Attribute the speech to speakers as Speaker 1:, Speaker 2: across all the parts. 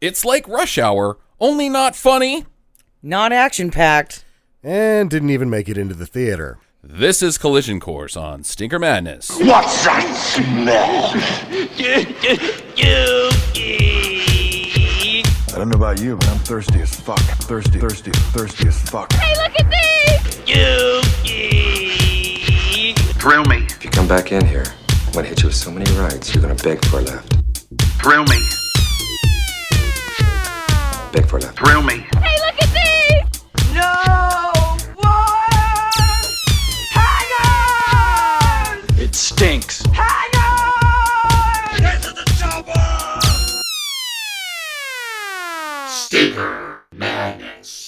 Speaker 1: It's like Rush Hour, only not funny.
Speaker 2: Not action packed.
Speaker 3: and didn't even make it into the theater.
Speaker 1: This is Collision Course on Stinker Madness.
Speaker 4: What's that smell?
Speaker 5: I don't know about you, but I'm thirsty as fuck. Thirsty, thirsty, thirsty as fuck.
Speaker 4: Thrill me.
Speaker 6: If you come back in here, I'm gonna hit you with so many rights, you're gonna beg for a left.
Speaker 4: Thrill me.
Speaker 6: Beg for a left.
Speaker 4: Thrill me.
Speaker 7: It stinks.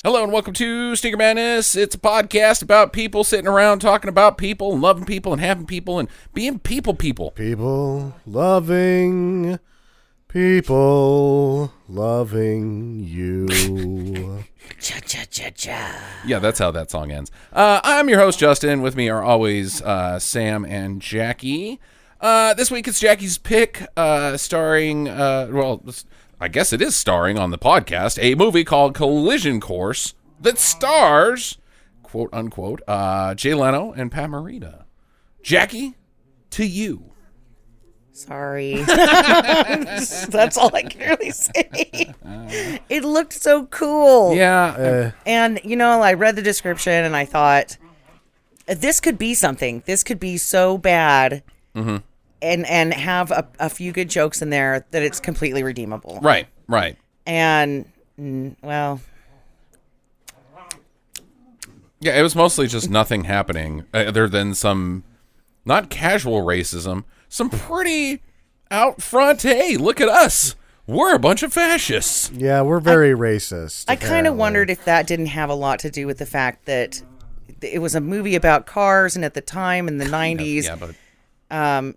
Speaker 1: Hello and welcome to Stinker Madness. It's a podcast about people sitting around talking about people and loving people and having people and being people people.
Speaker 3: People loving, people loving you.
Speaker 2: Cha cha cha cha.
Speaker 1: Yeah, that's how that song ends. Uh, I'm your host, Justin. With me are always uh, Sam and Jackie. Uh, this week it's Jackie's Pick, uh, starring, uh, well, s- I guess it is starring on the podcast, a movie called Collision Course that stars, quote unquote, uh, Jay Leno and Pat Morita. Jackie, to you.
Speaker 2: Sorry. That's all I can really say. It looked so cool.
Speaker 1: Yeah.
Speaker 2: And, you know, I read the description and I thought, this could be something. This could be so bad. And, and have a, a few good jokes in there that it's completely redeemable.
Speaker 1: right, right.
Speaker 2: And, mm, well,
Speaker 1: Yeah, it was mostly just nothing happening uh, other than some not casual racism, some pretty out front. Hey, look at us. We're a bunch of fascists.
Speaker 3: yeah, we're very racist.
Speaker 2: I kind
Speaker 3: apparently.
Speaker 2: of wondered if that didn't have a lot to do with the fact that it was a movie about cars, and at the time in the '90s,
Speaker 1: Yeah, but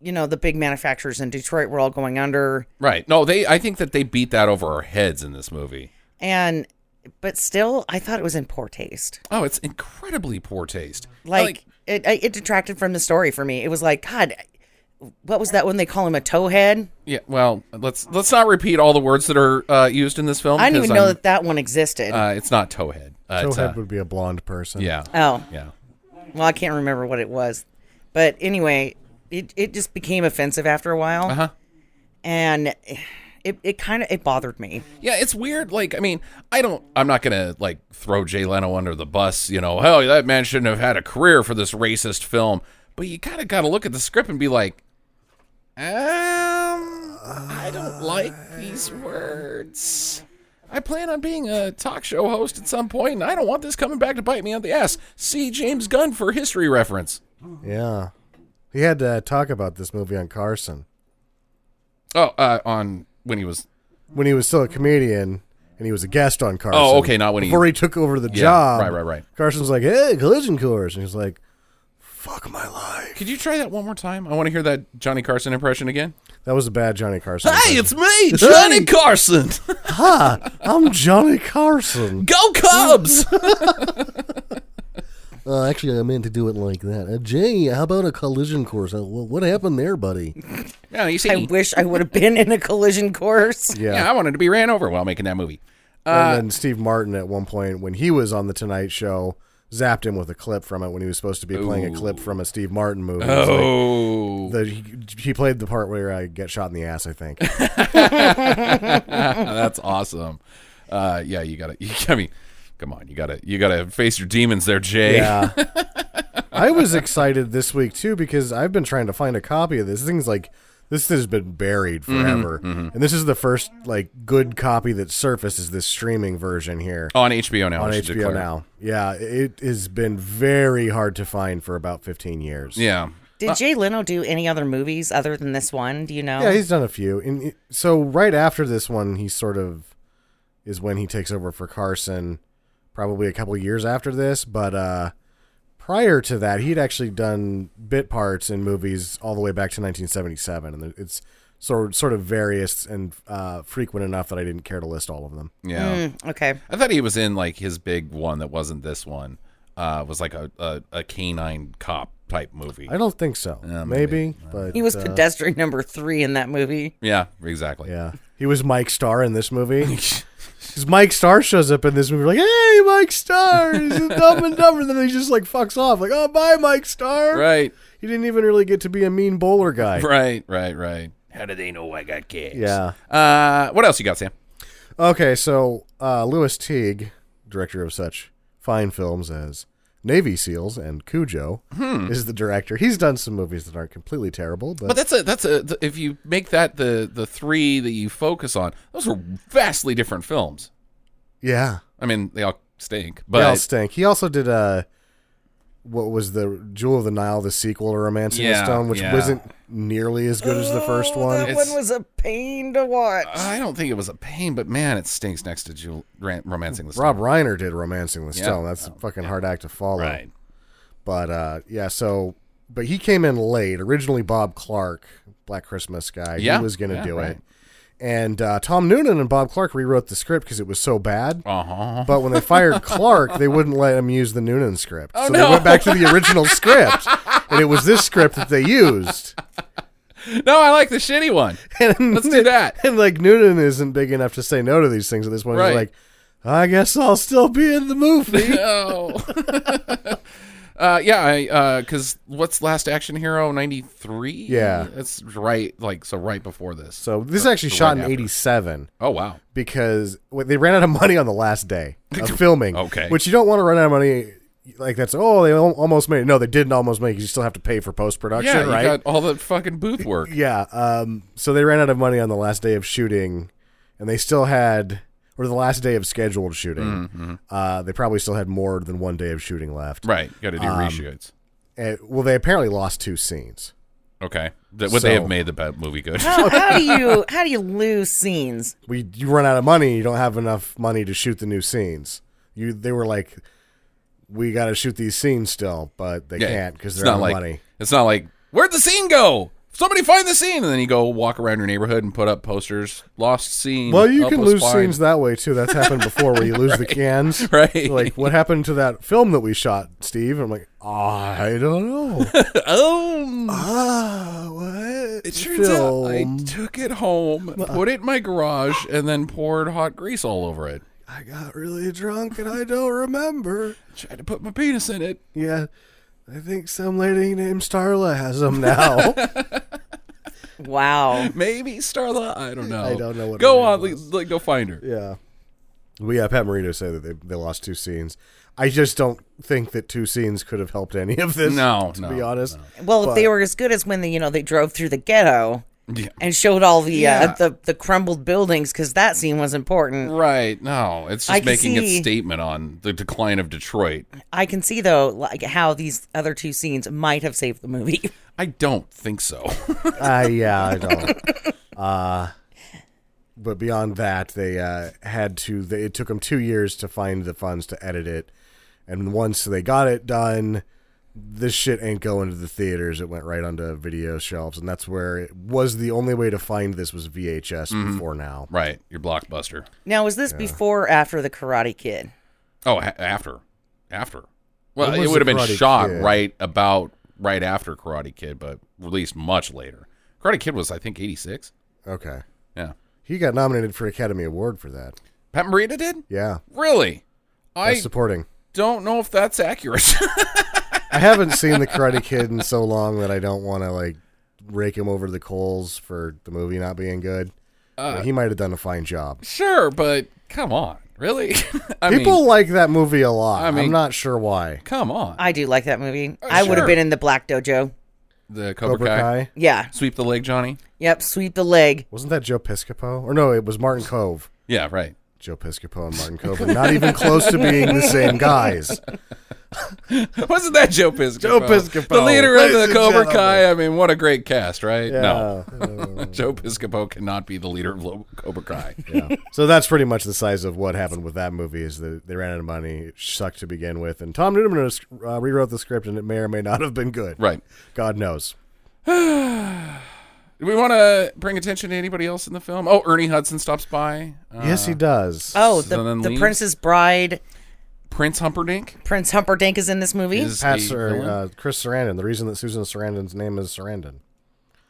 Speaker 2: you know, the big manufacturers in Detroit were all going under,
Speaker 1: right. No, they I think that they beat that over our heads in this movie.
Speaker 2: and but still, I thought it was in poor taste.
Speaker 1: Oh, it's incredibly poor taste.
Speaker 2: Like, it it, it detracted from the story for me. It was like, God, what was that when they call him a towhead?
Speaker 1: yeah, well, let's let's not repeat all the words that are uh, used in this film.
Speaker 2: I didn't
Speaker 1: 'cause
Speaker 2: even know
Speaker 1: I'm-
Speaker 2: that that one existed.
Speaker 1: uh, it's not towhead. Uh, it's,
Speaker 3: Towhead
Speaker 1: uh,
Speaker 3: would be a blonde person.
Speaker 1: yeah.
Speaker 2: oh,
Speaker 1: Yeah.
Speaker 2: well, I can't remember what it was, but anyway, it it just became offensive after a while.
Speaker 1: Uh-huh.
Speaker 2: and it, it kind of it bothered me
Speaker 1: Yeah, it's weird. Like, I mean, I don't. I'm not gonna like throw Jay Leno under the bus. You know, hell, that man shouldn't have had a career for this racist film. But you kind of got to look at the script and be like, um, I don't like these words. I plan on being a talk show host at some point, and I don't want this coming back to bite me on the ass. See James Gunn for history reference.
Speaker 3: Yeah. He had to talk about this movie on Carson
Speaker 1: Oh, uh, on when he was
Speaker 3: when he was still a comedian and he was a guest on Carson.
Speaker 1: Oh, okay, not when he-
Speaker 3: Before he took over the
Speaker 1: Yeah,
Speaker 3: job.
Speaker 1: right, right, right.
Speaker 3: Carson's like, hey, collision course. And he's like, fuck my life.
Speaker 1: Could you try that one more time? I want to hear that Johnny Carson impression again.
Speaker 3: That was a bad Johnny Carson. impression.
Speaker 1: me,
Speaker 3: Johnny
Speaker 1: Carson.
Speaker 3: Hi, I'm Johnny Carson.
Speaker 1: Go Cubs!
Speaker 3: Uh, actually, I meant to do it like that. Uh, Jay, how about a collision course? Uh, wh- what happened there, buddy?
Speaker 1: no, you see,
Speaker 2: i wish i would have been in a collision course
Speaker 1: yeah. I wanted to be ran over while making that movie.
Speaker 3: and then Steve Martin, at one point, when he was on The Tonight Show, zapped him with a clip from it when he was supposed to be playing a clip from a Steve Martin movie. It's like,
Speaker 1: Oh,
Speaker 3: the, he, he played the part where I get shot in the ass, I think.
Speaker 1: that's awesome. Uh, yeah, you gotta. You, I mean, come on, you gotta. You gotta face your demons, there, Jay.
Speaker 3: Yeah. I was excited this week too because I've been trying to find a copy of this. This thing's like this has been buried forever. And this is the first like good copy that surfaced is this streaming version here
Speaker 1: On HBO now.
Speaker 3: on
Speaker 1: I
Speaker 3: HBO
Speaker 1: should declare.
Speaker 3: now. Yeah, it has been very hard to find for about 15 years.
Speaker 1: Yeah.
Speaker 2: did jay leno do any other movies other than this one do you know
Speaker 3: Yeah, he's done a few. And it- so right after this one, he sort of is when he takes over for Carson, probably a couple years after this, but uh prior to that, he'd actually done bit parts in movies all the way back to 1977 and it's sort sort of various and uh frequent enough that I didn't care to list all of them.
Speaker 1: Yeah.
Speaker 3: Hmm.
Speaker 2: Mm, okay
Speaker 1: I thought he was in like his big one that wasn't this one. Uh, was like a a, a canine cop type movie.
Speaker 3: I don't think so.
Speaker 1: Yeah,
Speaker 3: maybe,
Speaker 1: maybe.
Speaker 3: but
Speaker 2: He was
Speaker 3: uh,
Speaker 2: pedestrian number three in that movie.
Speaker 1: Yeah, exactly.
Speaker 3: Yeah, he was Mike Starr in this movie. Because Mike Starr shows up in this movie, like, "Hey, Mike Starr, he's a dumb and dumber." Then he just like fucks off, like, "Oh, bye, Mike Starr."
Speaker 1: Right,
Speaker 3: He didn't even really get to be a mean bowler guy.
Speaker 1: right, right, right. How do they know I got kids?
Speaker 3: Yeah.
Speaker 1: Uh, what else you got, Sam?
Speaker 3: Okay, so uh, Lewis Teague, director of such fine films as Navy SEALs and Cujo, is the director. He's done some movies that aren't completely terrible, but,
Speaker 1: Hmm. But that's a that's a th- if you make that the the three that you focus on, those are vastly different films.
Speaker 3: yeah,
Speaker 1: I mean, they all stink,
Speaker 3: they all
Speaker 1: but
Speaker 3: stink. He also did uh, what was the Jewel of the Nile, the sequel to Romancing the
Speaker 1: Yeah,
Speaker 3: Stone, which
Speaker 1: yeah.
Speaker 3: wasn't nearly as good as the first
Speaker 2: Oh,
Speaker 3: one.
Speaker 2: That
Speaker 1: It's- Oh.
Speaker 2: one was a pain to watch.
Speaker 1: I don't think it was a pain. But man, it stinks next to Jewel, Ran- romancing the Stone.
Speaker 3: Rob Reiner did Romancing the
Speaker 1: Yeah.
Speaker 3: Stone. That's a fucking hard act to follow.
Speaker 1: right?
Speaker 3: But uh, yeah, so but he came in late. Originally, Bob Clark, Black Christmas guy,
Speaker 1: Yeah,
Speaker 3: he was going to
Speaker 1: yeah,
Speaker 3: do
Speaker 1: right.
Speaker 3: it. And uh, Tom Noonan and Bob Clark rewrote the script because it was so bad.
Speaker 1: Uh huh.
Speaker 3: But when they fired Clark, they wouldn't let him use the Noonan script. so they
Speaker 1: Oh, no.
Speaker 3: went back to the original script, and it was this script that they used.
Speaker 1: No, I like the shitty one. Let's do that.
Speaker 3: And like Noonan isn't big enough to say no to these things at this point.
Speaker 1: Right.
Speaker 3: He's like, I guess I'll still be in the movie.
Speaker 1: No. uh, yeah, I because what's Last Action Hero ninety three?
Speaker 3: Yeah.
Speaker 1: that's right. Like so, right before this.
Speaker 3: so this is actually shot in
Speaker 1: after.
Speaker 3: '87.
Speaker 1: oh wow,
Speaker 3: because well, they ran out of money on the last day of filming.
Speaker 1: Okay.
Speaker 3: Which you don't want to run out of money. Like that's oh they al- almost made it. No, they didn't almost make it. You still have to pay for post production,
Speaker 1: yeah, you
Speaker 3: right?
Speaker 1: got all the fucking booth work.
Speaker 3: yeah. Um. So they ran out of money on the last day of shooting, and they still had or the last day of scheduled shooting. Uh, they probably still had more than one day of shooting left.
Speaker 1: Mm-hmm. Right, got to do
Speaker 3: Um,
Speaker 1: reshoots.
Speaker 3: And, well, they apparently lost two scenes.
Speaker 1: Okay, Th- would they
Speaker 3: so-
Speaker 1: have made the bad movie good?
Speaker 2: how, how do you how do you lose scenes?
Speaker 3: we you run out of money, you don't have enough money to shoot the new scenes. You they were like, we got to shoot these scenes still, but they
Speaker 1: Yeah,
Speaker 3: can't because
Speaker 1: it's
Speaker 3: they're out
Speaker 1: not
Speaker 3: of
Speaker 1: like
Speaker 3: money.
Speaker 1: it's not like where'd the scene go? Somebody find the scene, and then you go walk around your neighborhood and put up posters. Lost scene.
Speaker 3: Well, you
Speaker 1: up
Speaker 3: can
Speaker 1: was
Speaker 3: lose
Speaker 1: fine.
Speaker 3: scenes that way too. That's happened before where you lose the cans.
Speaker 1: Right.
Speaker 3: Like what happened to that film that we shot, Steve? I'm like, I don't know.
Speaker 1: oh,
Speaker 3: ah, what?
Speaker 1: It turns out I took it home,
Speaker 3: uh
Speaker 1: put it in my garage, and then poured hot grease all over it.
Speaker 3: I got really drunk and I don't remember.
Speaker 1: Tried to put my penis in it.
Speaker 3: Yeah. I think some lady named Starla has them now.
Speaker 2: Wow.
Speaker 1: Maybe Starla. I don't know.
Speaker 3: I don't know what
Speaker 1: Go
Speaker 3: her
Speaker 1: on,
Speaker 3: name
Speaker 1: like, like, go find her.
Speaker 3: Yeah. We yeah, Pat Marino said that they, they lost two scenes. I just don't think that two scenes could have helped any of this.
Speaker 1: No,
Speaker 3: to
Speaker 1: no,
Speaker 3: be honest.
Speaker 2: Well, if they were as good as when they you know they drove through the ghetto
Speaker 1: Yeah.
Speaker 2: and showed all the
Speaker 1: Yeah.
Speaker 2: uh, the the crumbled buildings because that scene was important.
Speaker 1: Right? No, it's
Speaker 2: I
Speaker 1: just
Speaker 2: can
Speaker 1: making its
Speaker 2: see-
Speaker 1: statement on the decline of Detroit.
Speaker 2: I can see though like how these other two scenes might have saved the movie.
Speaker 1: I don't think so.
Speaker 3: Uh, yeah, I don't. Uh, but beyond that, they uh, had to. They, it took them two years to find the funds to edit it, and once they got it done, this shit ain't going to the theaters. It went right onto video shelves, and that's where it was the only way to find this was VHS
Speaker 1: Mm-hmm.
Speaker 3: before now.
Speaker 1: right? Your blockbuster.
Speaker 2: Now, was this before or after the Karate Kid?
Speaker 1: Oh, ha- after, after. Well,
Speaker 3: When was
Speaker 1: it would have
Speaker 3: the
Speaker 1: been
Speaker 3: Karate
Speaker 1: shot
Speaker 3: Kid?
Speaker 1: right about right after Karate Kid, but released much later. Karate Kid was, I think, eighty six.
Speaker 3: Okay,
Speaker 1: Yeah.
Speaker 3: he got nominated for Academy Award for that.
Speaker 1: Pat Morita did?
Speaker 3: Yeah,
Speaker 1: Really? I
Speaker 3: Best supporting.
Speaker 1: don't know if that's accurate.
Speaker 3: I haven't seen the Karate Kid in so long that I don't want to like rake him over the coals for the movie not being good.
Speaker 1: Uh,
Speaker 3: But he might have done a fine job.
Speaker 1: sure, but come on. Really? I
Speaker 3: People
Speaker 1: mean,
Speaker 3: like that movie a lot. I
Speaker 1: I mean-
Speaker 3: am not sure why.
Speaker 1: come on.
Speaker 2: I do like that movie. I would
Speaker 1: Oh, sure.
Speaker 2: have been in the Black Dojo.
Speaker 1: the Cobra,
Speaker 3: Cobra
Speaker 1: Kai.
Speaker 3: Kai
Speaker 2: Yeah.
Speaker 1: Sweep the leg, Johnny.
Speaker 2: Yep. Sweep the leg.
Speaker 3: wasn't that Joe Piscopo? Or no, it was Martin Cove.
Speaker 1: Yeah, right.
Speaker 3: Joe Piscopo and Martin Cove are not even close to being the same guys.
Speaker 1: Wasn't that Joe Piscopo?
Speaker 3: Joe Piscopo,
Speaker 1: The leader of
Speaker 3: ladies
Speaker 1: the
Speaker 3: and
Speaker 1: Cobra
Speaker 3: gentlemen.
Speaker 1: Kai. I mean, what a great cast, right? No.
Speaker 3: Uh,
Speaker 1: Joe Piscopo cannot be the leader of Lo- Cobra Kai.
Speaker 3: yeah. So that's pretty much the size of what happened with that movie. Is that they ran out of money, it sucked to begin with, and Tom Newman uh, rewrote the script, and it may or may not have been good.
Speaker 1: Right.
Speaker 3: God knows.
Speaker 1: Do we want to bring attention to anybody else in the film? Oh, Ernie Hudson stops by. Uh,
Speaker 3: yes, he does.
Speaker 2: Oh,
Speaker 1: So
Speaker 2: the,
Speaker 1: then
Speaker 2: the
Speaker 1: leaves?
Speaker 2: Princess Bride
Speaker 1: Prince Humperdinck
Speaker 2: Prince Humperdinck is in this movie.
Speaker 1: is
Speaker 3: Pat
Speaker 1: a
Speaker 3: Sir,
Speaker 1: villain.
Speaker 3: uh, Chris Sarandon. The reason that Susan Sarandon's name is Sarandon.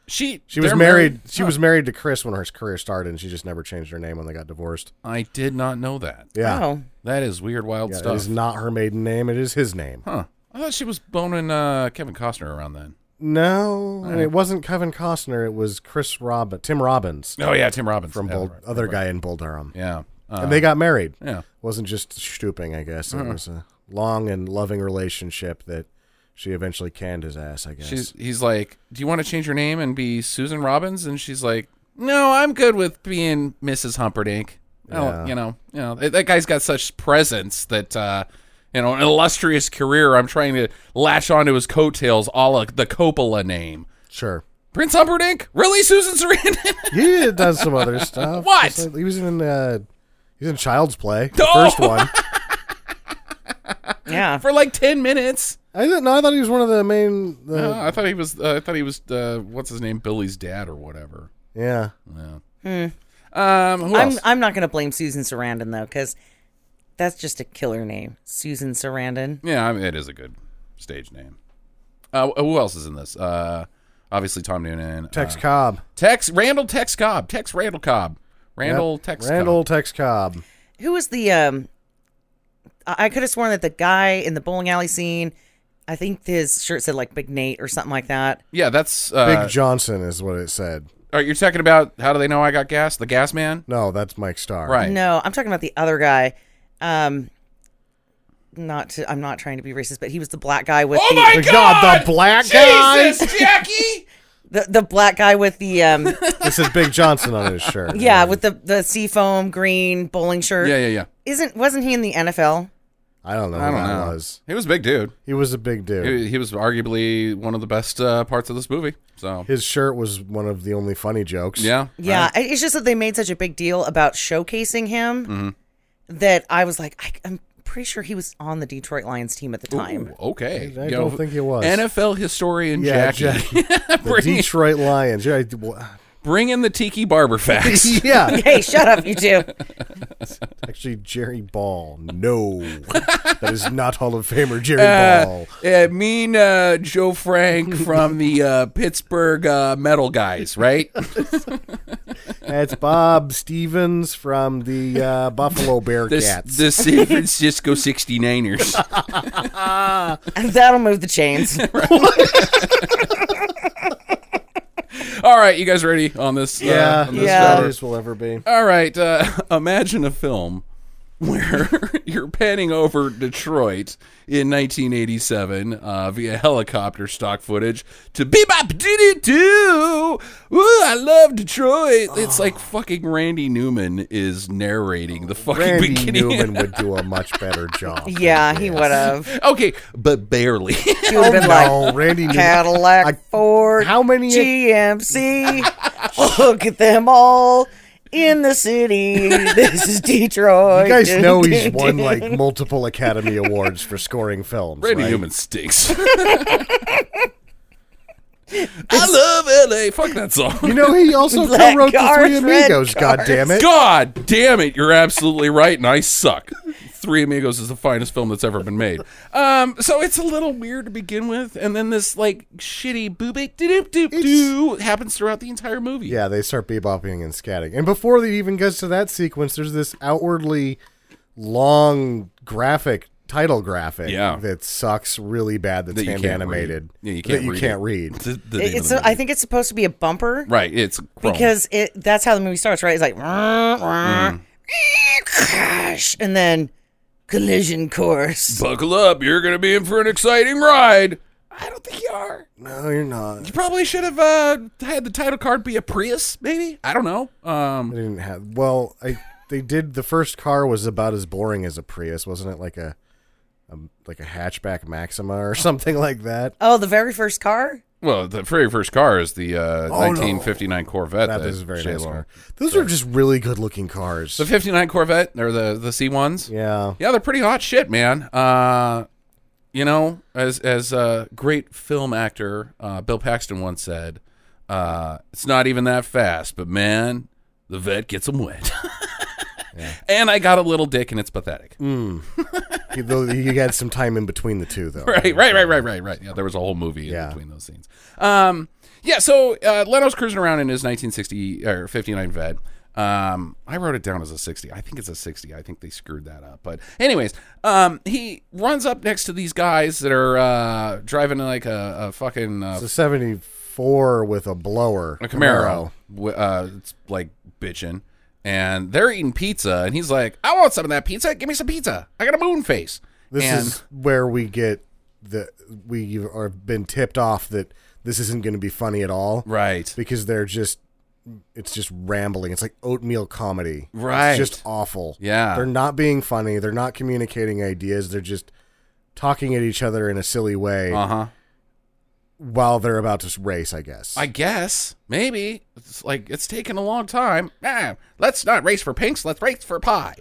Speaker 1: she
Speaker 3: She was
Speaker 1: they're
Speaker 3: married. She
Speaker 1: Huh.
Speaker 3: was married to Chris when her career started, and she just never changed her name when they got divorced.
Speaker 1: I did not know that.
Speaker 3: Yeah,
Speaker 2: Oh,
Speaker 1: That is weird, wild
Speaker 3: yeah it
Speaker 1: stuff.
Speaker 3: is not her maiden name. It is his name.
Speaker 1: huh? I thought she was boning uh, Kevin Costner around then.
Speaker 3: No, and it wasn't Kevin Costner. It was Chris Robin, Tim Robbins
Speaker 1: Oh yeah, Tim Robbins
Speaker 3: from
Speaker 1: yeah,
Speaker 3: Bull,
Speaker 1: right, right,
Speaker 3: other
Speaker 1: right.
Speaker 3: guy in Bull Durham,
Speaker 1: Yeah. Uh,
Speaker 3: and they got married.
Speaker 1: yeah. Uh-huh.
Speaker 3: wasn't just stooping, I guess. It was a long and loving relationship that she eventually canned his ass. I guess.
Speaker 1: She's he's like, "Do you want to change your name and be Susan Robbins?" And she's like, "No, I'm good with being Mrs. Humperdinck."
Speaker 3: Yeah.
Speaker 1: Oh, you know, you know, that that guy's got such presence that uh, you know, an illustrious career. I'm trying to latch onto his coattails, a la the Coppola name.
Speaker 3: sure.
Speaker 1: Prince Humperdinck? Really, Susan Sarandon?
Speaker 3: He does some other stuff.
Speaker 1: What?
Speaker 3: Just like- he was in. Uh, he's in Child's Play, the
Speaker 1: Oh!
Speaker 3: first one.
Speaker 2: yeah.
Speaker 1: For like ten minutes.
Speaker 3: I didn't. No, I thought he was one of the main. Uh,
Speaker 1: Uh, I thought he was. Uh, I thought he was. Uh, what's his name? Billy's dad or whatever.
Speaker 3: Yeah.
Speaker 1: Uh, Um, who
Speaker 2: I'm
Speaker 1: else?
Speaker 2: I'm not gonna blame Susan Sarandon though, because that's just a killer name, Susan Sarandon.
Speaker 1: Yeah, I mean, it is a good stage name. Uh, who else is in this? Uh, obviously Tom Noonan.
Speaker 3: Tex
Speaker 1: Uh,
Speaker 3: Cobb.
Speaker 1: Tex Randall Tex Cobb. Tex Randall Cobb. Randall
Speaker 3: Yep.
Speaker 1: Tex.
Speaker 3: Randall
Speaker 1: Cobb.
Speaker 3: Tex Cobb.
Speaker 2: Who was the um? I could have sworn that the guy in the bowling alley scene. I think his shirt said like Big Nate or something like that.
Speaker 1: Yeah, that's.
Speaker 3: Big
Speaker 1: Uh,
Speaker 3: Johnson is what it said.
Speaker 1: all right, you're talking about how do they know I got gas? The gas man.
Speaker 3: No, that's Mike Starr.
Speaker 1: Right.
Speaker 2: No, I'm talking about the other guy. Um, not to, I'm not trying to be racist, but he was the black guy with the,
Speaker 3: My God, the black guy.
Speaker 1: Jesus, Jackie.
Speaker 2: the the black guy with the um
Speaker 3: This is Big Johnson on his shirt.
Speaker 2: yeah with the the seafoam green bowling shirt.
Speaker 1: yeah, yeah, yeah.
Speaker 2: Isn't wasn't he in the NFL?
Speaker 3: I don't know who
Speaker 1: I don't
Speaker 3: that
Speaker 1: know.
Speaker 3: was.
Speaker 1: He was a big dude.
Speaker 3: He was a big dude.
Speaker 1: He, he was arguably one of the best uh, parts of this movie. So
Speaker 3: His shirt was one of the only funny jokes.
Speaker 1: yeah,
Speaker 2: Yeah, I- it's just that they made such a big deal about showcasing him
Speaker 3: Mm-hmm.
Speaker 2: that I was like, I, I'm pretty sure he was on the Detroit Lions team at the time.
Speaker 1: Ooh, okay.
Speaker 3: I don't think he was.
Speaker 1: NFL historian
Speaker 3: Yeah,
Speaker 1: Jackie.
Speaker 3: The
Speaker 1: bring,
Speaker 3: Detroit Lions. Yeah, I- well,
Speaker 1: bring in the Tiki Barber facts.
Speaker 3: yeah.
Speaker 2: hey, shut up, you two!
Speaker 3: Actually, Jerry Ball. No, that is not Hall of Famer Jerry Ball.
Speaker 1: Uh, mean uh, Joe Frank from the uh, Pittsburgh uh, Metal Guys, right?
Speaker 3: That's Bob Stevens from the uh, Buffalo
Speaker 1: This,
Speaker 3: Bearcats.
Speaker 1: the San Francisco 69ers.
Speaker 2: That'll move the chains.
Speaker 1: All right, you guys ready on this? uh,
Speaker 3: yeah,
Speaker 1: on this
Speaker 2: Yeah.
Speaker 1: cover?
Speaker 3: this will ever be.
Speaker 1: All right. Uh, imagine a film where you're panning over Detroit in 1987 uh, via helicopter stock footage to bebop doo doo doo. Ooh, I love Detroit.
Speaker 3: Oh.
Speaker 1: It's like fucking Randy Newman is narrating the fucking
Speaker 3: Randy
Speaker 1: beginning.
Speaker 3: Newman would do a much better job.
Speaker 2: yeah, he would have.
Speaker 1: Okay, but barely.
Speaker 2: He would have been like,
Speaker 3: Oh, No, Randy Newman.
Speaker 2: Cadillac,
Speaker 3: I-
Speaker 2: Ford,
Speaker 3: How many-
Speaker 2: GMC. Look at them all in the city. This is Detroit.
Speaker 3: You guys know he's won like multiple Academy Awards for scoring films.
Speaker 1: Randy
Speaker 3: right?
Speaker 1: Newman stinks. I love LA. Fuck that song.
Speaker 3: You know, he also
Speaker 2: Black
Speaker 3: co-wrote the
Speaker 2: cars,
Speaker 3: Three
Speaker 2: red
Speaker 3: Amigos.
Speaker 2: cars.
Speaker 3: God damn it!
Speaker 1: God damn it, you're absolutely right, and I suck. Three Amigos is the finest film that's ever been made. Um, so it's a little weird to begin with, and then this like shitty boobie doop doop doo happens throughout the entire movie.
Speaker 3: Yeah, they start bebopping and scatting. And before they even gets to that sequence, there's this outwardly long graphic title graphic
Speaker 1: Yeah.
Speaker 3: that sucks really bad that's
Speaker 1: That you
Speaker 3: hand
Speaker 1: can't
Speaker 3: animated.
Speaker 1: read. Yeah, you
Speaker 3: that
Speaker 1: can't
Speaker 3: you
Speaker 1: read
Speaker 3: can't
Speaker 1: it.
Speaker 3: read.
Speaker 1: The- the name of
Speaker 2: It's.
Speaker 1: the
Speaker 2: I
Speaker 1: movie.
Speaker 2: think it's supposed to be a bumper
Speaker 1: right. It's chrome.
Speaker 2: because it. That's how the movie starts, right? It's like, "Wah, wah,
Speaker 3: Mm-hmm.
Speaker 2: crash, and then collision course.
Speaker 1: buckle up, you're gonna be in for an exciting ride. I don't think you are.
Speaker 3: No, you're not.
Speaker 1: You probably should have uh, had the title card be a Prius, maybe. I don't know. Um,
Speaker 3: They didn't have. Well, I they did. The first car was about as boring as a Prius, wasn't it? Like a, a like a hatchback Maxima or something like that.
Speaker 2: Oh, the very first car.
Speaker 1: well, the very first car is the uh, 1959 Corvette.
Speaker 3: Oh, That is a very
Speaker 1: Jay
Speaker 3: nice
Speaker 1: Leno-
Speaker 3: car. Those are just really good looking cars.
Speaker 1: The 59 Corvette, or the, the C1s.
Speaker 3: Yeah.
Speaker 1: Yeah, they're pretty hot shit, man. Uh, you know, as as a great film actor, uh, Bill Paxton once said, uh, "It's not even that fast, but man, the vet gets them wet." And I got a little dick, and it's pathetic.
Speaker 3: He- though he had some time in between the two, though.
Speaker 1: right, right, right, right, right, right. Yeah, there was a whole movie
Speaker 3: Yeah.
Speaker 1: in between those scenes. Um, yeah, so uh, Leno's cruising around in his 1960 or 59 Vet. Um, I wrote it down as a 60. I think it's a 60. I think they screwed that up. But anyways, um, he runs up next to these guys that are uh, driving like a, a fucking uh,
Speaker 3: It's a 74 with a blower.
Speaker 1: a Camaro. W- Uh, it's like bitching. And they're eating pizza, and he's like, "I want some of that pizza. Give me some pizza. I got a moon face."
Speaker 3: This
Speaker 1: and
Speaker 3: is where we get the we are been tipped off that this isn't going to be funny at all,
Speaker 1: right.
Speaker 3: Because they're just it's just rambling. It's like oatmeal comedy,
Speaker 1: Right.
Speaker 3: It's just awful.
Speaker 1: Yeah.
Speaker 3: they're not being funny. They're not communicating ideas. They're just talking at each other in a silly way
Speaker 1: Uh huh.
Speaker 3: while they're about to race. I guess.
Speaker 1: I guess maybe it's like it's taken a long time. Ah, let's not race for pinks. Let's race for pie.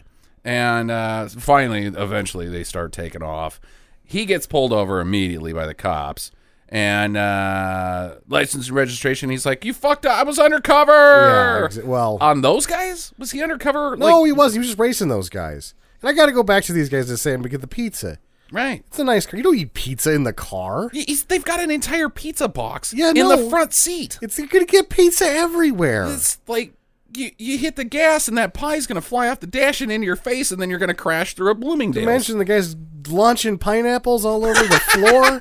Speaker 1: And uh, finally, eventually, they start taking off. He gets pulled over immediately by the cops. And uh, license and registration. He's like, "You fucked up. I was undercover."
Speaker 3: Yeah, exa- well-
Speaker 1: on those guys, was he undercover?
Speaker 3: no,
Speaker 1: like,
Speaker 3: he was. He was just racing those guys. And I got to go back to these guys to say, "I'm gonna get the pizza."
Speaker 1: right.
Speaker 3: It's a nice car. You don't eat pizza in the car.
Speaker 1: He- He's, they've got an entire pizza box
Speaker 3: Yeah,
Speaker 1: in the
Speaker 3: no.
Speaker 1: front seat.
Speaker 3: It's you're gonna get pizza everywhere.
Speaker 1: It's like you, you hit the gas and that pie's gonna fly off the dash and into your face and then you're gonna crash through a Bloomingdale's.
Speaker 3: Imagine the guys launching pineapples all over the floor.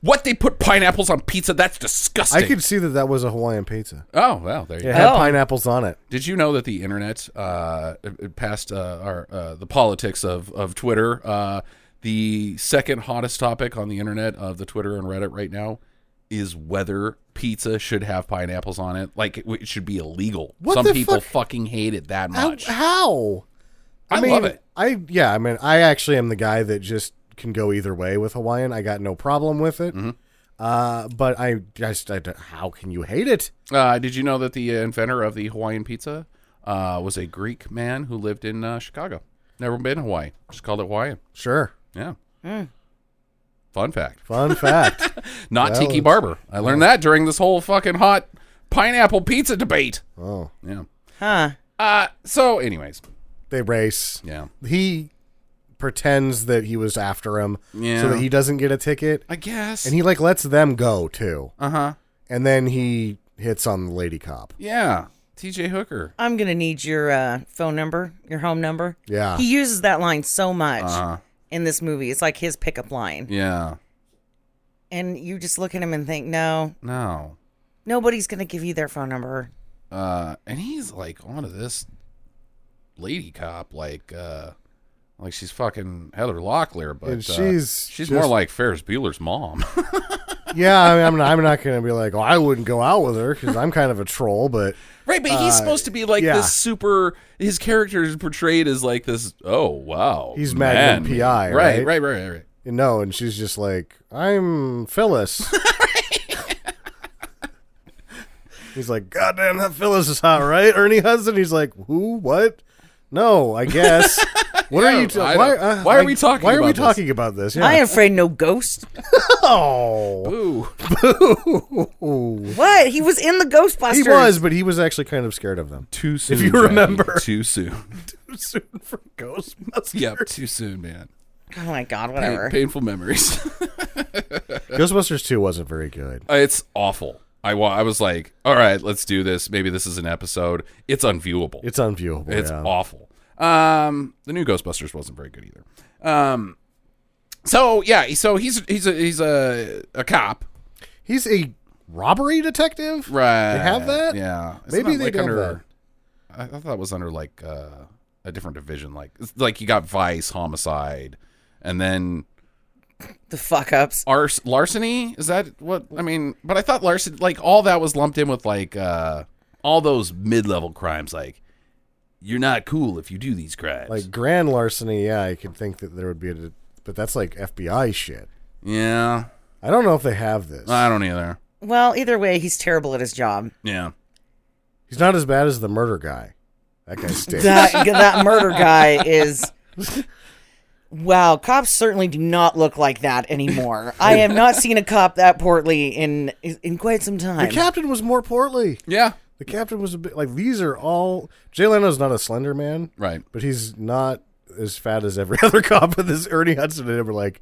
Speaker 1: What they put pineapples on pizza? That's disgusting.
Speaker 3: I could see that that was a Hawaiian pizza.
Speaker 1: Oh well, there you
Speaker 3: It
Speaker 1: go.
Speaker 3: had
Speaker 2: Oh.
Speaker 3: pineapples on it.
Speaker 1: Did you know that the internet uh, it- it passed uh, our uh, the politics of of Twitter? Uh, the second hottest topic on the internet of the Twitter and Reddit right now is whether pizza should have pineapples on it. Like it, it should be illegal.
Speaker 3: What
Speaker 1: Some
Speaker 3: the
Speaker 1: people
Speaker 3: fuck?
Speaker 1: fucking hate it that
Speaker 3: How?
Speaker 1: much.
Speaker 3: how?
Speaker 1: I
Speaker 3: mean,
Speaker 1: love it.
Speaker 3: I yeah. I mean, I actually am the guy that just can go either way with Hawaiian. I got no problem with it.
Speaker 1: Mm-hmm.
Speaker 3: Uh, but I just I, don't- how can you hate it?
Speaker 1: Uh, did you know that the inventor of the Hawaiian pizza uh, was a Greek man who lived in uh, Chicago? Never been to Hawaii. Just called it Hawaiian.
Speaker 3: Sure.
Speaker 1: Yeah. Fun fact.
Speaker 3: Fun fact.
Speaker 1: Not
Speaker 3: Well,
Speaker 1: Tiki
Speaker 3: it's-
Speaker 1: Barber. I learned that during this whole fucking hot pineapple pizza debate.
Speaker 3: oh,
Speaker 1: Yeah.
Speaker 2: Huh.
Speaker 1: Uh, so, anyways,
Speaker 3: they race.
Speaker 1: yeah.
Speaker 3: He pretends that he was after him,
Speaker 1: Yeah.
Speaker 3: so that he doesn't get a ticket.
Speaker 1: I guess.
Speaker 3: And he like lets them go too.
Speaker 1: uh huh.
Speaker 3: And then he hits on the lady cop.
Speaker 1: Yeah. TJ Hooker.
Speaker 2: I'm gonna need your uh, phone number, your home number.
Speaker 3: Yeah.
Speaker 2: He uses that line so much
Speaker 1: Uh-huh.
Speaker 2: in this movie. It's like his pickup line,
Speaker 1: Yeah.
Speaker 2: and you just look at him and think, no,
Speaker 1: No.
Speaker 2: nobody's gonna give you their phone number.
Speaker 1: Uh, and he's like onto this lady cop, like, uh, like she's fucking Heather Locklear, but
Speaker 3: And
Speaker 1: uh,
Speaker 3: she's
Speaker 1: she's
Speaker 3: just-
Speaker 1: more like Ferris Bueller's mom.
Speaker 3: Yeah, I mean, I'm not, I'm not going to be like, oh, I wouldn't go out with her because I'm kind of a troll, but
Speaker 1: Right, but he's supposed to be like
Speaker 3: Uh, yeah.
Speaker 1: this super. His character is portrayed as like this. Oh wow,
Speaker 3: He's Magnum
Speaker 1: man."
Speaker 3: PI,
Speaker 1: Right,
Speaker 3: right?
Speaker 1: right, right, right. right.
Speaker 3: you know, and she's just like, I'm Phyllis. he's like, goddamn, that Phyllis is hot, right? Ernie Hudson. He's like, who? What? No, I guess. What
Speaker 1: Yeah,
Speaker 3: are you? ta-
Speaker 1: I
Speaker 3: why,
Speaker 1: don't-
Speaker 3: uh,
Speaker 1: why are
Speaker 3: I-
Speaker 1: we talking
Speaker 3: Why are we
Speaker 1: about this?
Speaker 3: talking about this? Yeah.
Speaker 2: I ain't afraid of no ghost.
Speaker 3: oh,
Speaker 1: Ooh,
Speaker 2: what? He was in the Ghostbusters.
Speaker 3: he was, but he was actually kind of scared of them.
Speaker 1: too soon.
Speaker 3: you
Speaker 1: Jackie,
Speaker 3: remember.
Speaker 1: too soon.
Speaker 3: soon for Ghostbusters.
Speaker 1: yep, too soon, man.
Speaker 2: Oh my god,
Speaker 1: Pain-
Speaker 2: whatever.
Speaker 1: painful memories.
Speaker 3: Ghostbusters 2 wasn't very good.
Speaker 1: Uh, it's awful. I wa- I was like, all right, let's do this. Maybe this is an episode. It's unviewable.
Speaker 3: It's unviewable.
Speaker 1: It's
Speaker 3: yeah.
Speaker 1: awful. Um, the new Ghostbusters wasn't very good either. Um, so yeah, so he's he's a, he's a a cop,
Speaker 3: He's a robbery detective?
Speaker 1: right?
Speaker 3: They have that?
Speaker 1: Yeah, It's
Speaker 3: Maybe
Speaker 1: not,
Speaker 3: they
Speaker 1: like
Speaker 3: have
Speaker 1: under. I I thought it was under like uh, a different division, like it's like you got vice, homicide, and then
Speaker 2: the fuck ups.
Speaker 1: arse, larceny. Is that what I mean? But I thought larceny, like all that was lumped in with like uh, all those mid-level crimes, like. You're not cool if you do these crimes.
Speaker 3: Like grand larceny, yeah, I could think that there would be a. But that's like FBI shit.
Speaker 1: yeah,
Speaker 3: I don't know if they have this.
Speaker 1: I don't either.
Speaker 2: Well, either way, he's terrible at his job.
Speaker 1: Yeah.
Speaker 3: He's not as bad as the murder guy. That guy stinks.
Speaker 2: That that murder guy is. Wow, cops certainly do not look like that anymore. I have not seen a cop that portly in in quite some
Speaker 3: the
Speaker 2: time.
Speaker 3: captain was more portly.
Speaker 1: Yeah.
Speaker 3: The captain was a bit like these are all. Jay Leno's not a slender man,
Speaker 1: Right.
Speaker 3: but he's not as fat as every other cop, but this Ernie Hudson and him were like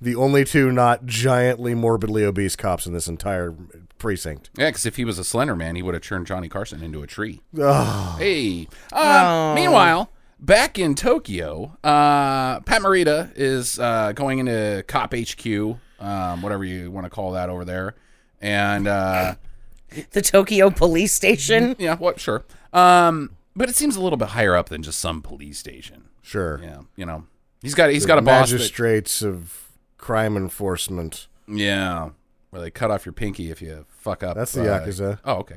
Speaker 3: the only two not giantly morbidly obese cops in this entire precinct.
Speaker 1: Yeah, because if he was a slender man, he would have turned Johnny Carson into a tree. Hey. Uh, Meanwhile, back in Tokyo, uh, Pat Morita is uh, going into Cop HQ, um, whatever you want to call that over there. And uh,
Speaker 2: The Tokyo police station.
Speaker 1: yeah, what? Sure. Um, but it seems a little bit higher up than just some police station.
Speaker 3: Sure.
Speaker 1: Yeah, you know, he's got he's
Speaker 3: The
Speaker 1: got a boss. That,
Speaker 3: magistrates of crime enforcement.
Speaker 1: yeah, where they cut off your pinky if you fuck up.
Speaker 3: That's the Yakuza.
Speaker 1: Oh, okay.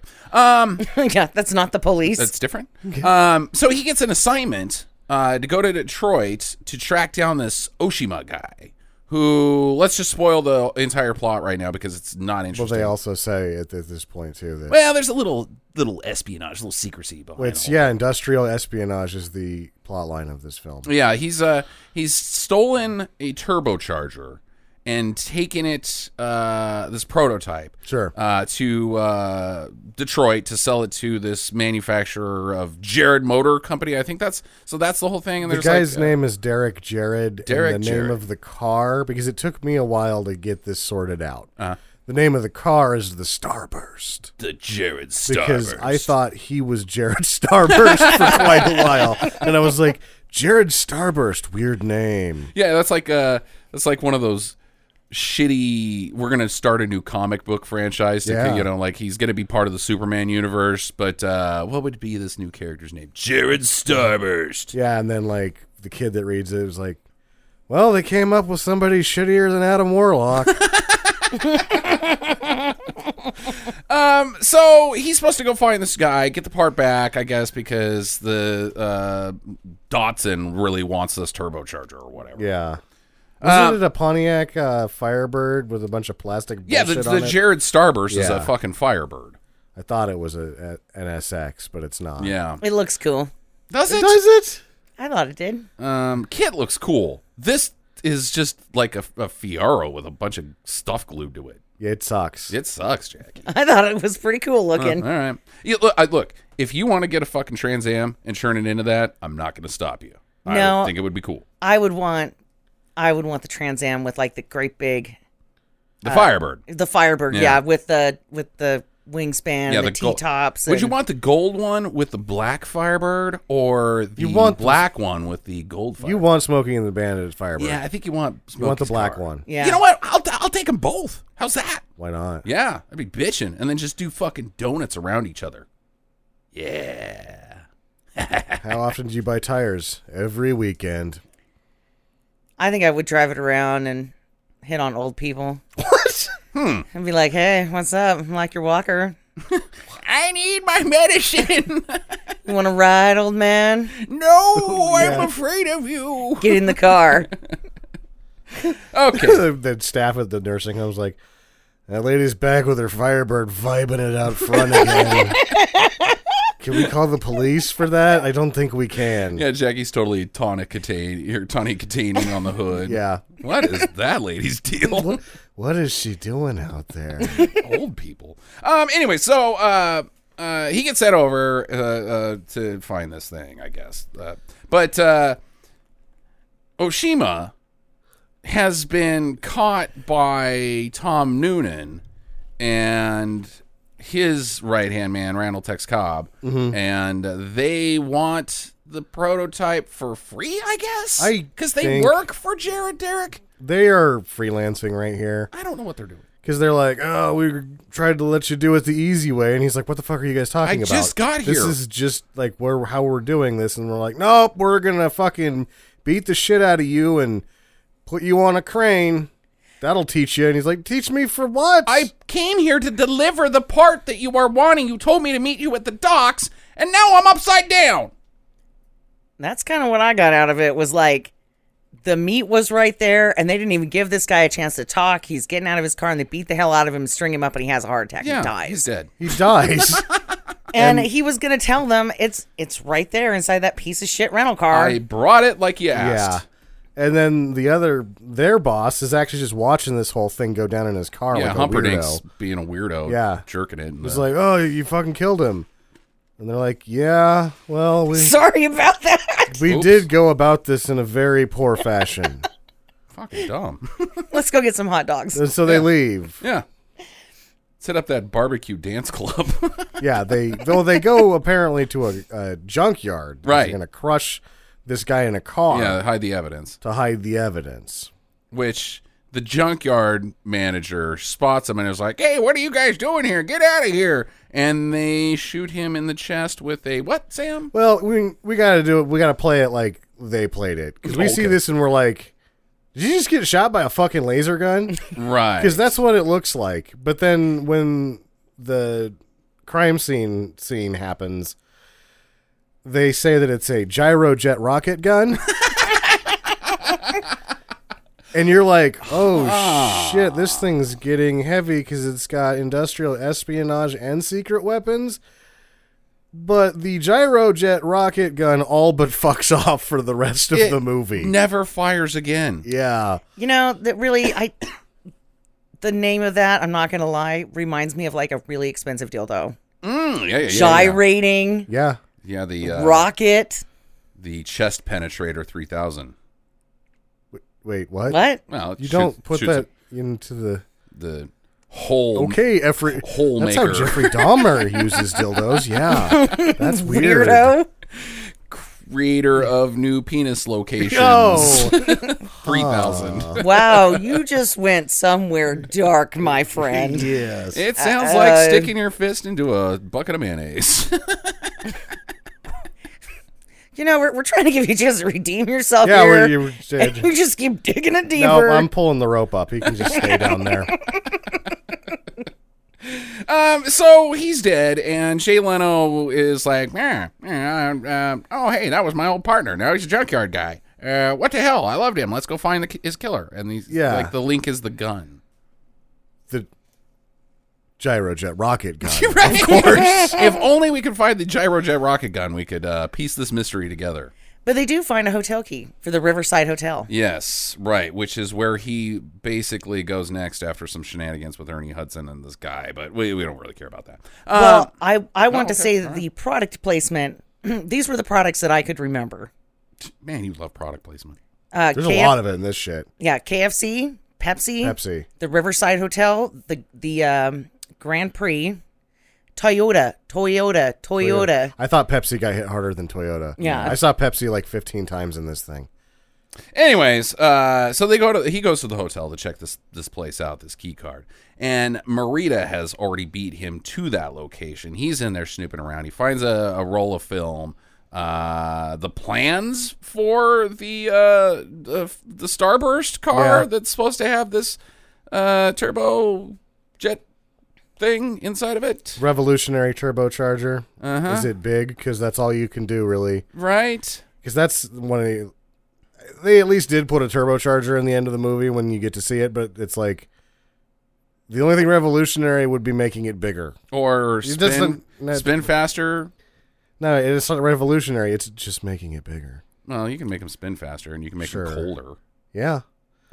Speaker 2: yeah, that's not the police.
Speaker 1: That's different. Um, so he gets an assignment uh, to go to Detroit to track down this Oshima guy. Who? Let's just spoil the entire plot right now because it's not
Speaker 3: Well,
Speaker 1: interesting.
Speaker 3: they also say at, at this point too that
Speaker 1: Well, there's a little little espionage, a little secrecy behind.
Speaker 3: Well, it's
Speaker 1: the whole-
Speaker 3: yeah, industrial espionage is the plot line of this film.
Speaker 1: yeah. He's uh he's stolen a turbocharger and taken it uh this prototype
Speaker 3: Sure.
Speaker 1: uh, to uh, Detroit to sell it to this manufacturer of Jared Motor Company. I think that's so. That's the whole thing. And
Speaker 3: the
Speaker 1: there's
Speaker 3: guy's
Speaker 1: like, uh,
Speaker 3: name is Derek Jared.
Speaker 1: Derek
Speaker 3: and the
Speaker 1: Jared.
Speaker 3: name of the car because it took me a while to get this sorted out.
Speaker 1: Uh-huh.
Speaker 3: The name of the car is the Starburst
Speaker 1: the Jared Starburst.
Speaker 3: because I thought he was Jared Starburst for quite a while, and I was like, Jared Starburst, weird name.
Speaker 1: yeah, that's like uh, that's like one of those shitty. We're gonna start a new comic book franchise. To,
Speaker 3: Yeah.
Speaker 1: You know, like he's gonna be part of the Superman universe, but uh, what would be this new character's name? Jared Starburst.
Speaker 3: Yeah, and then like the kid that reads it was like, well, they came up with somebody shittier than Adam Warlock.
Speaker 1: So he's supposed to go find this guy, get the part back, I guess, because the uh, Dotson really wants this turbocharger or whatever.
Speaker 3: Yeah. Wasn't
Speaker 1: Um,
Speaker 3: it a Pontiac uh, Firebird with a bunch of plastic
Speaker 1: Yeah,
Speaker 3: bullshit
Speaker 1: the,
Speaker 3: on
Speaker 1: the
Speaker 3: it?
Speaker 1: Jared Starburst is a
Speaker 3: Yeah.
Speaker 1: fucking Firebird.
Speaker 3: I thought it was a, a- an SX, but it's not.
Speaker 1: Yeah.
Speaker 2: it looks cool.
Speaker 1: Does it?
Speaker 3: Does it?
Speaker 2: I thought it did.
Speaker 1: Um, Kit looks cool. This is just like a, a Fiaro with a bunch of stuff glued to it.
Speaker 3: Yeah, it sucks.
Speaker 1: It sucks, Jackie.
Speaker 2: I thought it was pretty cool looking.
Speaker 1: All right. You, look, I, look, if you want to get a fucking Trans Am and turn it into that, I'm not going to stop you. I
Speaker 2: No.
Speaker 1: think it would be cool.
Speaker 2: I would want, I would want the Trans Am with like the great big,
Speaker 1: The
Speaker 2: Uh,
Speaker 1: Firebird.
Speaker 2: the Firebird,
Speaker 1: Yeah.
Speaker 2: yeah, with the with the wingspan,
Speaker 1: Yeah,
Speaker 2: the,
Speaker 1: the
Speaker 2: T
Speaker 1: gold-
Speaker 2: tops.
Speaker 1: Would you
Speaker 2: and-
Speaker 1: want the gold one with the black Firebird or the
Speaker 3: You want the-
Speaker 1: black one with the gold Firebird?
Speaker 3: You want Smoking and the Bandit at Firebird.
Speaker 1: yeah, I think you want
Speaker 3: You want the
Speaker 1: Smokey's
Speaker 3: black
Speaker 1: car.
Speaker 3: one.
Speaker 2: Yeah.
Speaker 1: You know what? I'll, I'll take them both. How's that?
Speaker 3: Why not?
Speaker 1: Yeah, I'd be bitching and then just do fucking donuts around each other. Yeah.
Speaker 3: How often do you buy tires? Every weekend.
Speaker 2: I think I would drive it around and hit on old people. What? Hmm. And be like, hey, what's up? I'm like your walker.
Speaker 1: I need my medicine.
Speaker 2: You want to ride, old man?
Speaker 1: no, I'm afraid of you.
Speaker 2: Get in the car.
Speaker 1: Okay.
Speaker 3: the, the staff at the nursing home's like, that lady's back with her Firebird vibing it out front again. can we call the police for that? I don't think we can.
Speaker 1: Yeah, Jackie's totally tonic contain or tonic containing on the hood.
Speaker 3: Yeah.
Speaker 1: What is that lady's deal?
Speaker 3: What is she doing out there?
Speaker 1: Old people. Um anyway, so uh uh, he gets sent over uh, uh, to find this thing, I guess. Uh, but uh, Oshima has been caught by Tom Noonan and his right hand man, Randall Tex Cobb,
Speaker 3: Mm-hmm.
Speaker 1: and they want the prototype for free, I guess?
Speaker 3: I
Speaker 1: Because they
Speaker 3: think-
Speaker 1: work for Jared Derrick?
Speaker 3: they are freelancing right here
Speaker 1: I don't know what they're doing.
Speaker 3: because they're like, "Oh, we tried to let you do it the easy way," and he's like, "What the fuck are you guys talking
Speaker 1: I
Speaker 3: about?
Speaker 1: just got
Speaker 3: This
Speaker 1: here."
Speaker 3: is just like where how we're doing this," and we're like, "Nope, we're gonna fucking beat the shit out of you and put you on a crane. That'll teach you." And he's like, "Teach me for what?"
Speaker 1: I came here to deliver the part that you are wanting. You told me to meet you at the docks, and now I'm upside down.
Speaker 2: That's kind of what I got out of it was like the meat was right there and they didn't even give this guy a chance to talk. He's getting out of his car and they beat the hell out of him, string him up and he has a heart attack and
Speaker 1: he's
Speaker 2: dies.
Speaker 1: dead.
Speaker 3: he dies.
Speaker 2: And, he was going to tell them it's it's right there inside that piece of shit rental car.
Speaker 1: I brought it like you
Speaker 3: yeah.
Speaker 1: asked.
Speaker 3: And then the other, their boss is actually just watching this whole thing go down in his car.
Speaker 1: Yeah,
Speaker 3: like a
Speaker 1: Humperdinck's
Speaker 3: weirdo.
Speaker 1: being a weirdo.
Speaker 3: Yeah.
Speaker 1: jerking it. and,
Speaker 3: It's
Speaker 1: uh,
Speaker 3: like, oh, you fucking killed him. And they're like, "Yeah, well, we
Speaker 2: Sorry about that.
Speaker 3: we
Speaker 1: Oops.
Speaker 3: did go about this in a very poor fashion."
Speaker 1: Fucking dumb.
Speaker 2: Let's go get some hot dogs.
Speaker 3: and so they leave.
Speaker 1: yeah. Set up that barbecue dance club.
Speaker 3: Yeah, they though they go apparently to a, a junkyard.
Speaker 1: Right.
Speaker 3: They're going to crush this guy in a car
Speaker 1: yeah, hide the evidence.
Speaker 3: to hide the evidence.
Speaker 1: Which the junkyard manager spots him and is like, "Hey, what are you guys doing here? Get out of here!" And they shoot him in the chest with a what, Sam?
Speaker 3: Well, we we got to do it. We got to play it like they played it because we see
Speaker 1: Oh, Okay.
Speaker 3: this and we're like, "Did you just get shot by a fucking laser gun?"
Speaker 1: Right.
Speaker 3: because that's what it looks like. But then when the crime scene scene happens, they say that it's a gyrojet rocket gun. And you're like, oh
Speaker 1: Ah.
Speaker 3: shit, this thing's getting heavy because it's got industrial espionage and secret weapons. But the gyrojet rocket gun all but fucks off for the rest of
Speaker 1: It
Speaker 3: the movie.
Speaker 1: never fires again.
Speaker 3: yeah.
Speaker 2: You know, that really I the name of that, I'm not gonna lie, reminds me of like a really expensive dildo.
Speaker 1: Mm, yeah, yeah, yeah, yeah.
Speaker 2: Gyrating,
Speaker 3: Yeah.
Speaker 1: Yeah, the uh,
Speaker 2: rocket.
Speaker 1: the chest penetrator three thousand.
Speaker 3: Wait,
Speaker 2: What?
Speaker 1: Well, it
Speaker 3: You
Speaker 1: shoots-
Speaker 3: don't put
Speaker 1: shoots
Speaker 3: that into the
Speaker 1: the whole
Speaker 3: okay. Every
Speaker 1: hole
Speaker 3: that's
Speaker 1: maker.
Speaker 3: how Jeffrey Dahmer uses dildos. Yeah, that's weird.
Speaker 2: Weirdo.
Speaker 1: creator of new penis locations.
Speaker 3: Yo.
Speaker 1: three thousand.
Speaker 2: Wow, you just went somewhere dark, my friend.
Speaker 3: yes.
Speaker 1: It sounds like sticking your fist into a bucket of mayonnaise.
Speaker 2: You know, we're, we're trying to give you a chance to redeem yourself
Speaker 3: Yeah,
Speaker 2: here.
Speaker 3: where you
Speaker 2: and
Speaker 3: did.
Speaker 2: you just keep digging it
Speaker 3: No,
Speaker 2: deeper.
Speaker 3: I'm pulling the rope up. He can just stay down there.
Speaker 1: um, so he's dead, and Jay Leno is like, "Meh, eh, uh, uh, "Oh, hey, that was my old partner. Now he's a junkyard guy. Uh, what the hell? I loved him. Let's go find the, ki- his killer." And he's
Speaker 3: Yeah.
Speaker 1: like, "The link is the gun."
Speaker 3: The gyrojet rocket gun.
Speaker 1: Of course. if only we could find the gyrojet rocket gun, we could uh, piece this mystery together.
Speaker 2: but they do find a hotel key for the Riverside Hotel.
Speaker 1: Yes, right, which is where he basically goes next after some shenanigans with Ernie Hudson and this guy, but we, we don't really care about that. Um,
Speaker 2: Well, I, I want to say that the product placement, these were the products that I could remember.
Speaker 1: man, you love product placement.
Speaker 2: Uh,
Speaker 3: There's a lot of it in this shit.
Speaker 2: Yeah, KFC, Pepsi,
Speaker 3: Pepsi.
Speaker 2: the Riverside Hotel, the the um, Grand Prix, Toyota, Toyota, Toyota.
Speaker 3: I thought Pepsi got hit harder than Toyota.
Speaker 2: Yeah.
Speaker 3: I saw Pepsi like 15 times in this thing.
Speaker 1: Anyways, uh, so they go to he goes to the hotel to check this this place out, this key card, and Marita has already beat him to that location. He's in there snooping around. He finds a, a roll of film, uh, the plans for the uh, the, the starburst car
Speaker 3: Yeah.
Speaker 1: that's supposed to have this uh, turbo jet thing inside of it,
Speaker 3: Revolutionary turbocharger. Uh-huh. Is it big? Because that's all you can do, really.
Speaker 1: right?
Speaker 3: because that's one of the they at least did put a turbocharger in the end of the movie when you get to see it but it's like the only thing revolutionary would be making it bigger
Speaker 1: Or
Speaker 3: It
Speaker 1: spin,
Speaker 3: doesn't- no.
Speaker 1: spin faster.
Speaker 3: no it's not revolutionary it's just making it bigger
Speaker 1: Well, you can make him spin faster, and you can make
Speaker 3: Sure.
Speaker 1: him colder.
Speaker 3: yeah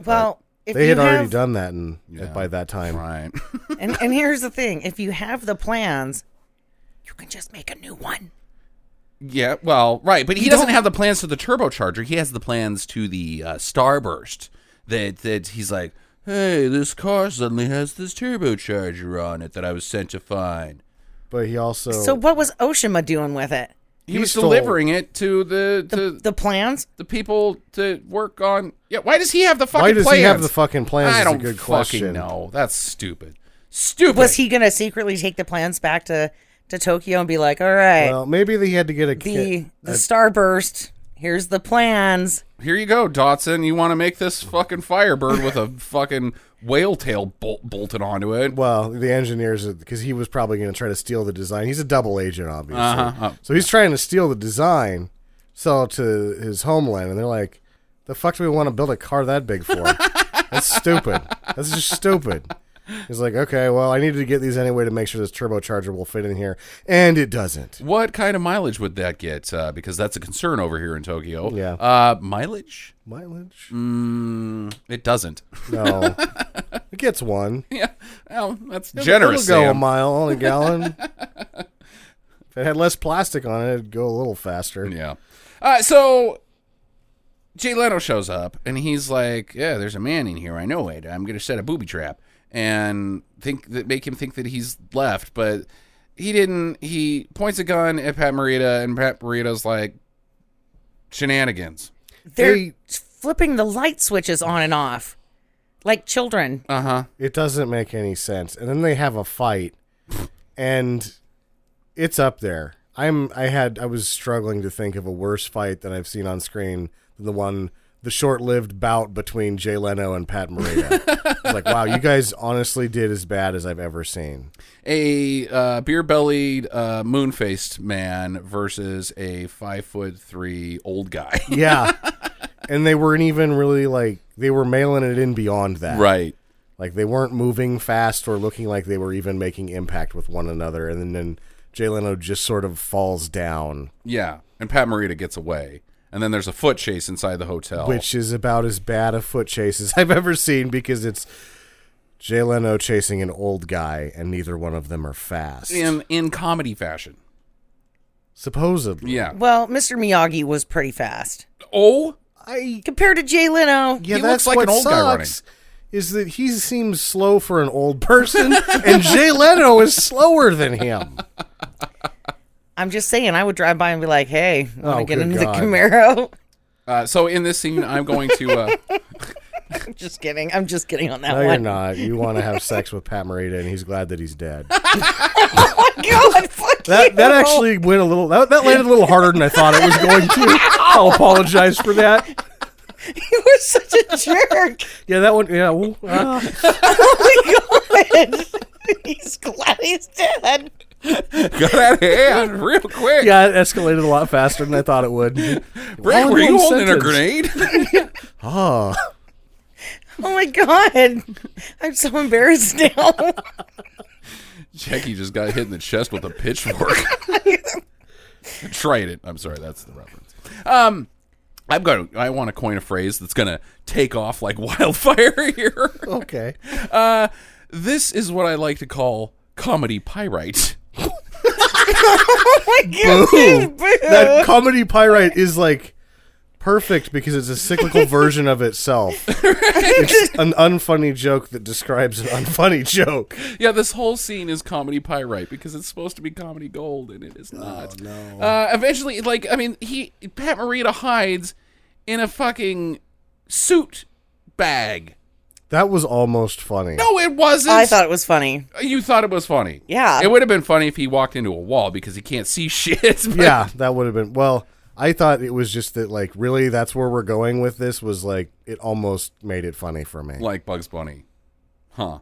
Speaker 2: well, if
Speaker 3: they
Speaker 2: you
Speaker 3: had already
Speaker 2: have-
Speaker 3: done that in, by that time
Speaker 1: Right.
Speaker 2: And, and here's the thing: if you have the plans, you can just make a new one.
Speaker 1: Yeah, well, right, but he doesn't have the plans to the turbocharger. He has the plans to the uh, starburst. That that he's like, hey, this car suddenly has this turbocharger on it that I was sent to find.
Speaker 3: but he also
Speaker 2: So what was Oshima doing with it?
Speaker 1: He,
Speaker 3: He
Speaker 1: was
Speaker 3: stole-
Speaker 1: delivering it to the to the,
Speaker 2: The, the plans?
Speaker 1: people to work on. Yeah, why does he have the fucking?
Speaker 3: why does he have
Speaker 1: plans?
Speaker 3: the fucking plans
Speaker 1: I
Speaker 3: is
Speaker 1: don't
Speaker 3: a good
Speaker 1: fucking
Speaker 3: question
Speaker 1: know. That's stupid. Stupid.
Speaker 2: Was he gonna secretly take the plans back to to Tokyo and be like, "All right,
Speaker 3: well maybe they had to get a
Speaker 2: the
Speaker 3: kid
Speaker 2: the starburst. Here's the plans."
Speaker 1: Here you go, Dotson. You want to make this fucking Firebird with a fucking whale tail bol- bolted onto it?
Speaker 3: well, the engineers, because he was probably going to try to steal the design. He's a double agent, obviously.
Speaker 1: Uh-huh. Oh.
Speaker 3: So he's trying to steal the design, sell it to his homeland, and they're like, "The fuck do we want to build a car that big for? That's stupid. That's just stupid." He's like, "Okay, well, I needed to get these anyway to make sure this turbocharger will fit in here, and it doesn't."
Speaker 1: What kind of mileage would that get? Uh, because that's a concern over here in Tokyo.
Speaker 3: Yeah.
Speaker 1: Uh, mileage?
Speaker 3: Mileage?
Speaker 1: Mm, it doesn't.
Speaker 3: No, it gets one.
Speaker 1: yeah. Well, that's
Speaker 3: It'll-
Speaker 1: generous.
Speaker 3: It'll go a
Speaker 1: Sam.
Speaker 3: mile on a gallon. If it had less plastic on it, it'd go a little faster.
Speaker 1: Yeah. Uh, so Jay Leno shows up and he's like, "Yeah, there's a man in here. I know it. I'm gonna set a booby trap and think that make him think that he's left, but he didn't. He points a gun at Pat Morita and Pat Morita's like, "Shenanigans."
Speaker 2: They're
Speaker 3: They-
Speaker 2: flipping the light switches on and off like children.
Speaker 1: Uh huh.
Speaker 3: It doesn't make any sense. And then they have a fight, and it's up there. I'm I had I was struggling to think of a worse fight that I've seen on screen than the one the short-lived bout between Jay Leno and Pat Morita. it's like wow, you guys honestly did as bad as I've ever seen.
Speaker 1: A uh, beer-bellied, uh, moon-faced man versus a five-foot-three old guy.
Speaker 3: Yeah. and they weren't even really like they were mailing it in beyond that.
Speaker 1: right.
Speaker 3: Like they weren't moving fast or looking like they were even making impact with one another. And then, then Jay Leno just sort of falls down,
Speaker 1: Yeah. And Pat Morita gets away, and then there's a foot chase inside the hotel.
Speaker 3: which is about as bad a foot chase as I've ever seen because it's Jay Leno chasing an old guy, and neither one of them are fast.
Speaker 1: in in comedy fashion.
Speaker 3: Supposedly,
Speaker 1: Yeah.
Speaker 2: Well, Mr. Miyagi was pretty fast
Speaker 1: Oh,
Speaker 3: I
Speaker 2: compared to Jay Leno.
Speaker 3: yeah,
Speaker 1: He looks
Speaker 3: that's
Speaker 1: like
Speaker 3: what
Speaker 1: an old guy running.
Speaker 3: sucks. Is that he seems slow for an old person, and Jay Leno is slower than him.
Speaker 2: I'm just saying, I would drive by and be like, "Hey, I want to
Speaker 3: Oh,
Speaker 2: get
Speaker 3: good
Speaker 2: into
Speaker 3: God.
Speaker 2: the Camaro."
Speaker 1: uh, so in this scene, I'm going to. Uh,
Speaker 2: just kidding. I'm just kidding on that
Speaker 3: No,
Speaker 2: one.
Speaker 3: you're not. You want to have sex with Pat Morita, and he's glad that he's dead.
Speaker 2: Oh God, fuck
Speaker 3: That
Speaker 2: you.
Speaker 3: that actually went a little. That, that landed a little harder than I thought it was going to. I'll apologize for that.
Speaker 2: you were such a jerk.
Speaker 3: Yeah, that one. Yeah, ooh, ah.
Speaker 2: oh my god, he's glad he's dead.
Speaker 1: got out of hand real quick.
Speaker 3: yeah, it escalated a lot faster than I thought it would.
Speaker 1: Rick,
Speaker 3: All in
Speaker 1: were you
Speaker 3: one
Speaker 1: holding a
Speaker 3: sentence.
Speaker 1: grenade?
Speaker 3: Oh,
Speaker 2: Oh my god, I'm so embarrassed now.
Speaker 1: Jackie just got hit in the chest with a pitchfork. Tried it. I'm sorry, that's the reference. Um, I'm going. to I want to coin a phrase that's going to take off like wildfire here.
Speaker 3: okay.
Speaker 1: Uh, this is what I like to call comedy pyrite.
Speaker 2: oh my god, boo.
Speaker 3: That comedy pyrite is like perfect because it's a cyclical version of itself. It's an unfunny joke that describes an unfunny joke.
Speaker 1: Yeah, this whole scene is comedy pyrite because it's supposed to be comedy gold and it is not. no. Uh, eventually, like I mean, he Pat Morita hides in a fucking suit bag.
Speaker 3: That was almost funny.
Speaker 1: No, it wasn't.
Speaker 2: I thought it was funny.
Speaker 1: you thought it was funny.
Speaker 2: Yeah.
Speaker 1: it would have been funny if he walked into a wall because he can't see shit. but-
Speaker 3: Yeah, that would have been well. I thought it was just that, like, really, that's where we're going with this. Was like, it almost made it funny for me.
Speaker 1: like Bugs Bunny, huh?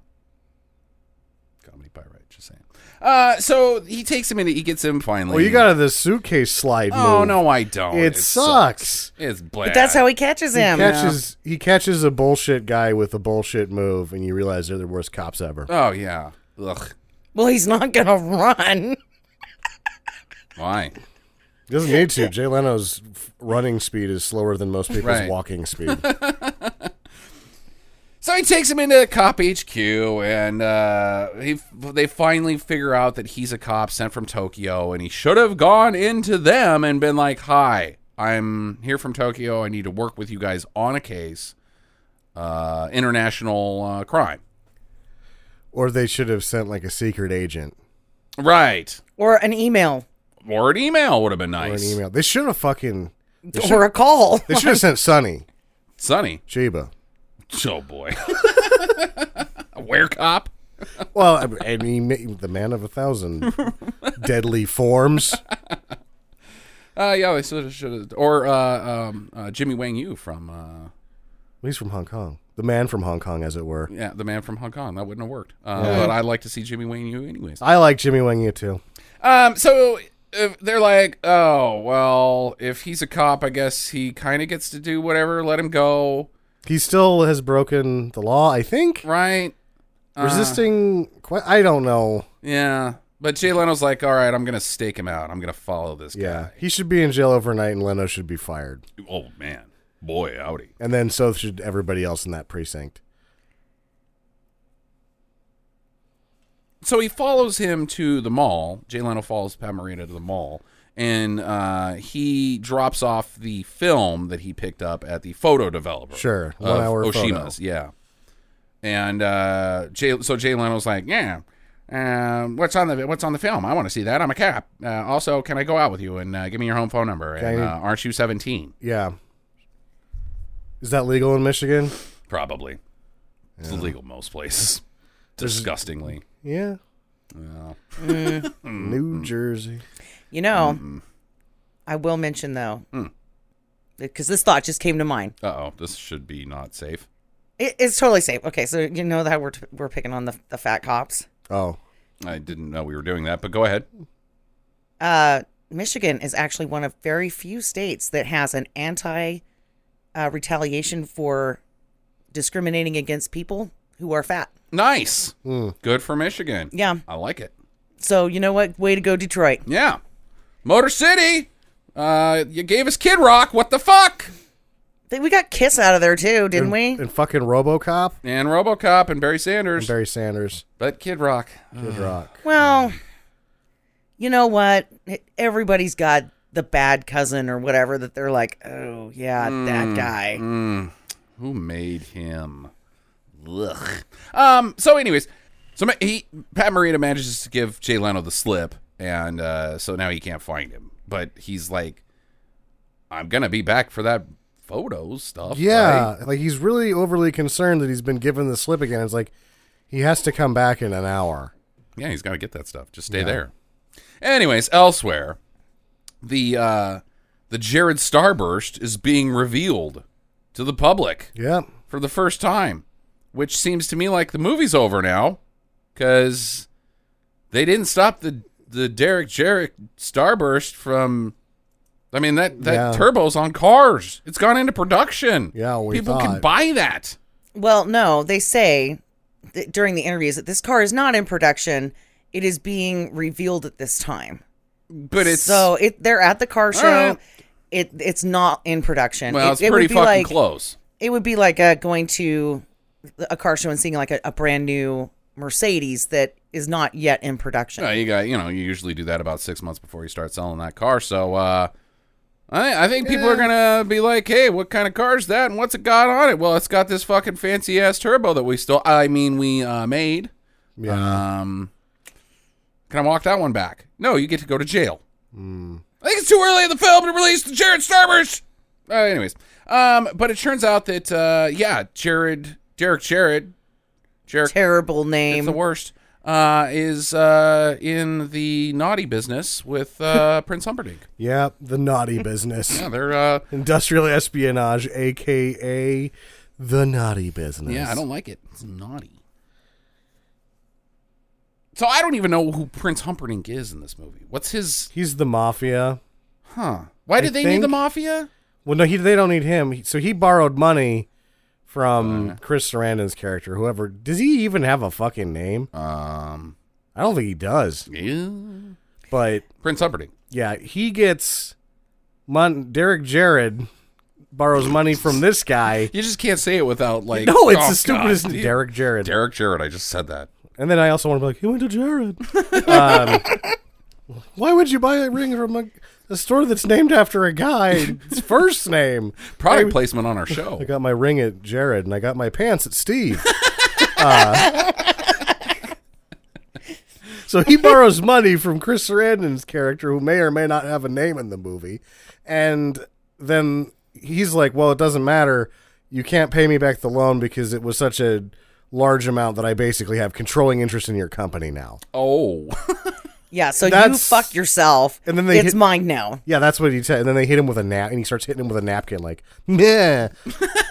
Speaker 1: Comedy pyrite. Just saying. Uh, so he takes him in. He gets him finally.
Speaker 3: well, you got to the suitcase slide.
Speaker 1: Oh
Speaker 3: move.
Speaker 1: no, I don't.
Speaker 3: It, sucks.
Speaker 1: It's black.
Speaker 2: But that's how he catches
Speaker 3: He
Speaker 2: him.
Speaker 3: catches he catches a bullshit guy with a bullshit move, and you realize they're the worst cops ever.
Speaker 1: Oh yeah. Ugh.
Speaker 2: well, he's not gonna run.
Speaker 1: Why?
Speaker 3: He doesn't need to. Jay Leno's f- running speed is slower than most people's
Speaker 1: Right.
Speaker 3: walking speed.
Speaker 1: So he takes him into Cop HQ, and uh, he they finally figure out that he's a cop sent from Tokyo, and he should have gone into them and been like, "Hi, I'm here from Tokyo. I need to work with you guys on a case, uh, international uh, crime."
Speaker 3: or they should have sent like a secret agent
Speaker 1: Right.
Speaker 2: Or an email.
Speaker 1: Or an email would have been
Speaker 3: or an
Speaker 1: nice.
Speaker 3: email. They should have fucking
Speaker 2: Or a call.
Speaker 3: they should have sent Sonny
Speaker 1: Sunny.
Speaker 3: Chiba.
Speaker 1: Oh boy. Where cop?
Speaker 3: Well, I- I mean, ma- the man of a thousand deadly forms.
Speaker 1: Uh, yeah, they should have. Should have. Or uh, um, uh, Jimmy Wang Yu from. Uh,
Speaker 3: He's from Hong Kong. The man from Hong Kong, as it were.
Speaker 1: Yeah, the man from Hong Kong. That wouldn't have worked. Uh, But I like to see Jimmy Wayne Yu anyways.
Speaker 3: I like Jimmy Wang Yu too.
Speaker 1: Um, so uh, they're like, oh well, if he's a cop, I guess he kind of gets to do whatever. Let him go,
Speaker 3: He still has broken the law, I think.
Speaker 1: right?
Speaker 3: Resisting, que- I don't know.
Speaker 1: Yeah. But Jay Leno's like, all right, I'm gonna stake him out. I'm gonna follow this
Speaker 3: Yeah, he should be in jail overnight, and Leno should be fired,
Speaker 1: guy. Oh man, boy, howdy.
Speaker 3: and then so should everybody else in that precinct.
Speaker 1: so he follows him to the mall. Jay Leno follows Pat Morita to the mall, and uh, he drops off the film that he picked up at the photo developer.
Speaker 3: Sure,
Speaker 1: of
Speaker 3: one-hour
Speaker 1: Oshima's, yeah. And uh, Jay, so Jay Leno's like, yeah. Um, what's on the What's on the film? I want to see that. I'm a cop. Uh, also, can I go out with you and uh, give me your home phone number? And
Speaker 3: Okay.
Speaker 1: uh, aren't you 17?
Speaker 3: Yeah. Is that legal in Michigan?
Speaker 1: Probably. It's illegal most places. Disgustingly.
Speaker 3: Yeah. Eh. Hmm. New Jersey.
Speaker 2: You know, I will mention though, because this thought just came to mind.
Speaker 1: Uh oh, this should be not safe.
Speaker 2: It, it's totally safe. Okay, so you know that we're t- we're picking on the the fat cops.
Speaker 3: Oh,
Speaker 1: I didn't know we were doing that, but go ahead.
Speaker 2: Uh, Michigan is actually one of very few states that has an anti uh, retaliation for discriminating against people who are fat.
Speaker 1: Nice.
Speaker 3: Hmm.
Speaker 1: Good for Michigan.
Speaker 2: Yeah.
Speaker 1: I like it.
Speaker 2: So you know what? Way to go, Detroit.
Speaker 1: Yeah. Motor City. Uh, you gave us Kid Rock. What the fuck?
Speaker 2: Think We got Kiss out of there too, didn't we?
Speaker 3: and fucking RoboCop,
Speaker 1: And RoboCop and Barry Sanders.
Speaker 3: and Barry Sanders,
Speaker 1: but Kid Rock. uh,
Speaker 3: Kid Rock.
Speaker 2: Well, you know what? Everybody's got the bad cousin or whatever that they're like, oh yeah,
Speaker 3: Mm,
Speaker 2: that guy.
Speaker 1: Who made him? Ugh. Um. So, anyways, so ma- he Pat Morita manages to give Jay Leno the slip, and uh, so now he can't find him. But he's like, "I'm gonna be back for that photo stuff."
Speaker 3: Yeah,
Speaker 1: right?
Speaker 3: like he's really overly concerned that he's been given the slip again. It's like he has to come back in an hour.
Speaker 1: yeah. He's gotta get that stuff. Just stay there. Anyways, elsewhere, the uh, the Jared Starburst is being revealed to the public.
Speaker 3: Yep.
Speaker 1: for the first time, which seems to me like the movie's over now because they didn't stop the the Derek Jarrett starburst from. I mean that that
Speaker 3: Yeah.
Speaker 1: turbo's on cars. It's gone into production.
Speaker 3: Yeah, we
Speaker 1: people can
Speaker 3: thought.
Speaker 1: buy that.
Speaker 2: Well, no, they say that during the interviews that this car is not in production. It is being revealed at this time.
Speaker 1: But it's
Speaker 2: so it they're at the car show.
Speaker 1: right.
Speaker 2: It it's not in production.
Speaker 1: well,
Speaker 2: it,
Speaker 1: it's
Speaker 2: it
Speaker 1: pretty
Speaker 2: would be
Speaker 1: fucking
Speaker 2: like,
Speaker 1: close.
Speaker 2: It would be like uh, going to a car show and seeing like a, a brand new Mercedes that is not yet in production.
Speaker 1: Yeah, you got you know you usually do that about six months before you start selling that car. So uh, I I think people are gonna be like, hey, what kind of car is that, and what's it got on it? Well, it's got this fucking fancy ass turbo that we still I mean we uh, made. Yeah. Um, can I walk that one back? No, you get to go to jail. I think it's too early in the film to release the Jared Starburst. Uh, anyways, um, but it turns out that uh, yeah, Jared, Derek, Jared, Jarek
Speaker 2: Terrible name.
Speaker 1: it's the worst. Uh, is uh, in the naughty business with uh, Prince Humperdinck.
Speaker 3: Yep. The naughty business,
Speaker 1: Yeah, they're. Uh,
Speaker 3: industrial espionage, aka the naughty business.
Speaker 1: yeah, I don't like it. It's naughty. So I don't even know who Prince Humperdinck is in this movie. What's his?
Speaker 3: He's the mafia.
Speaker 1: Huh? Why did they need the
Speaker 3: think-
Speaker 1: mafia?
Speaker 3: Well, no, he they don't need him. He- So he borrowed money
Speaker 1: Uh-huh.
Speaker 3: from Chris Sarandon's character. Whoever does he even have a fucking name?
Speaker 1: Um.
Speaker 3: I don't think he does.
Speaker 1: Yeah.
Speaker 3: But
Speaker 1: Prince Humperdinck.
Speaker 3: yeah, he gets mon- Derek Jared borrows money from this guy.
Speaker 1: You just can't say it without like.
Speaker 3: No, it's
Speaker 1: oh,
Speaker 3: the stupidest.
Speaker 1: God.
Speaker 3: Derek Jared.
Speaker 1: Derek Jarrett. I just said that.
Speaker 3: And then I also want to be like, he went to Jared. um, why would you buy a ring from a, a store that's named after a guy's first name?
Speaker 1: Product placement on our show.
Speaker 3: I got my ring at Jared, and I got my pants at Steve. uh, so he borrows money from Chris Sarandon's character, who may or may not have a name in the movie, and then he's like, "Well, it doesn't matter. You can't pay me back the loan because it was such a large amount that I basically have controlling interest in your company now."
Speaker 1: Oh.
Speaker 2: yeah, so you
Speaker 3: That's-
Speaker 2: fuck yourself.
Speaker 3: And then they
Speaker 2: it's
Speaker 3: hit-
Speaker 2: mine now.
Speaker 3: Yeah, that's what he said. And then they hit him with a nap, and he starts hitting him with a napkin, like, "Meh,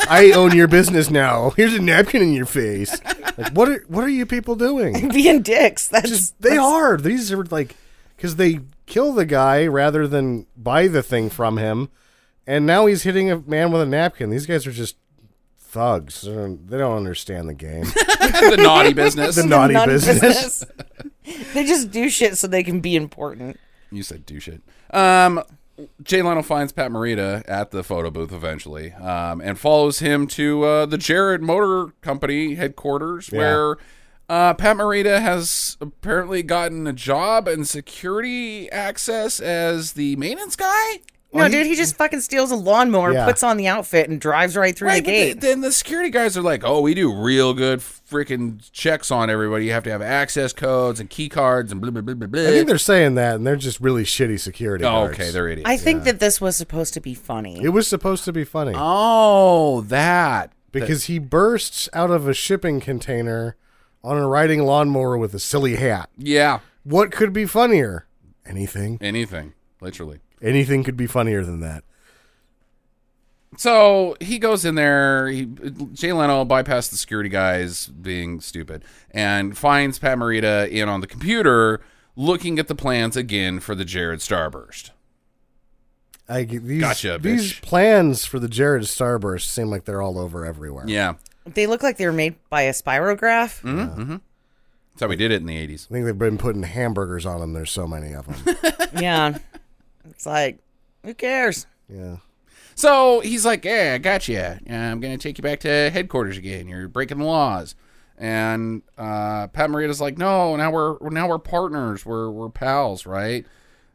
Speaker 3: I own your business now. Here's a napkin in your face." Like, what are what are you people doing?
Speaker 2: Being dicks. That's
Speaker 3: They are. These are like, because they kill the guy rather than buy the thing from him, and now he's hitting a man with a napkin. These guys are just thugs. They don't, they don't understand the game.
Speaker 1: the naughty business.
Speaker 3: The naughty
Speaker 2: none of
Speaker 3: business.
Speaker 2: business. they just do shit so they can be important.
Speaker 1: You said do shit. Um, Jay Leno finds Pat Morita at the photo booth eventually, um, and follows him to uh, the Jared Motor Company headquarters, where Uh, Pat Morita has apparently gotten a job and security access as the maintenance guy.
Speaker 2: No, dude, he just fucking steals a lawnmower,
Speaker 3: Yeah.
Speaker 2: puts on the outfit, and drives right through
Speaker 1: Right, but
Speaker 2: the
Speaker 1: the-
Speaker 2: gate.
Speaker 1: then the security guys are like, "Oh, we do real good freaking checks on everybody. You have to have access codes and key cards and blah blah blah blah blah."
Speaker 3: I think they're saying that, and they're just really shitty security.
Speaker 1: oh,
Speaker 3: guards.
Speaker 1: okay, they're idiots.
Speaker 2: I think that this was supposed to be funny.
Speaker 3: It was supposed to be funny
Speaker 1: oh, that
Speaker 3: because he bursts out of a shipping container on a riding lawnmower with a silly hat.
Speaker 1: yeah,
Speaker 3: What could be funnier? Anything.
Speaker 1: anything literally.
Speaker 3: Anything could be funnier than that.
Speaker 1: So he goes in there. He, Jay Leno bypassed the security guys being stupid and finds Pat Morita in on the computer looking at the plans again for the Jared Starburst.
Speaker 3: I get these
Speaker 1: Gotcha,
Speaker 3: these
Speaker 1: bitch.
Speaker 3: plans for the Jared Starburst seem like they're all over everywhere.
Speaker 1: Yeah,
Speaker 2: They look like they were made by a spirograph.
Speaker 3: Mm.
Speaker 1: that's how we did it in the eighties.
Speaker 3: I think they've been putting hamburgers on them. There's so many of them.
Speaker 2: Yeah. It's like, who cares?
Speaker 3: yeah.
Speaker 1: So he's like, "Yeah, I got you. I'm gonna take you back to headquarters again. You're breaking the laws." And uh, Pat Morita's like, "No, now we're now we're partners. We're we're pals, right?"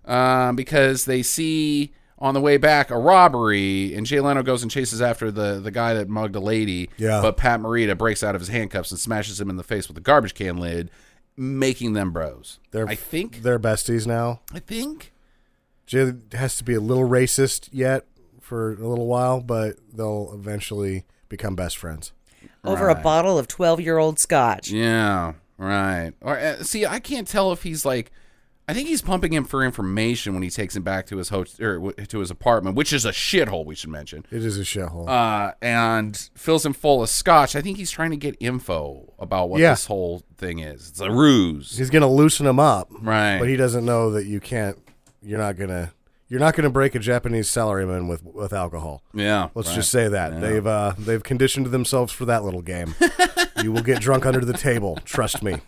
Speaker 1: Um, because they see on the way back a robbery, and Jay Leno goes and chases after the the guy that mugged a lady.
Speaker 3: Yeah.
Speaker 1: But Pat Morita breaks out of his handcuffs and smashes him in the face with a garbage can lid, making them bros.
Speaker 3: They're
Speaker 1: I think.
Speaker 3: they're besties now.
Speaker 1: I think.
Speaker 3: Jay has to be a little racist yet for a little while, but they'll eventually become best friends.
Speaker 2: Over a bottle of 12 year old scotch.
Speaker 1: Yeah, right. Or uh, see, I can't tell if he's like. I think he's pumping him for information when he takes him back to his host or w- to his apartment, which is a shithole we should mention.
Speaker 3: It is a shithole.
Speaker 1: Uh, and fills him full of scotch. I think he's trying to get info about what
Speaker 3: Yeah.
Speaker 1: this whole thing is. It's a ruse,
Speaker 3: He's gonna loosen him up,
Speaker 1: right?
Speaker 3: but he doesn't know that you can't. You're not gonna. You're not gonna break a Japanese salaryman with with alcohol.
Speaker 1: yeah,
Speaker 3: Let's
Speaker 1: right.
Speaker 3: just say that they've uh, they've conditioned themselves for that little game. you will get drunk under the table. Trust me.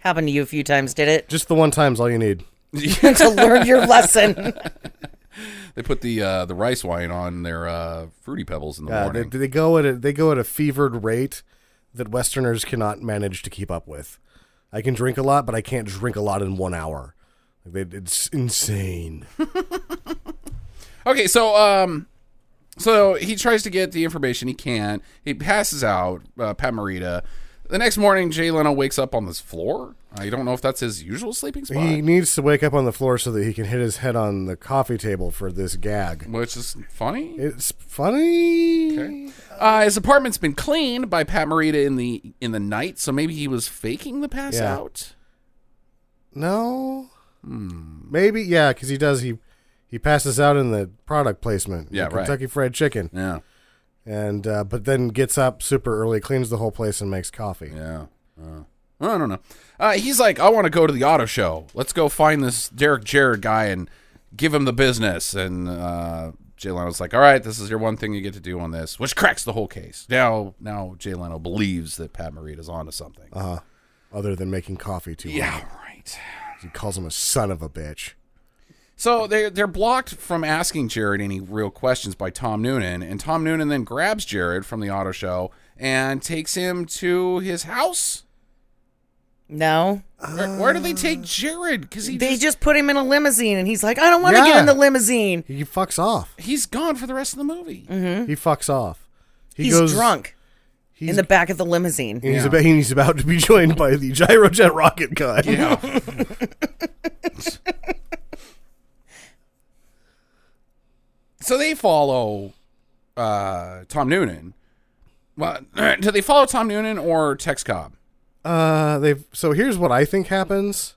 Speaker 2: Happened to you a few times, did it?
Speaker 3: Just the one time's all you need.
Speaker 2: to learn your lesson.
Speaker 1: they put the uh, the rice wine on their uh, fruity pebbles in the
Speaker 3: Uh, they,
Speaker 1: morning.
Speaker 3: they go at a, they go at a fevered rate that Westerners cannot manage to keep up with. I can drink a lot, but I can't drink a lot in one hour. Like, they- It's insane.
Speaker 1: Okay, so um, so he tries to get the information he can. He passes out. Uh, Pat Morita. The next morning, Jay Leno wakes up on this floor. I don't know if that's his usual sleeping spot,
Speaker 3: He needs to wake up on the floor so that he can hit his head on the coffee table for this gag.
Speaker 1: which is funny.
Speaker 3: It's funny.
Speaker 1: Uh, his apartment's been cleaned by Pat Morita in the in the night, so maybe he was faking the pass
Speaker 3: Yeah.
Speaker 1: out.
Speaker 3: No.
Speaker 1: Hmm.
Speaker 3: Maybe yeah, because he does. He he passes out in the product placement.
Speaker 1: Yeah,
Speaker 3: the
Speaker 1: right.
Speaker 3: Kentucky Fried Chicken,
Speaker 1: Yeah,
Speaker 3: and uh, but then gets up super early, cleans the whole place, and makes coffee.
Speaker 1: yeah. Uh, I don't know. Uh, he's like, I want to go to the auto show. Let's go find this Derek Jared guy and give him the business. And uh, Jay Leno's like, All right, this is your one thing you get to do on this, which cracks the whole case. Now, now Jay Leno believes that Pat Morita's onto something.
Speaker 3: Other than making coffee too.
Speaker 1: yeah, right.
Speaker 3: He calls him a son of a bitch.
Speaker 1: So they they're blocked from asking Jared any real questions by Tom Noonan, and Tom Noonan then grabs Jared from the auto show and takes him to his house.
Speaker 2: No.
Speaker 1: Where, where do they take Jared? Because he
Speaker 2: They
Speaker 1: just-
Speaker 2: just put him in a limousine and he's like, I don't want to
Speaker 3: Yeah.
Speaker 2: get in the limousine.
Speaker 3: He fucks off.
Speaker 1: he's gone for the rest of the movie.
Speaker 3: He fucks off.
Speaker 2: Hmm?
Speaker 3: He
Speaker 2: he's
Speaker 3: goes
Speaker 2: drunk
Speaker 3: He's,
Speaker 2: in the back of the limousine.
Speaker 3: and he's, about, he's about to be joined by the gyrojet rocket guy.
Speaker 1: Yeah. so they follow uh, Tom Noonan. Well, do they follow Tom Noonan or Tex Cobb?
Speaker 3: Uh, they so here's what I think happens.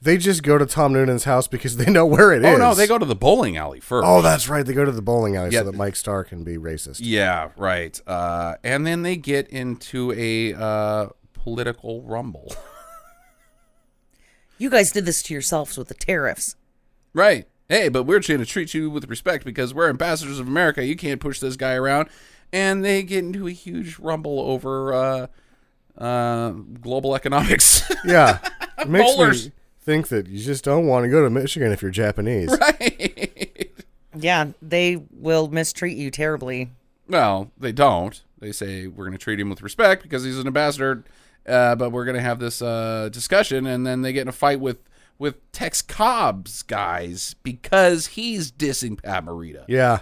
Speaker 3: They just go to Tom Noonan's house because they know where it is.
Speaker 1: Oh no, they go to the bowling alley first.
Speaker 3: Oh, that's right. They go to the bowling alley
Speaker 1: Yeah.
Speaker 3: so that Mike Starr can be racist.
Speaker 1: yeah, right. Uh, and then they get into a uh, political rumble.
Speaker 2: You guys did this to yourselves with the tariffs.
Speaker 1: Right. Hey, but we're trying to treat you with respect because we're ambassadors of America. You can't push this guy around. And they get into a huge rumble over uh, uh, global economics.
Speaker 3: Yeah, it makes
Speaker 1: Bowlers.
Speaker 3: me think that you just don't want to go to Michigan if you're Japanese.
Speaker 1: right.
Speaker 2: Yeah, they will mistreat you terribly.
Speaker 1: Well, they don't. They say we're going to treat him with respect because he's an ambassador Uh, but we're gonna have this uh, discussion, and then they get in a fight with with Tex Cobb's guys because he's dissing Pat Morita.
Speaker 3: Yeah.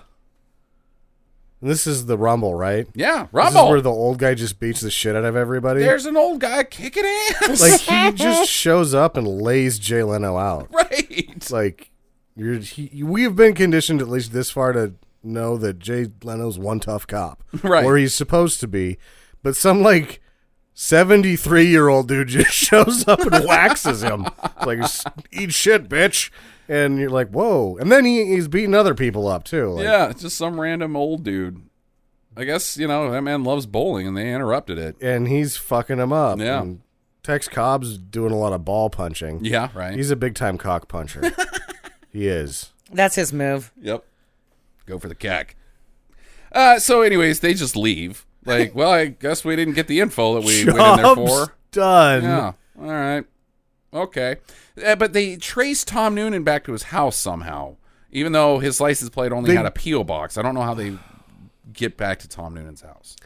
Speaker 3: And this is the Rumble, right?
Speaker 1: Yeah,
Speaker 3: This is
Speaker 1: Rumble.
Speaker 3: where the old guy just beats the shit out of everybody.
Speaker 1: There's an old guy kicking ass.
Speaker 3: like he just shows up and lays Jay Leno out.
Speaker 1: right.
Speaker 3: It's like you're he, we have been conditioned at least this far to know that Jay Leno's one tough cop,
Speaker 1: Right.
Speaker 3: Where he's supposed to be, but some like seventy three year old dude just shows up and waxes him It's like "S- eat shit, bitch. And you're like, whoa! And then he, he's beating other people up too. Like,
Speaker 1: yeah, it's just some random old dude. I guess you know that man loves bowling, and they interrupted it.
Speaker 3: And he's fucking him up.
Speaker 1: Yeah.
Speaker 3: And Tex Cobb's doing a lot of ball punching.
Speaker 1: Yeah, right.
Speaker 3: He's a big time cock puncher. he is.
Speaker 2: That's his move.
Speaker 1: Yep. Go for the cack. Uh, so, anyways, they just leave. Like, well, I guess we didn't get the info that we went in there
Speaker 3: Job's
Speaker 1: for.
Speaker 3: done.
Speaker 1: Yeah. All right. Okay. Uh, but they traced Tom Noonan back to his house somehow, even though his license plate only
Speaker 3: They-
Speaker 1: had a P.O. box. I don't know how they get back to Tom Noonan's house.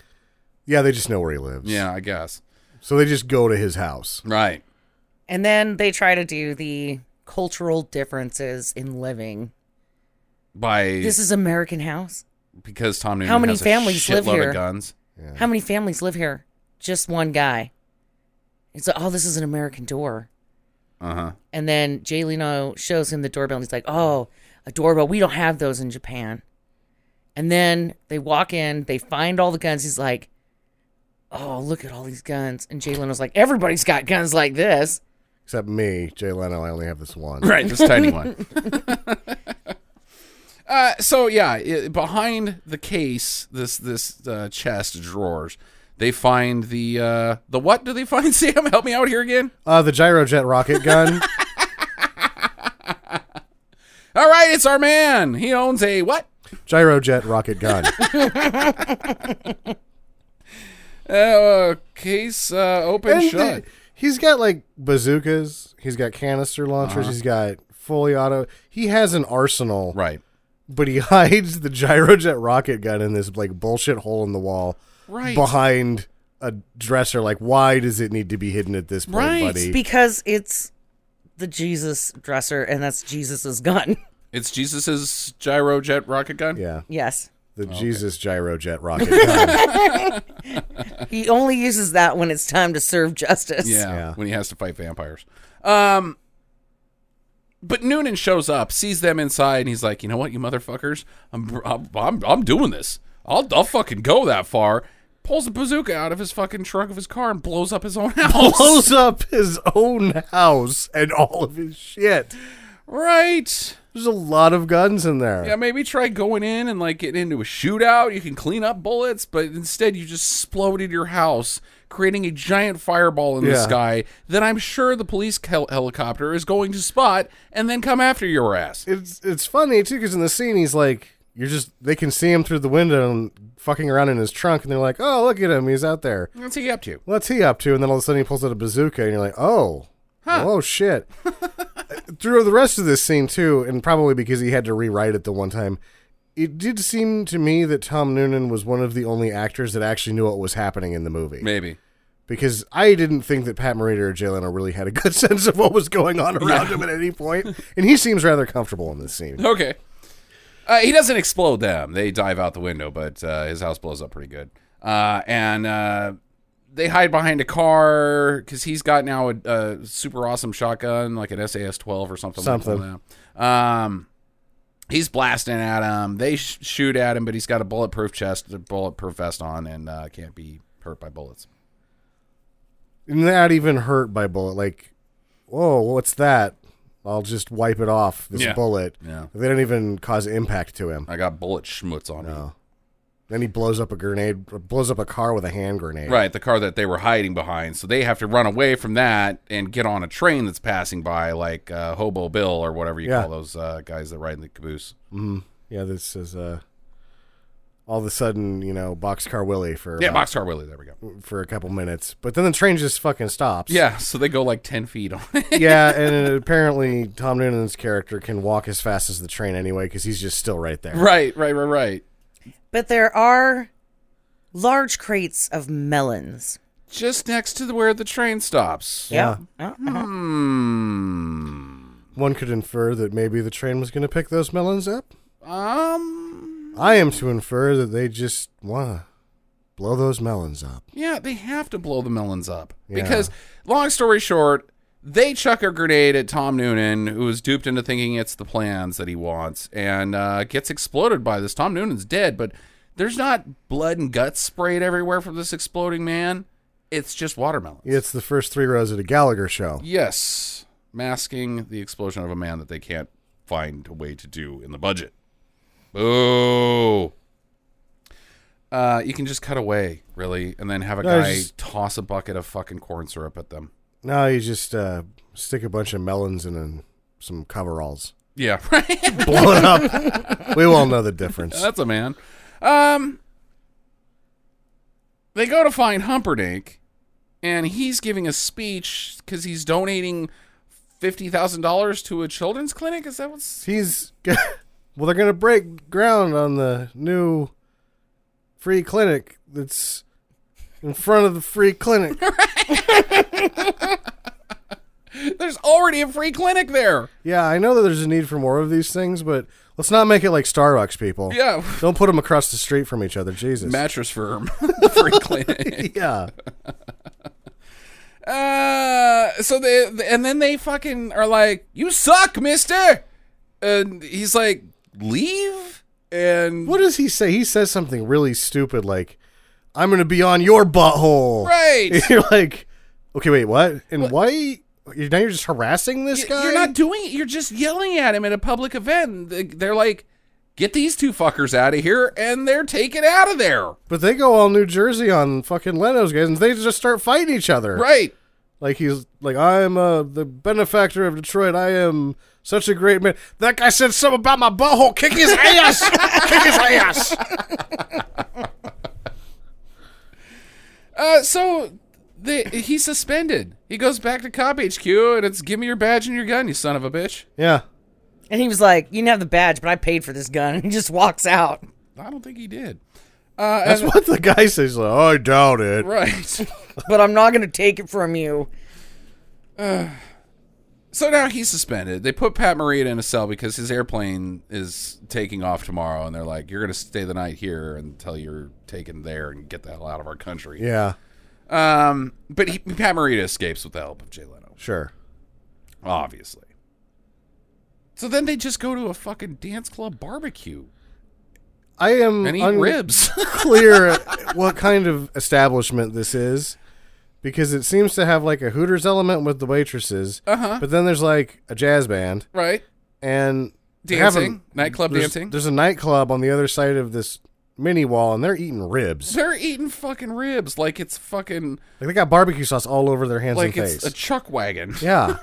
Speaker 3: Yeah, they just know where he lives.
Speaker 1: Yeah, I guess.
Speaker 3: So they just go to his house.
Speaker 1: Right.
Speaker 2: And then they try to do the cultural differences in living.
Speaker 1: By
Speaker 2: This is American House.
Speaker 1: because Tom Noonan
Speaker 2: How many
Speaker 1: has a
Speaker 2: families live
Speaker 1: shitload
Speaker 2: here?
Speaker 1: of guns.
Speaker 2: How many families live here? Just one guy. It's like, oh, this is an American door.
Speaker 1: Uh huh.
Speaker 2: And then Jay Leno shows him the doorbell, and he's like, "Oh, a doorbell. We don't have those in Japan." And then they walk in, they find all the guns. He's like, "Oh, look at all these guns." And Jay Leno's like, "Everybody's got guns like this."
Speaker 3: Except me, Jay Leno. I only have this one.
Speaker 1: Right, this tiny one. uh, so yeah, i behind the case, this this uh, chest of drawers, they find the uh, the what? Do they find Sam? Help me out here again.
Speaker 3: Uh, the gyrojet rocket gun.
Speaker 1: All right, it's our man. He owns a what?
Speaker 3: gyrojet rocket gun.
Speaker 1: Uh, case uh, open
Speaker 3: And
Speaker 1: shut.
Speaker 3: the- he's got like bazookas. He's got canister launchers. He's got fully auto. He has an arsenal.
Speaker 1: right,
Speaker 3: But he hides the gyrojet rocket gun in this like bullshit hole in the wall
Speaker 1: right,
Speaker 3: behind a dresser. Like, why does it need to be hidden at this point,
Speaker 1: Right.
Speaker 3: buddy?
Speaker 2: Because it's the Jesus dresser, and that's Jesus's gun.
Speaker 1: It's Jesus's gyrojet rocket gun.
Speaker 3: yeah,
Speaker 2: yes,
Speaker 3: the Jesus gyrojet rocket gun.
Speaker 2: he only uses that when it's time to serve justice.
Speaker 1: Yeah,
Speaker 3: Yeah.
Speaker 1: when he has to fight vampires. Um, but Noonan shows up, sees them inside, and he's like, "You know what, you motherfuckers, I'm I'm I'm, I'm doing this. I'll I'll fucking go that far." Pulls a bazooka out of his fucking trunk of his car and blows up his own house.
Speaker 3: Blows up his own house and all of his shit.
Speaker 1: right?
Speaker 3: There's a lot of guns in there.
Speaker 1: Yeah, maybe try going in and like getting into a shootout. You can clean up bullets, but instead you just exploded your house, creating a giant fireball in the
Speaker 3: Yeah.
Speaker 1: sky that I'm sure the police hel- helicopter is going to spot and then come after your ass.
Speaker 3: It's it's funny too because in the scene he's like, you're just they can see him through the window and fucking around in his trunk, and they're like, oh look at him, he's out there.
Speaker 1: What's he up to?
Speaker 3: What's he up to? And then all of a sudden he pulls out a bazooka, and you're like, oh, oh shit. through the rest of this scene too, and probably because he had to rewrite it the one time. It did seem to me that Tom Noonan was one of the only actors that actually knew what was happening in the movie.
Speaker 1: Maybe.
Speaker 3: because I didn't think that Pat Morita or Jay Leno really had a good sense of what was going on around him at any point, and he seems rather comfortable in this scene.
Speaker 1: Okay. Uh, he doesn't explode them. They dive out the window, but uh, his house blows up pretty good. Uh, and uh, they hide behind a car because he's got now a, a super awesome shotgun, like an SAS 12 or something. like
Speaker 3: Something.
Speaker 1: that. Um, he's blasting at him. They sh- shoot at him, but he's got a bulletproof chest, a bulletproof vest on, and uh, can't be hurt by bullets.
Speaker 3: Not even hurt by bullet. Like, whoa, what's that? I'll just wipe it off this
Speaker 1: Yeah.
Speaker 3: bullet.
Speaker 1: Yeah.
Speaker 3: They don't even cause impact to him.
Speaker 1: I got bullet schmutz on me.
Speaker 3: Then he blows up a grenade, blows up a car with a hand grenade.
Speaker 1: Right, the car that they were hiding behind. So they have to run away from that and get on a train that's passing by, like uh, Hobo Bill or whatever you
Speaker 3: Yeah.
Speaker 1: call those uh, guys that ride in the caboose.
Speaker 3: Yeah, this is uh, all of a sudden, you know, boxcar Willie for
Speaker 1: Yeah,
Speaker 3: about-
Speaker 1: Boxcar Willie. There we go.
Speaker 3: for a couple minutes, but then the train just fucking stops.
Speaker 1: Yeah, so they go like 10 feet on it.
Speaker 3: yeah, and apparently Tom Noonan's character can walk as fast as the train anyway because he's just still right there.
Speaker 1: right, right, right, right.
Speaker 2: But there are large crates of melons.
Speaker 1: just next to the, where the train stops.
Speaker 2: Yeah. Uh-huh.
Speaker 1: Hmm.
Speaker 3: One could infer that maybe the train was going to pick those melons up.
Speaker 1: Um.
Speaker 3: I am to infer that they just want to blow those melons up.
Speaker 1: Yeah, they have to blow the melons up
Speaker 3: Yeah.
Speaker 1: because, long story short, they chuck a grenade at Tom Noonan, who is duped into thinking it's the plans that he wants, and uh, gets exploded by this. Tom Noonan's dead, but there's not blood and guts sprayed everywhere from this exploding man. It's just watermelons.
Speaker 3: It's the first three rows at a Gallagher show.
Speaker 1: Yes, masking the explosion of a man that they can't find a way to do in the budget. Boo. Uh, you can just cut away, really, and then have a
Speaker 3: No,
Speaker 1: guy
Speaker 3: just-
Speaker 1: toss a bucket of fucking corn syrup at them.
Speaker 3: No, you just uh, stick a bunch of melons in a, some coveralls.
Speaker 1: Yeah, right.
Speaker 3: Blow it up. we all know the difference.
Speaker 1: That's a man. Um, they go to find Humperdinck, and he's giving a speech because he's donating fifty thousand dollars to a children's clinic. Is that what's
Speaker 3: He's well. They're gonna break ground on the new free clinic that's in front of the free clinic.
Speaker 1: There's already a free clinic there.
Speaker 3: yeah, I know that there's a need for more of these things, but let's not make it like Starbucks, people.
Speaker 1: Yeah.
Speaker 3: Don't put them across the street from each other. Jesus.
Speaker 1: Mattress firm. the free clinic.
Speaker 3: yeah.
Speaker 1: Uh, so they, and then they fucking are like, you suck, mister. And he's like, leave? And
Speaker 3: What does he say? He says something really stupid like, "I'm gonna be on your butthole."
Speaker 1: Right.
Speaker 3: And you're like, okay, wait, what? And why? You're, now you're just harassing this guy.
Speaker 1: you're not doing it. You're just yelling at him at a public event. They- They're like, get these two fuckers out of here. And they're taken out of there.
Speaker 3: But they go all New Jersey on fucking Leno's guys, and they just start fighting each other.
Speaker 1: Right.
Speaker 3: Like he's like, I'm uh, the benefactor of Detroit. I am such a great man. That guy said something about my butthole. Kick his ass. Kick his ass.
Speaker 1: Uh, so they, he's suspended. He goes back to Cop HQ and it's give me your badge and your gun, you son of a bitch.
Speaker 3: Yeah.
Speaker 2: And he was like, "You didn't have the badge, but I paid for this gun." And he just walks out.
Speaker 1: I don't think he did. Uh,
Speaker 3: That's
Speaker 1: and-
Speaker 3: what the guy says. He's Like, I doubt it.
Speaker 1: Right.
Speaker 2: But I'm not gonna take it from you.
Speaker 1: so now he's suspended. They put Pat Morita in a cell because his airplane is taking off tomorrow, and they're like, "You're going to stay the night here until you're taken there and get the hell out of our country."
Speaker 3: Yeah.
Speaker 1: Um, but he, Pat Morita escapes with the help of Jay Leno,
Speaker 3: Sure.
Speaker 1: obviously. So then they just go to a fucking dance club barbecue
Speaker 3: I am
Speaker 1: and eat
Speaker 3: un-
Speaker 1: ribs.
Speaker 3: clear what kind of establishment this is because it seems to have like a Hooters element with the waitresses, uh-huh. but then there's like a jazz band
Speaker 1: right.
Speaker 3: and they
Speaker 1: Dancing,
Speaker 3: haven't-
Speaker 1: nightclub
Speaker 3: there's-
Speaker 1: dancing.
Speaker 3: There's a nightclub on the other side of this mini wall, and they're eating ribs.
Speaker 1: They're eating fucking ribs like it's fucking
Speaker 3: Like they got barbecue sauce all over their hands
Speaker 1: like
Speaker 3: and
Speaker 1: it's
Speaker 3: face.
Speaker 1: a chuck wagon.
Speaker 3: yeah,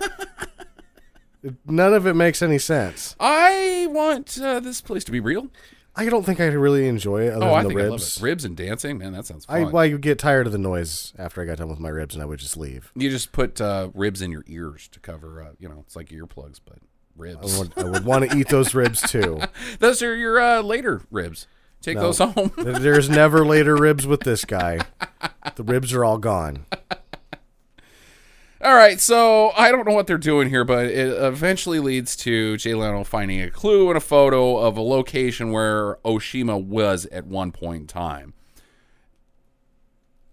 Speaker 3: none of it makes any sense.
Speaker 1: I want uh, this place to be real.
Speaker 3: I don't think I really enjoy it other
Speaker 1: Oh,
Speaker 3: than
Speaker 1: I
Speaker 3: the
Speaker 1: think I love
Speaker 3: ribs.
Speaker 1: it. Ribs and dancing, man, that sounds fun.
Speaker 3: I well, you get tired of the noise after I got done with my ribs, and I would just leave.
Speaker 1: you just put uh, ribs in your ears to cover, uh, you know, it's like earplugs, but
Speaker 3: I
Speaker 1: ribs.
Speaker 3: would, I would want to eat those ribs too.
Speaker 1: those are your uh, later ribs. Take those home.
Speaker 3: There- There's never later ribs with this guy. The ribs are all gone.
Speaker 1: All right, so I don't know what they're doing here, but it eventually leads to Jay Leno finding a clue and a photo of a location where Oshima was at one point in time,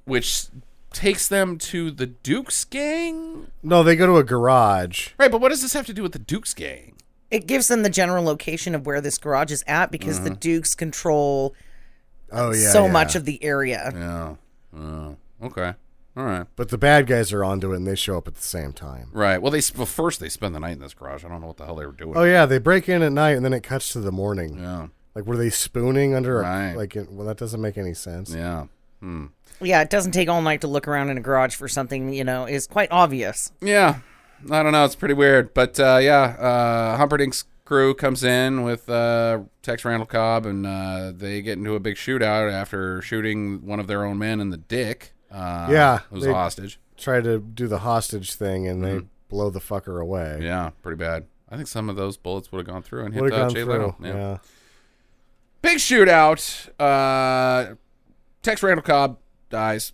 Speaker 1: which takes them to the Duke's gang.
Speaker 3: No, they go to a garage.
Speaker 1: Right, but what does this have to do with the Duke's gang?
Speaker 2: It gives them the general location of where this garage is at because the Dukes control
Speaker 3: Mm-hmm. Oh yeah,
Speaker 2: so
Speaker 3: yeah.
Speaker 2: much of the area.
Speaker 1: Yeah. Oh, okay. All right.
Speaker 3: But the bad guys are onto it, and they show up at the same time.
Speaker 1: Right. Well, they well, first they spend the night in this garage. I don't know what the hell they were doing.
Speaker 3: Oh yeah, they break in at night, and then it cuts to the morning.
Speaker 1: yeah.
Speaker 3: Like were they spooning under?
Speaker 1: Right.
Speaker 3: A, like it- well, that doesn't make any sense.
Speaker 1: Yeah.
Speaker 2: Yeah, it doesn't take all night to look around in a garage for something, you know, is quite obvious.
Speaker 1: Yeah. I don't know. It's pretty weird, but uh, yeah. Uh, Humperdinck's crew comes in with uh, Tex Randall Cobb, and uh, they get into a big shootout after shooting one of their own men in the dick. Uh,
Speaker 3: Yeah,
Speaker 1: Who's
Speaker 3: they-
Speaker 1: a hostage?
Speaker 3: Try to do the hostage thing, and they
Speaker 1: Mm-hmm.
Speaker 3: blow the fucker away.
Speaker 1: Yeah. Pretty bad. I think some of those bullets would have gone through and hit
Speaker 3: Would have
Speaker 1: uh,
Speaker 3: gone
Speaker 1: Jay
Speaker 3: through.
Speaker 1: Leno.
Speaker 3: Yeah.
Speaker 1: big shootout. Uh, Tex Randall Cobb dies,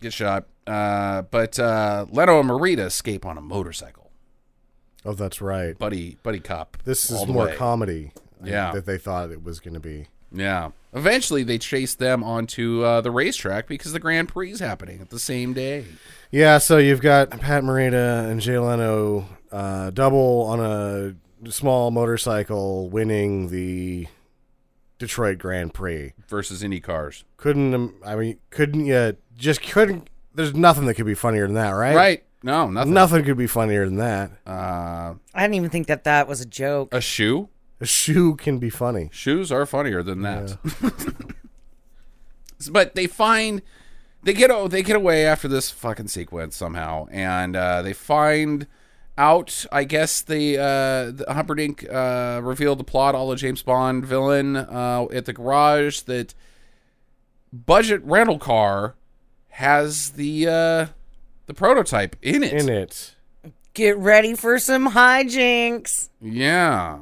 Speaker 1: gets shot. Uh, but uh, Leto and Marita escape on a motorcycle.
Speaker 3: Oh, that's right.
Speaker 1: Buddy, buddy cop.
Speaker 3: This
Speaker 1: all
Speaker 3: is
Speaker 1: the
Speaker 3: more
Speaker 1: way.
Speaker 3: comedy.
Speaker 1: Yeah.
Speaker 3: That they thought it was going to be.
Speaker 1: Yeah. Eventually, they chase them onto uh, the racetrack because the Grand Prix is happening at the same day.
Speaker 3: Yeah, so you've got Pat Morita and Jay Leno uh, double on a small motorcycle winning the Detroit Grand Prix.
Speaker 1: Versus Indy cars.
Speaker 3: Couldn't um, I mean couldn't you just couldn't there's nothing that could be funnier than that, right?
Speaker 1: Right. No, nothing.
Speaker 3: Nothing could be funnier than that.
Speaker 1: Uh,
Speaker 2: I didn't even think that that was a joke.
Speaker 1: a shoe?
Speaker 3: A shoe can be funny.
Speaker 1: Shoes are funnier than that. but they find they get oh they get away after this fucking sequence somehow, and uh, they find out. I guess the, uh, the Humperdinck uh, revealed the plot, all the James Bond villain uh, at the garage that budget rental car has the uh, the prototype in it.
Speaker 3: In it.
Speaker 2: Get ready for some hijinks.
Speaker 1: Yeah,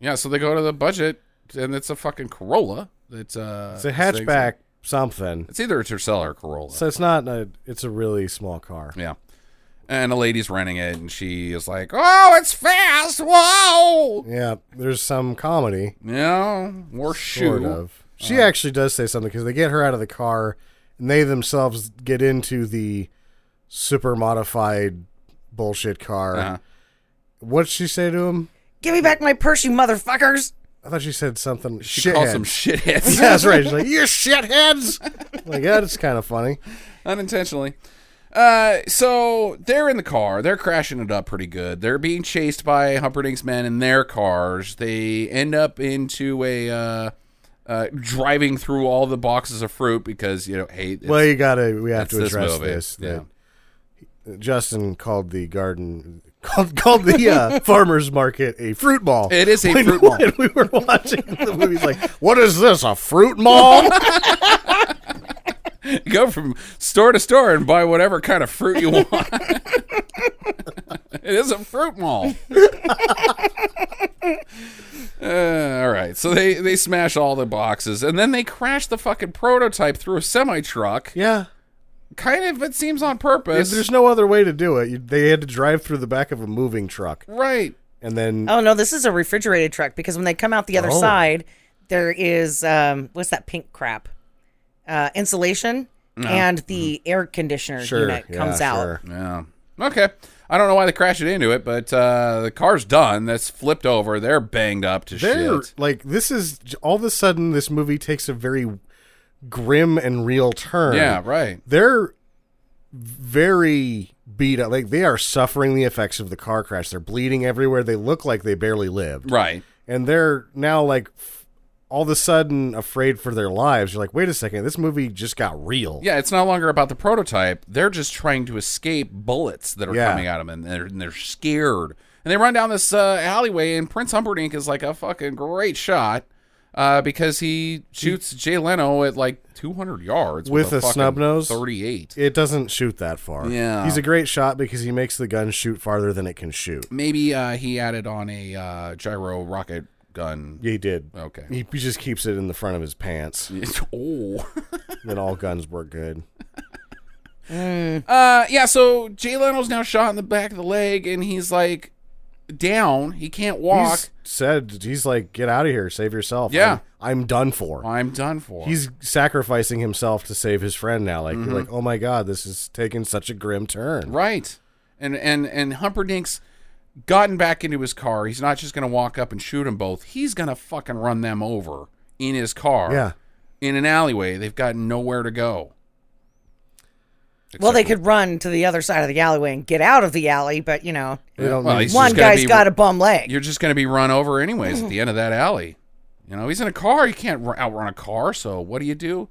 Speaker 1: yeah. So they go to the budget, and it's a fucking Corolla. That's uh,
Speaker 3: It's a hatchback something.
Speaker 1: It's either a Tercel or a Corolla.
Speaker 3: So it's not a it's a really small car.
Speaker 1: yeah. And a lady's renting it, and she is like, "Oh, it's fast! Whoa!"
Speaker 3: Yeah, there's some comedy.
Speaker 1: Yeah, or shoe. Uh-huh.
Speaker 3: Sort of. She actually does say something because they get her out of the car and they themselves get into the super modified bullshit car.
Speaker 1: Uh-huh.
Speaker 3: What'd she say to him?
Speaker 2: Give me back my purse, you motherfuckers.
Speaker 3: I thought she said something.
Speaker 1: She
Speaker 3: shithead.
Speaker 1: calls them shitheads
Speaker 3: That's right. She's like, you shitheads. like, yeah, that's kind of funny.
Speaker 1: unintentionally. Uh, so they're in the car. They're crashing it up pretty good. They're being chased by Humperdinck's men in their cars. They end up into a uh, uh, driving through all the boxes of fruit because you know, hey, it's,
Speaker 3: well, you gotta. We have
Speaker 1: it's
Speaker 3: to
Speaker 1: this
Speaker 3: address
Speaker 1: movie.
Speaker 3: this. that
Speaker 1: Yeah.
Speaker 3: Justin called the garden called, called the uh, farmers market a fruit mall.
Speaker 1: It is a
Speaker 3: When-
Speaker 1: fruit mall.
Speaker 3: when we were watching the movie. He's like, what is this? A fruit mall?
Speaker 1: go from store to store and buy whatever kind of fruit you want. it is a fruit mall. Uh, all right, so they they smash all the boxes and then they crash the fucking prototype through a semi truck.
Speaker 3: yeah.
Speaker 1: Kind of, it seems on purpose.
Speaker 3: There's no other way to do it. You, they had to drive through the back of a moving truck,
Speaker 1: right.
Speaker 3: and then
Speaker 2: Oh no, this is a refrigerated truck because when they come out the other
Speaker 3: Oh.
Speaker 2: side, there is um, what's that pink crap? Uh, insulation and the air conditioner
Speaker 3: Mm-hmm. sure
Speaker 2: unit
Speaker 3: yeah,
Speaker 2: comes out.
Speaker 3: sure.
Speaker 1: Yeah. Okay. I don't know why they crashed it into it, but uh, the car's done. That's flipped over. They're banged up to
Speaker 3: They're
Speaker 1: shit.
Speaker 3: like this is all of a sudden this movie takes a very grim and real turn.
Speaker 1: Yeah. Right.
Speaker 3: they're very beat up. Like they are suffering the effects of the car crash. They're bleeding everywhere. They look like they barely lived.
Speaker 1: Right.
Speaker 3: And they're now like f- all of a sudden afraid for their lives. You're like, wait a second, this movie just got real.
Speaker 1: Yeah, it's no longer about the prototype. They're just trying to escape bullets that are
Speaker 3: Yeah.
Speaker 1: coming at them, and they're, and they're scared. And they run down this uh, alleyway, and Prince Humperdinck is like a fucking great shot uh, because he shoots Jay Leno at like 200 yards
Speaker 3: With a snub nose?
Speaker 1: 38.
Speaker 3: It doesn't shoot that far.
Speaker 1: Yeah.
Speaker 3: He's a great shot because he makes the gun shoot farther than it can shoot.
Speaker 1: Maybe uh, he added on a uh, gyro rocket gun.
Speaker 3: He did.
Speaker 1: Okay.
Speaker 3: He, he just keeps it in the front of his pants.
Speaker 1: oh.
Speaker 3: then all guns work good.
Speaker 1: Uh, yeah, so Jay Leno's now shot in the back of the leg, and he's like down. He can't walk.
Speaker 3: He's said he's like, get out of here, save yourself.
Speaker 1: Yeah.
Speaker 3: I'm, I'm done for.
Speaker 1: I'm done for.
Speaker 3: he's sacrificing himself to save his friend now. Like
Speaker 1: Mm-hmm.
Speaker 3: you're like, oh my god, this is taking such a grim turn.
Speaker 1: Right. And and and Humperdinck's gotten back into his car. He's not just going to walk up and shoot them both. He's going to fucking run them over in his car.
Speaker 3: Yeah.
Speaker 1: In an alleyway. They've got nowhere to go.
Speaker 2: Well, they could run to the other side of the alleyway and get out of the alley, but you know,
Speaker 3: They don't
Speaker 1: Well,
Speaker 3: need-
Speaker 1: he's
Speaker 2: one
Speaker 1: just gonna
Speaker 2: guy's
Speaker 1: be-
Speaker 2: got a bum leg.
Speaker 1: You're just going to be run over anyways at the end of that alley. You know, he's in a car. You can't ru- outrun a car. So what do you do?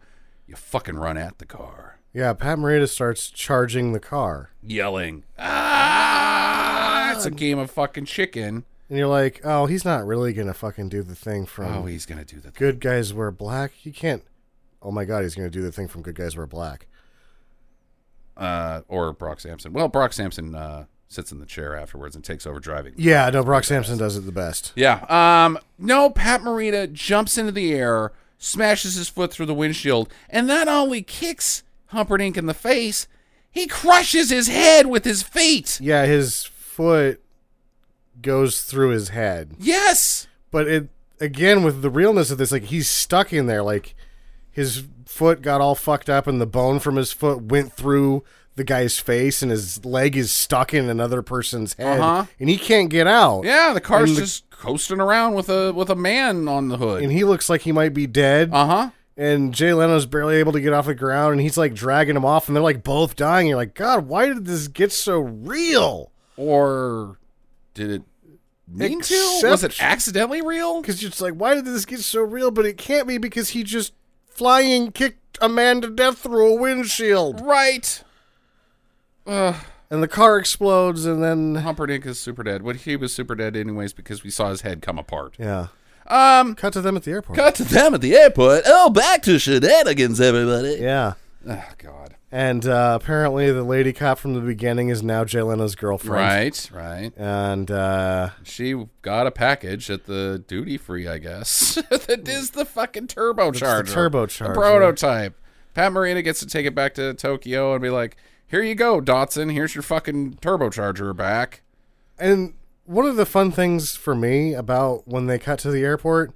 Speaker 1: You fucking run at the car,
Speaker 3: yeah, Pat Morita starts charging the car,
Speaker 1: yelling. Ah! It's a game of fucking chicken.
Speaker 3: and you're like, oh, he's not really gonna fucking do the thing from
Speaker 1: Oh, he's going to do the thing.
Speaker 3: Good Guys Wear Black. He can't. Oh my god, he's gonna do the thing from Good Guys Wear Black.
Speaker 1: uh, or Brock Sampson. Well, Brock Sampson uh, sits in the chair afterwards and takes over driving.
Speaker 3: Yeah, no, Brock Sampson does it the best.
Speaker 1: Yeah. Um, no, Pat Morita jumps into the air, smashes his foot through the windshield, and not only kicks Humperdinck in the face, He crushes his head with his feet.
Speaker 3: Yeah, his foot goes through his head.
Speaker 1: Yes.
Speaker 3: But it again with the realness of this, like he's stuck in there. Like his foot got all fucked up, and the bone from his foot went through the guy's face, and his leg is stuck in another person's head,
Speaker 1: Uh-huh.
Speaker 3: and he can't get out.
Speaker 1: Yeah, the car's
Speaker 3: And the-
Speaker 1: just coasting around with a with a man on the
Speaker 3: And
Speaker 1: hood.
Speaker 3: he looks like he might be dead.
Speaker 1: Uh huh.
Speaker 3: and Jay Leno's barely able to get off the ground, and he's like dragging him off, and they're like both dying. You're like, God, why did this get so real?
Speaker 1: Or did it mean to? Was it
Speaker 3: Except-
Speaker 1: accidentally real?
Speaker 3: Because it's like, why did this get so real? But it can't be because he just flying kicked a man to death through a windshield,
Speaker 1: Right. Ugh.
Speaker 3: and the car explodes, and then
Speaker 1: Humperdinck is super dead. Well, he was super dead anyways because we saw his head come apart.
Speaker 3: yeah,
Speaker 1: Um,
Speaker 3: cut to them at the airport.
Speaker 1: cut to them at the airport. Oh, back to shenanigans, everybody.
Speaker 3: Yeah,
Speaker 1: Oh, God.
Speaker 3: and uh, apparently the lady cop from the beginning is now Jay Leno's girlfriend,
Speaker 1: Right, right.
Speaker 3: And uh,
Speaker 1: She got a package at the duty free, I guess. that is the fucking turbocharger.
Speaker 3: It's the turbocharger.
Speaker 1: A prototype. Pat Marina gets to take it back to Tokyo and be like, here you go, Dotson. Here's your fucking turbocharger back.
Speaker 3: And one of the fun things for me about when they cut to the airport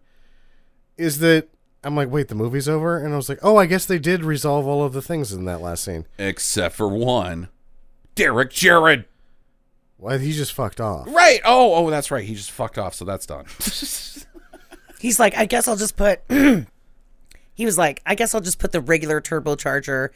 Speaker 3: is that I'm like, wait, the movie's over? And I was like, oh, I guess they did resolve all of the things in that last scene.
Speaker 1: Except for one. Derek Jared.
Speaker 3: Why he just fucked off.
Speaker 1: Right. Oh, oh, that's right. He just fucked off, so that's done.
Speaker 2: He's like, I guess I'll just put. he was like, I guess I'll just put the regular turbocharger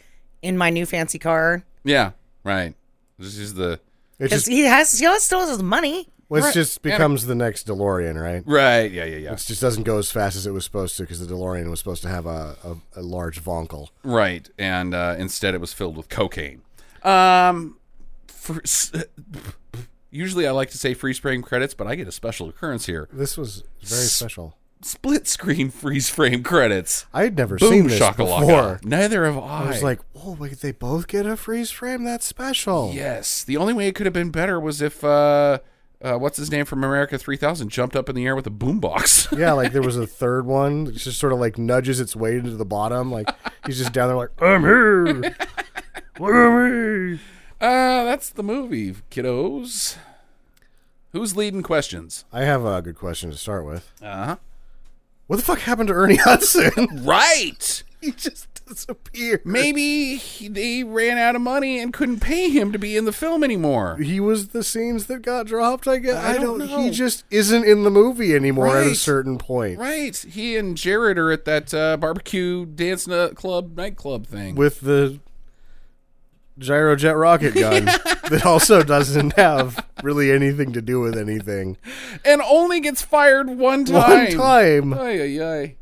Speaker 2: in my new fancy car
Speaker 1: yeah. Right. This is the
Speaker 3: It
Speaker 2: because
Speaker 3: just
Speaker 2: he has he always still has his money.
Speaker 3: well, it
Speaker 1: Right.
Speaker 3: just becomes the next DeLorean, right?
Speaker 1: right. Yeah. Yeah. Yeah.
Speaker 3: It just doesn't go as fast as it was supposed to because the DeLorean was supposed to have a, a, a large vonkel.
Speaker 1: Right. And uh, instead, it was filled with cocaine. Um, for, s- usually, I like to say freeze frame credits, but I get a special occurrence here:
Speaker 3: This was very special.
Speaker 1: split screen freeze frame credits.
Speaker 3: I had never seen
Speaker 1: Boom
Speaker 3: this
Speaker 1: shakalaka.
Speaker 3: before.
Speaker 1: Neither have I.
Speaker 3: I was like, oh. whoa, wait, they both get a freeze frame? That's special.
Speaker 1: yes. The only way it could have been better was if. Uh, uh, what's his name from America 3000 jumped up in the air with a boombox. Uh,
Speaker 3: Yeah, like there was a third one. It's just sort of like nudges its way into the bottom. Like he's just down there, like "Uh." I'm here. Look at me.
Speaker 1: Uh, that's the movie, kiddos. Who's leading questions?
Speaker 3: I have a good question to start with.
Speaker 1: Uh-huh.
Speaker 3: What the fuck happened to Ernie Hudson?
Speaker 1: Right.
Speaker 3: he just disappeared.
Speaker 1: Maybe he, they ran out of money and couldn't pay him to be in the film anymore.
Speaker 3: he was the scenes that got dropped. I guess
Speaker 1: I don't know.
Speaker 3: He just isn't in the movie anymore at a
Speaker 1: Right.
Speaker 3: certain point.
Speaker 1: Right. He and Jared are at that uh, barbecue dance nu- club nightclub thing.
Speaker 3: with the gyrojet rocket gun that also doesn't have really anything to do with anything.
Speaker 1: and only gets fired one
Speaker 3: One
Speaker 1: time.
Speaker 3: time.
Speaker 1: Ay, ay,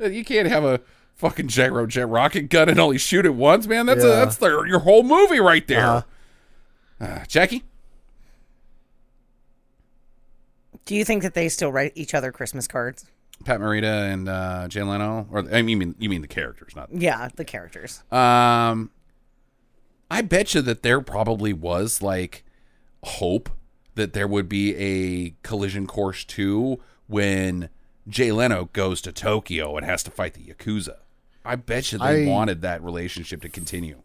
Speaker 1: ay. You can't have a fucking gyrojet rocket gun and only shoot it once, man. That's a,
Speaker 3: Yeah.
Speaker 1: that's their, your whole movie right there.
Speaker 3: Uh-huh.
Speaker 1: Uh, Jackie?
Speaker 2: Do you think that they still write each other Christmas cards?
Speaker 1: Pat Morita and uh, Jay Leno, or I mean, you mean you mean the characters, not.
Speaker 2: Yeah, the characters.
Speaker 1: Um, I bet you that there probably was like hope that there would be a collision course two when Jay Leno goes to Tokyo and has to fight the yakuza. I bet you they
Speaker 3: I-
Speaker 1: wanted that relationship to continue.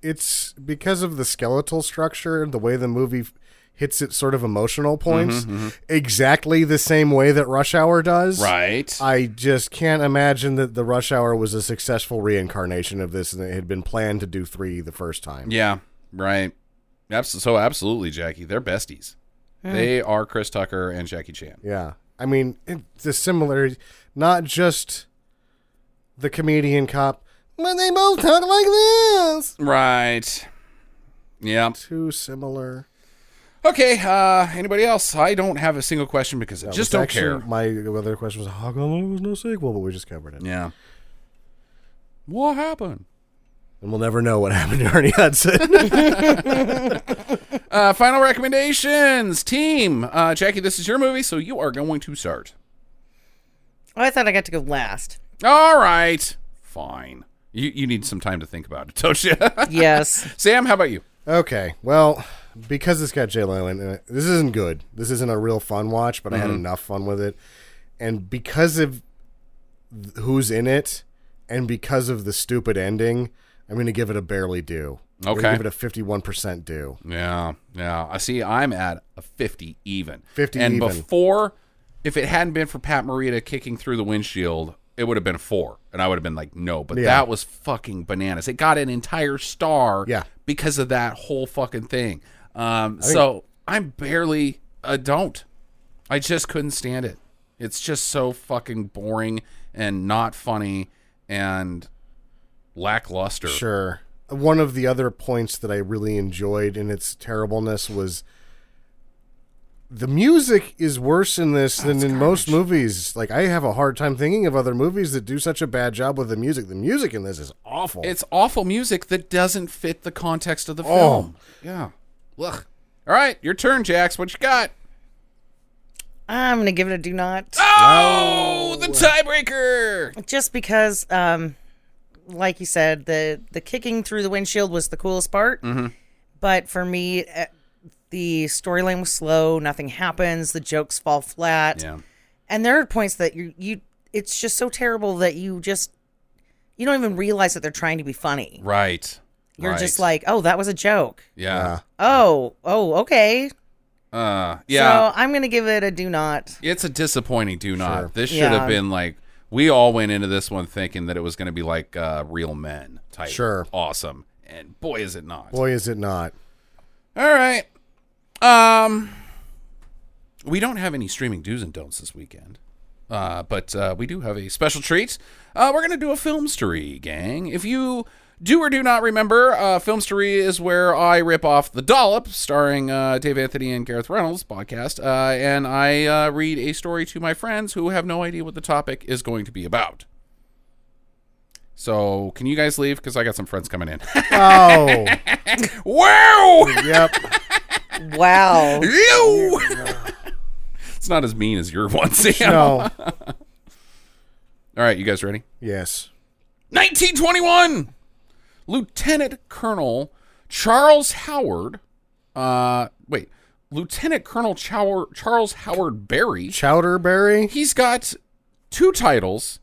Speaker 3: it's because of the skeletal structure the way the movie f- hits its sort of emotional points exactly the same way that rush hour does
Speaker 1: Right.
Speaker 3: i just can't imagine that the rush hour was a successful reincarnation of this and it had been planned to do three the first time
Speaker 1: Yeah, right. Abs- so absolutely, Jackie. They're besties. They are Chris Tucker and Jackie Chan.
Speaker 3: Yeah. I mean, it, the similarities, not just the comedian cop, but they both talk like this.
Speaker 1: Right. Yeah.
Speaker 3: Too similar.
Speaker 1: Okay. Uh, anybody else? I don't have a single question because I
Speaker 3: That
Speaker 1: just
Speaker 3: was
Speaker 1: don't
Speaker 3: actually-
Speaker 1: care.
Speaker 3: My other question was, how come there was no sequel? But we just covered it.
Speaker 1: Yeah. What happened?
Speaker 3: And we'll never know what happened to Ernie Hudson.
Speaker 1: Uh, final recommendations, team. Uh, Jackie, this is your movie, so you are going to start.
Speaker 2: Oh, I thought I got to go last.
Speaker 1: All right. Fine. You you need some time to think about it, don't you?
Speaker 2: Yes.
Speaker 1: Sam, how about you?
Speaker 3: okay. Well, because it's got Jay Leno in it, this isn't good. This isn't a real fun watch, but I had enough fun with it. And because of th- who's in it and because of the stupid ending, I'm going to give it a barely do. I'm gonna
Speaker 1: Okay.
Speaker 3: give it a 51 percent do.
Speaker 1: Yeah, yeah. I see. I'm at a fifty even.
Speaker 3: 50
Speaker 1: and
Speaker 3: even.
Speaker 1: before, if it hadn't been for Pat Morita kicking through the windshield, it would have been a four, and I would have been like, no. But
Speaker 3: Yeah.
Speaker 1: that was fucking bananas. It got an entire star.
Speaker 3: Yeah.
Speaker 1: because of that whole fucking thing. Um, so I'm barely a don't. I just couldn't stand it. It's just so fucking boring and not funny and lackluster.
Speaker 3: Sure. One of the other points that I really enjoyed in its terribleness was the music is worse in this than in most movies. Like I have a hard time thinking of other movies that do such a bad job with the music. The music in this is awful.
Speaker 1: It's awful music that doesn't fit the context of the
Speaker 3: Oh.
Speaker 1: film. Yeah. Ugh. All right, your turn, Jax. What you got?
Speaker 2: I'm gonna give it a do not,
Speaker 1: Ah! Oh, the tiebreaker.
Speaker 2: just because, um, like you said, the the kicking through the windshield was the coolest part.
Speaker 1: Mm-hmm.
Speaker 2: But for me, eh, the storyline was slow. Nothing happens. The jokes fall flat.
Speaker 1: Yeah.
Speaker 2: and there are points that you you it's just so terrible that you just you don't even realize that they're trying to be funny
Speaker 1: Right.
Speaker 2: you're just
Speaker 1: Right.
Speaker 2: like oh that was a joke
Speaker 1: yeah.
Speaker 2: oh oh okay
Speaker 1: Uh, yeah.
Speaker 2: so i'm gonna give it a do not
Speaker 1: It's a disappointing do not.
Speaker 3: Sure.
Speaker 1: This should
Speaker 2: Yeah.
Speaker 1: have been like we all went into this one thinking that it was going to be like uh, real men type.
Speaker 3: Sure.
Speaker 1: Awesome. And boy is it not.
Speaker 3: Boy, is it not.
Speaker 1: All right. Um, we don't have any streaming do's and don'ts this weekend, uh, but uh, we do have a special treat. Uh, we're gonna do a filmstery, gang. If you do or do not remember, uh, filmstery is where I rip off the dollop, starring uh, Dave Anthony and Gareth Reynolds podcast, uh, and I uh, read a story to my friends who have no idea what the topic is going to be about. So, can you guys leave? Because I got some friends coming in.
Speaker 3: Oh,
Speaker 1: wow!
Speaker 3: yep.
Speaker 2: wow
Speaker 1: Ew! it's not as mean as your one, Sam.
Speaker 3: No.
Speaker 1: All right, you guys ready?
Speaker 3: Yes.
Speaker 1: 1921! Lieutenant Colonel Charles Howard. Uh, wait. Lieutenant Colonel Chow- Charles Howard Barry.
Speaker 3: Chowderberry.
Speaker 1: He's got two titles,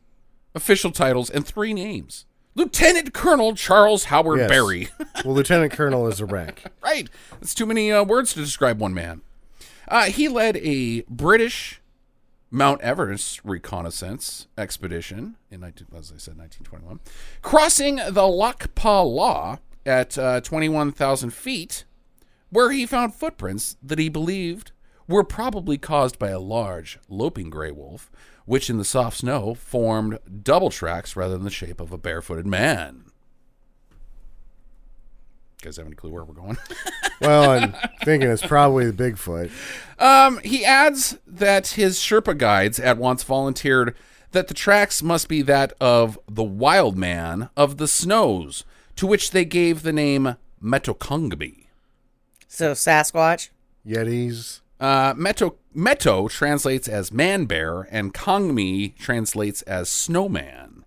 Speaker 1: official titles, and three names. Lieutenant Colonel Charles Howard
Speaker 3: Yes.
Speaker 1: Barry.
Speaker 3: Well, lieutenant colonel is a rank.
Speaker 1: Right. That's too many uh, words to describe one man. Uh, he led a British Mount Everest reconnaissance expedition in 19, as I said, 1921, crossing the Lakpa La at uh, 21,000 feet, where he found footprints that he believed were probably caused by a large loping gray wolf, which in the soft snow formed double tracks rather than the shape of a barefooted man. You guys have any clue where we're going?
Speaker 3: Well, I'm thinking it's probably the Bigfoot.
Speaker 1: Um, he adds that his Sherpa guides at once volunteered that the tracks must be that of the wild man of the snows, to which they gave the name Metokungbi.
Speaker 2: so sasquatch
Speaker 3: Yetis.
Speaker 1: Uh, Meto, Meto translates as man bear, and Kongmi translates as snowman.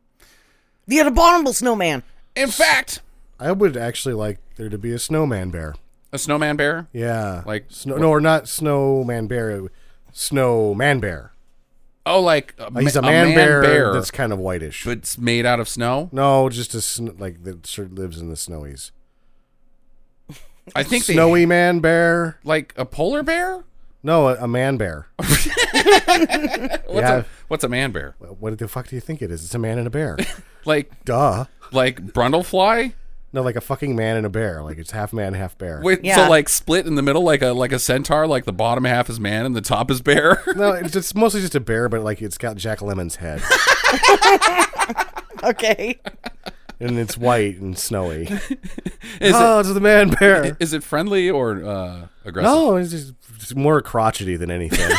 Speaker 2: the abominable snowman
Speaker 1: In fact,
Speaker 3: I would actually like there to be a snowman bear.
Speaker 1: a snowman bear?
Speaker 3: Yeah.
Speaker 1: Like-
Speaker 3: snow no, or not snowman bear. Snowman bear.
Speaker 1: Oh, like a, ma-
Speaker 3: He's a man, bear, that's kind of whitish.
Speaker 1: but it's made out of snow?
Speaker 3: no, just a sn- like that sort of lives in the snowies.
Speaker 1: I think they-
Speaker 3: Snowy man bear.
Speaker 1: like a polar bear?
Speaker 3: No, a, a man bear.
Speaker 1: What's,
Speaker 3: Yeah.
Speaker 1: a, what's a man bear?
Speaker 3: what the fuck do you think it is? It's a man and a bear.
Speaker 1: Like
Speaker 3: Duh.
Speaker 1: like Brundlefly?
Speaker 3: No, like a fucking man and a bear. Like it's half man, half bear.
Speaker 1: Wait, so
Speaker 2: Yeah.
Speaker 1: like split in the middle, like a like a centaur, like the bottom half is man and the top is bear.
Speaker 3: No, it's, it's mostly just a bear, but like it's got Jack Lemon's head,
Speaker 2: okay
Speaker 3: and it's white and snowy. oh, it's the man bear.
Speaker 1: is it friendly or uh, aggressive?
Speaker 3: No, it's just it's more crotchety than anything.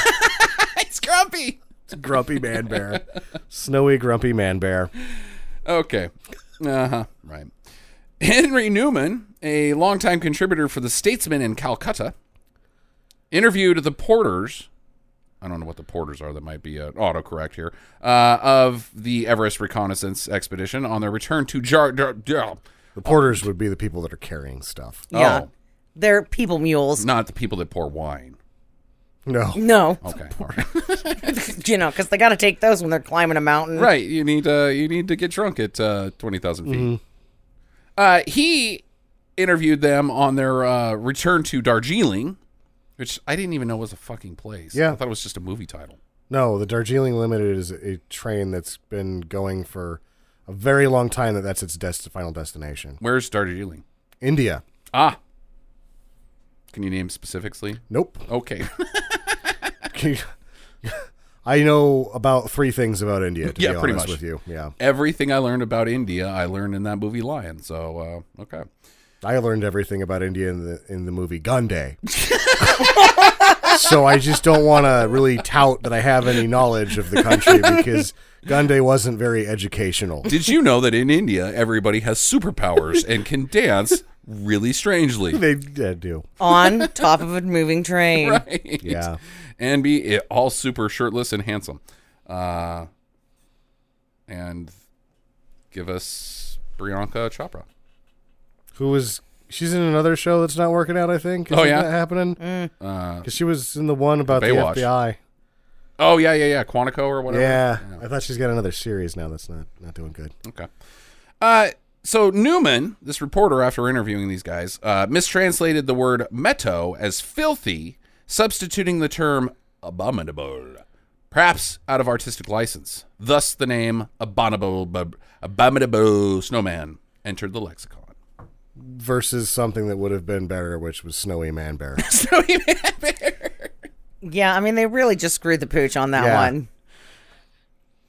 Speaker 1: it's grumpy.
Speaker 3: grumpy man bear, snowy grumpy man bear.
Speaker 1: Okay. Uh huh. Right. Henry Newman, a longtime contributor for the Statesman in Calcutta, interviewed the porters. I don't know what the porters are. That might be an autocorrect here. Uh, of the Everest reconnaissance expedition on their return to Jar. Jar, Jar-
Speaker 3: The porters would be the people that are carrying stuff.
Speaker 2: yeah
Speaker 1: Oh,
Speaker 2: they're people mules
Speaker 1: not the people that pour wine.
Speaker 3: No,
Speaker 2: no
Speaker 1: Okay. All right.
Speaker 2: you know because they gotta take those when they're climbing a mountain
Speaker 3: Mm-hmm.
Speaker 1: Right. You need uh, you need to get drunk at uh, twenty thousand feet. Uh, he interviewed them on their uh, return to Darjeeling, which I didn't even know was a fucking place.
Speaker 3: Yeah.
Speaker 1: I thought it was just a movie title.
Speaker 3: No, the Darjeeling Limited is a train that's been going for a very long time. That that's its dest- final destination.
Speaker 1: Where's Darjeeling?
Speaker 3: India.
Speaker 1: Ah. Can you name specifics, Lee?
Speaker 3: Nope.
Speaker 1: Okay.
Speaker 3: I know about three things about India. To
Speaker 1: Yeah,
Speaker 3: be honest
Speaker 1: pretty much.
Speaker 3: with you. Yeah,
Speaker 1: Everything I learned about India, I learned in that movie Lion. So, uh, okay.
Speaker 3: I learned everything about India in the in the movie Gun Day. so I just don't want to really tout that I have any knowledge of the country because Gun Day wasn't very educational.
Speaker 1: Did you know that in India, everybody has superpowers and can dance really strangely?
Speaker 3: They uh, do.
Speaker 2: on top of a moving train.
Speaker 1: Right.
Speaker 3: Yeah.
Speaker 1: And be it, all super shirtless and handsome. Uh, and give us Priyanka Chopra.
Speaker 3: Who was she's in another show that's not working out? I think. Is
Speaker 1: Oh, yeah?
Speaker 3: that happening because she was in the one about the
Speaker 1: Baywatch.
Speaker 3: FBI.
Speaker 1: Oh, yeah, yeah, yeah. Quantico or whatever.
Speaker 3: Yeah, I thought she's got another series now that's not not doing good.
Speaker 1: Okay. Uh, so Newman, this reporter, after interviewing these guys, uh, mistranslated the word "meto" as filthy, substituting the term abominable, perhaps out of artistic license. Thus, the name abominable, bub- abominable snowman entered the lexicon.
Speaker 3: Versus something that would have been better, which was Snowy Man Bear.
Speaker 1: Snowy man.
Speaker 2: Yeah, I mean they really just screwed the pooch on that
Speaker 3: Yeah.
Speaker 2: one.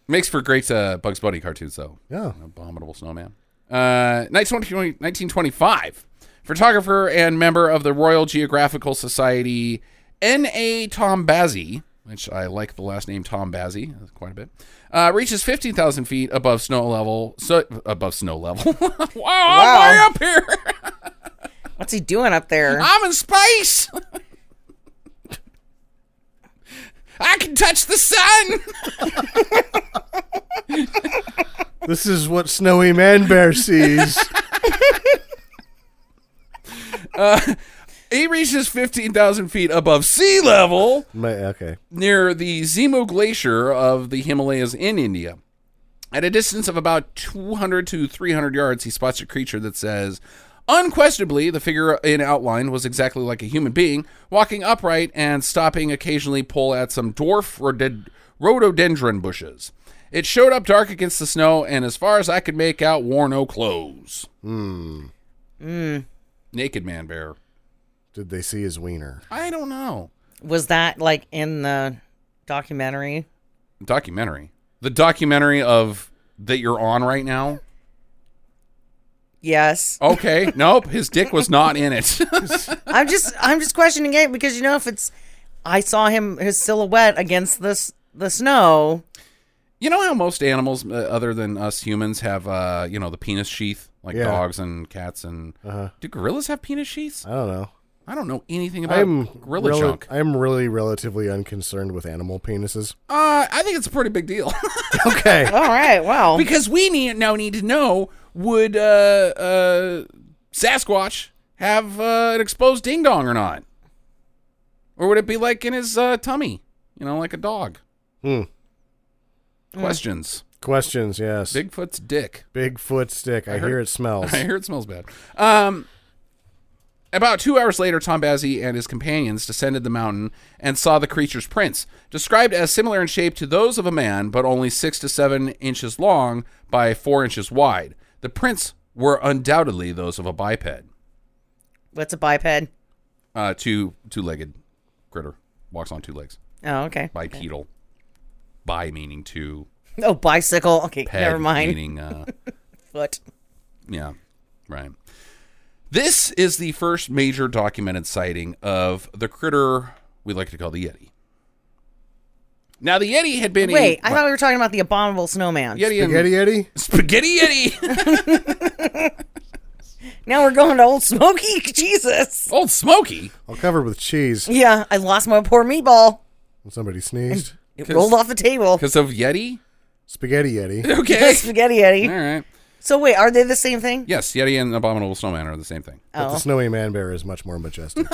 Speaker 1: Makes for great uh, Bugs Bunny cartoons, though.
Speaker 3: Yeah.
Speaker 1: Abominable Snowman. Uh, 1920 1925. Photographer and member of the Royal Geographical Society, N.A. Tom Bazzi, which I like the last name Tom Bazzi quite a bit, uh, reaches 15,000 feet above snow level. So, above snow level. wow, I'm way
Speaker 2: Wow.
Speaker 1: up here.
Speaker 2: What's he doing up there?
Speaker 1: I'm in space. I can touch the sun.
Speaker 3: this is what Snowy Man Bear sees.
Speaker 1: He reaches 15,000 feet above sea level.
Speaker 3: Ma- okay.
Speaker 1: near the Zemu Glacier of the Himalayas in India. At a distance of about 200 to 300 yards, he spots a creature that says, Unquestionably, the figure in outline was exactly like a human being, walking upright and stopping occasionally pull at some dwarf rhodod- rhododendron bushes. It showed up dark against the snow, and as far as I could make out, wore no clothes. Hmm. Naked man bear.
Speaker 3: Did they see his wiener?
Speaker 1: I don't know.
Speaker 2: Was that like in the documentary?
Speaker 1: documentary. The documentary of that you're on right now.
Speaker 2: Yes.
Speaker 1: Okay, nope, his dick was not in it.
Speaker 2: I'm just I'm just questioning it because you know if it's I saw him his silhouette against this the snow.
Speaker 1: you know how most animals, uh, other than us humans, have uh, you know, the penis sheath, like
Speaker 3: Yeah. Uh-huh.
Speaker 1: dogs and cats and. Do gorillas have penis sheaths?
Speaker 3: I don't know.
Speaker 1: I don't know anything about
Speaker 3: I'm
Speaker 1: Uh, gorilla
Speaker 3: rela-
Speaker 1: junk.
Speaker 3: I'm really relatively unconcerned with animal penises.
Speaker 1: Uh, I think it's a pretty big deal
Speaker 3: Okay.
Speaker 2: All right. Well,
Speaker 1: because we need now need to know would uh, uh, Sasquatch have uh, an exposed ding dong or not, or would it be like in his uh, tummy, you know, like a dog?
Speaker 3: Hmm.
Speaker 1: Questions.
Speaker 3: Questions, yes. Big,
Speaker 1: Bigfoot's dick.
Speaker 3: foot stick. I,
Speaker 1: heard-
Speaker 3: hear it smells.
Speaker 1: I hear it smells bad. Um, about two hours later, Tom Bazzi and his companions descended the mountain and saw the creature's prints, described as similar in shape to those of a man, but only six to seven inches long by four inches wide. The prints were undoubtedly those of a biped,
Speaker 2: what's a biped?
Speaker 1: uh, two two-legged critter, walks on two legs,
Speaker 2: Oh, okay.
Speaker 1: bipedal, bi meaning two,
Speaker 2: Oh, bicycle. Okay,
Speaker 1: ped
Speaker 2: never mind.
Speaker 1: meaning uh,
Speaker 2: Foot.
Speaker 1: Yeah, right. This is the first major documented sighting of the critter we like to call the Yeti. Now, the Yeti had been
Speaker 2: Wait,
Speaker 1: a,
Speaker 2: I thought we were talking about the abominable snowman.
Speaker 1: Yeti and-
Speaker 3: Spaghetti
Speaker 1: spaghetti
Speaker 3: Eddie?
Speaker 1: Yeti,
Speaker 2: Now we're going to Old Smoky. Jesus.
Speaker 1: old Smoky.
Speaker 3: All covered with cheese.
Speaker 2: Yeah, I lost my poor meatball.
Speaker 3: Somebody sneezed.
Speaker 2: It rolled off the table.
Speaker 1: because of Yeti.
Speaker 3: Spaghetti Yeti.
Speaker 1: Okay,
Speaker 2: Spaghetti
Speaker 1: all
Speaker 2: Eddie.
Speaker 1: right.
Speaker 2: So wait, are they the same thing? Oh,
Speaker 1: Yes, Yeti and Abominable Snowman are the same thing.
Speaker 3: But the snowy man bear is much more majestic.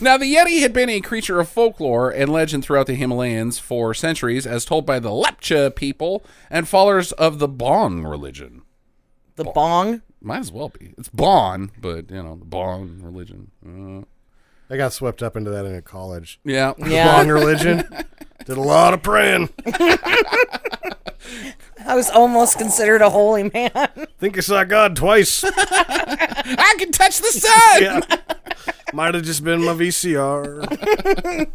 Speaker 1: Now, the Yeti had been a creature of folklore and legend throughout the Himalayas for centuries, as told by the Lepcha people and followers of the Bon religion.
Speaker 2: The bong.
Speaker 1: Might as well be. It's Bon, but, you know, the Bon religion. Uh,
Speaker 3: I got swept up into that in college.
Speaker 1: yeah.
Speaker 2: Yeah.
Speaker 3: Bong religion. Did a lot of praying.
Speaker 2: I was almost considered a holy man.
Speaker 3: Think I saw God twice.
Speaker 1: I can touch the sun!
Speaker 3: Yeah. Might have just been my VCR.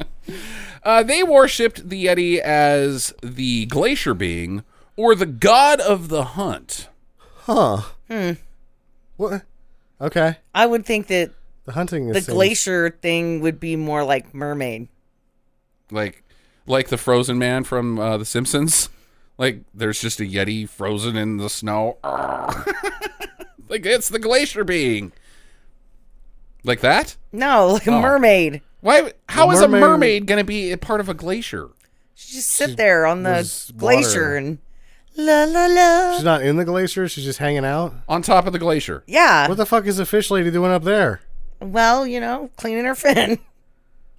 Speaker 1: Uh, they worshipped the Yeti as the glacier being or the god of the hunt.
Speaker 3: Huh. Hmm. What? Okay.
Speaker 2: I would think that
Speaker 3: The hunting is
Speaker 2: the
Speaker 3: seems-
Speaker 2: glacier thing would be more like mermaid.
Speaker 1: Like like the frozen man from uh, The Simpsons. Like there's just a Yeti frozen in the snow. like it's the glacier being. Like that?
Speaker 2: No, like a
Speaker 1: Oh.
Speaker 2: mermaid.
Speaker 1: Why How is
Speaker 3: mermaid-
Speaker 1: a mermaid going to be a part of a glacier?
Speaker 2: She just sit there on the
Speaker 3: was
Speaker 2: glacier
Speaker 3: water.
Speaker 2: and la la la.
Speaker 3: She's not in the glacier. She's just hanging out.
Speaker 1: On top of the glacier.
Speaker 2: Yeah.
Speaker 3: What the fuck is the fish lady doing up there?
Speaker 2: well, you know, cleaning her fin.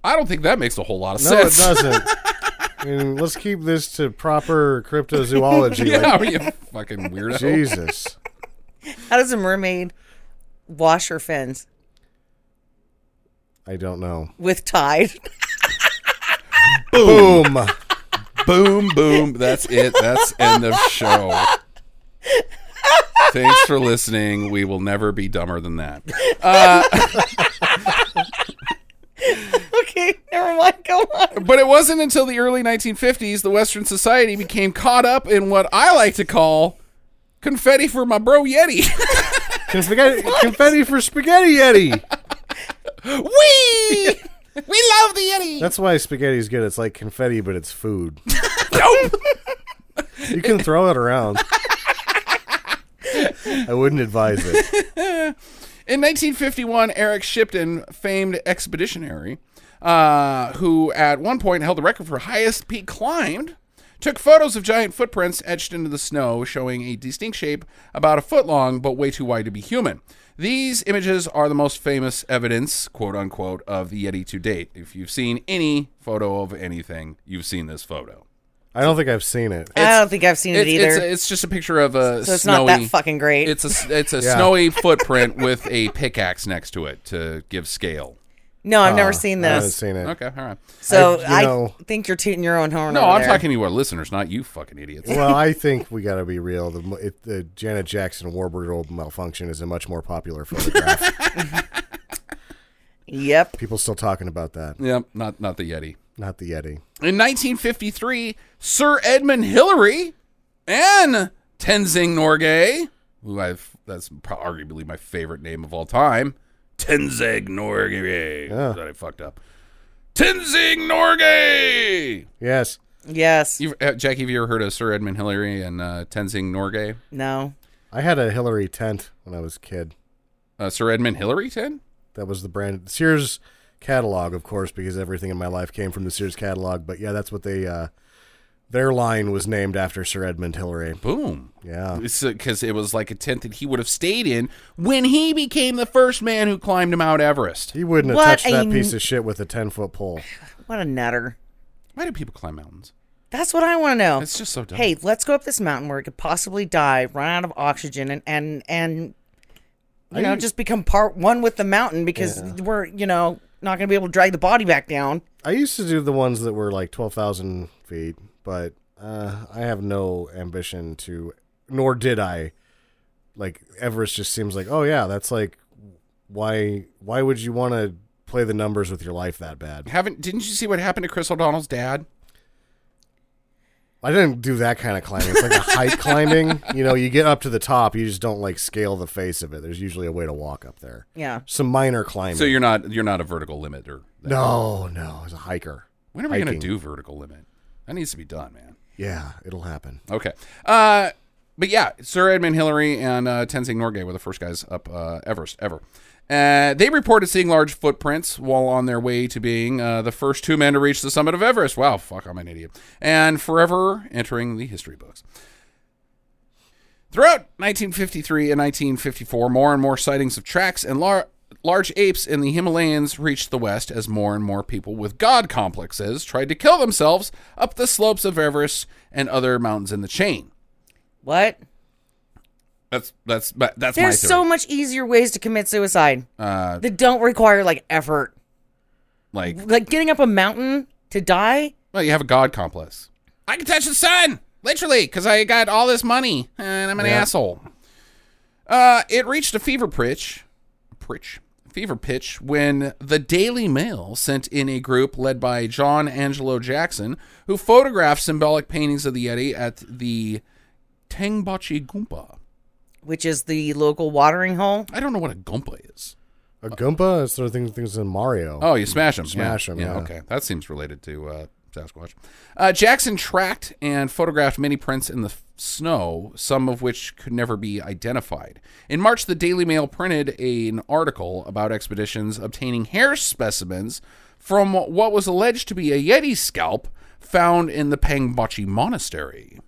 Speaker 1: I don't think that makes a whole lot of
Speaker 3: No,
Speaker 1: sense.
Speaker 3: it doesn't. I mean, let's keep this to proper cryptozoology.
Speaker 1: yeah,
Speaker 3: like,
Speaker 1: are you fucking weirdo?
Speaker 3: Jesus.
Speaker 2: How does a mermaid wash her fins?
Speaker 3: I don't know.
Speaker 2: With tide.
Speaker 3: Boom.
Speaker 1: boom, boom. That's it. That's end of show. Thanks for listening. We will never be dumber than that.
Speaker 2: okay, never mind. Go on.
Speaker 1: But it wasn't until the early 1950s the Western society became caught up in what I like to call confetti for my bro Yeti.
Speaker 3: Confetti, confetti for spaghetti yeti.
Speaker 1: Wee! We love the Yeti.
Speaker 3: That's why spaghetti's good. It's like confetti, but it's food.
Speaker 1: dope.
Speaker 3: You can throw it around. I wouldn't advise it.
Speaker 1: In 1951, Eric Shipton, famed expeditionary, uh, who at one point held the record for highest peak climbed, took photos of giant footprints etched into the snow, showing a distinct shape about a foot long but way too wide to be human. These images are the most famous evidence, quote unquote, of the Yeti to date. If you've seen any photo of anything, you've seen this photo.
Speaker 3: I don't think I've seen it.
Speaker 2: I don't think I've seen it,
Speaker 1: It's,
Speaker 2: either.
Speaker 1: it's, it's just a picture of a
Speaker 2: so it's
Speaker 1: snowy.
Speaker 2: not that fucking great.
Speaker 1: it's a it's a
Speaker 3: Yeah.
Speaker 1: snowy footprint with a pickaxe next to it to give scale.
Speaker 2: no, I've never seen
Speaker 3: Oh, Uh, I haven't
Speaker 2: this.
Speaker 3: seen it.
Speaker 1: Okay, all right.
Speaker 2: so
Speaker 3: I- you
Speaker 2: I,
Speaker 3: know-
Speaker 2: think you're tooting your own horn.
Speaker 1: No,
Speaker 2: over
Speaker 1: I'm
Speaker 2: there.
Speaker 1: talking to you, our listeners, not you fucking idiots.
Speaker 3: Well, I think we got to be real. The, mo- it, the Janet Jackson Warburg malfunction is a much more popular photograph.
Speaker 2: Yep.
Speaker 3: People still talking about that,
Speaker 1: Yep, not not the Yeti.
Speaker 3: not the Yeti.
Speaker 1: In 1953, Sir Edmund Hillary and Tenzing Norgay, who I've that's pro- arguably my favorite name of all time, Tenzing Norgay. That I fucked up. Tenzing Norgay.
Speaker 3: Yes.
Speaker 2: Yes.
Speaker 1: You've, uh, Jackie, have you ever heard of Sir Edmund Hillary and uh, Tenzing Norgay?
Speaker 2: no.
Speaker 3: I had a Hillary tent when I was a kid.
Speaker 1: Uh, Sir Edmund Hillary, ten?
Speaker 3: That was the brand Sears catalog, of course, because everything in my life came from the Sears catalog. But yeah, that's what they uh, their line was named after Sir Edmund Hillary.
Speaker 1: Boom.
Speaker 3: Yeah,
Speaker 1: because it was like a tent that he would have stayed in when he became the first man who climbed Mount Everest.
Speaker 3: he wouldn't have
Speaker 2: What
Speaker 3: touched
Speaker 2: a
Speaker 3: that
Speaker 2: n-
Speaker 3: piece of shit with a ten foot pole.
Speaker 2: What a nutter.
Speaker 1: Why do people climb mountains?
Speaker 2: That's what I want to know.
Speaker 1: It's just so dumb.
Speaker 2: hey, let's go up this mountain where we could possibly die, run out of oxygen, and and and you know just become part one with the mountain because we're you know not going to be able to drag the body back down.
Speaker 3: I used to do the ones that were like twelve thousand feet, but uh, I have no ambition to, nor did I. Like Everest just seems like, oh yeah, that's like why why would you want to play the numbers with your life that bad?
Speaker 1: haven't didn't you see what happened to Chris O'Donnell's dad?
Speaker 3: I didn't do that kind of climbing. It's like a height climbing. You know, you get up to the top, you just don't like scale the face of it. There's usually a way to walk up there.
Speaker 2: Yeah.
Speaker 3: Some minor climbing.
Speaker 1: So you're not you're not a vertical limiter.
Speaker 3: no, no, as a hiker.
Speaker 1: When are we going
Speaker 3: Hiking.
Speaker 1: to do vertical limit? That needs to be done, man.
Speaker 3: Yeah, it'll happen.
Speaker 1: Okay. Uh, but yeah, Sir Edmund Hillary and uh, Tenzing Norgay were the first guys up uh, Everest ever. Uh, they reported seeing large footprints while on their way to being uh, the first two men to reach the summit of Everest. Wow, fuck, I'm an idiot. And forever entering the history books. Throughout 1953 and 1954, more and more sightings of tracks and lar- large apes in the Himalayas reached the West as more and more people with god complexes tried to kill themselves up the slopes of Everest and other mountains in the chain.
Speaker 2: What?
Speaker 1: That's that's that's my
Speaker 2: There's
Speaker 1: theory.
Speaker 2: so much easier ways to commit suicide
Speaker 1: uh,
Speaker 2: that don't require like effort.
Speaker 1: like
Speaker 2: Like getting up a mountain to die?
Speaker 1: Well, you have a god complex. I can touch the sun, literally, because I got all this money and I'm an asshole. Uh, it reached a fever pitch, pitch, fever pitch when the Daily Mail sent in a group led by John Angelo Jackson, who photographed symbolic paintings of the Yeti at the Tengbachi Gumpa.
Speaker 2: Which is the local watering hole.
Speaker 1: I don't know what a Gumpa is.
Speaker 3: A Goomba is sort of thing, things in Mario.
Speaker 1: Oh, you smash him.
Speaker 3: Smash
Speaker 1: yeah.
Speaker 3: 'em,
Speaker 1: Yeah,
Speaker 3: yeah.
Speaker 1: Okay. That seems related to uh, Sasquatch. Uh, Jackson tracked and photographed many prints in the f- snow, some of which could never be identified. In March, the Daily Mail printed an article about expeditions obtaining hair specimens from what was alleged to be a Yeti scalp found in the Pangbachi Monastery.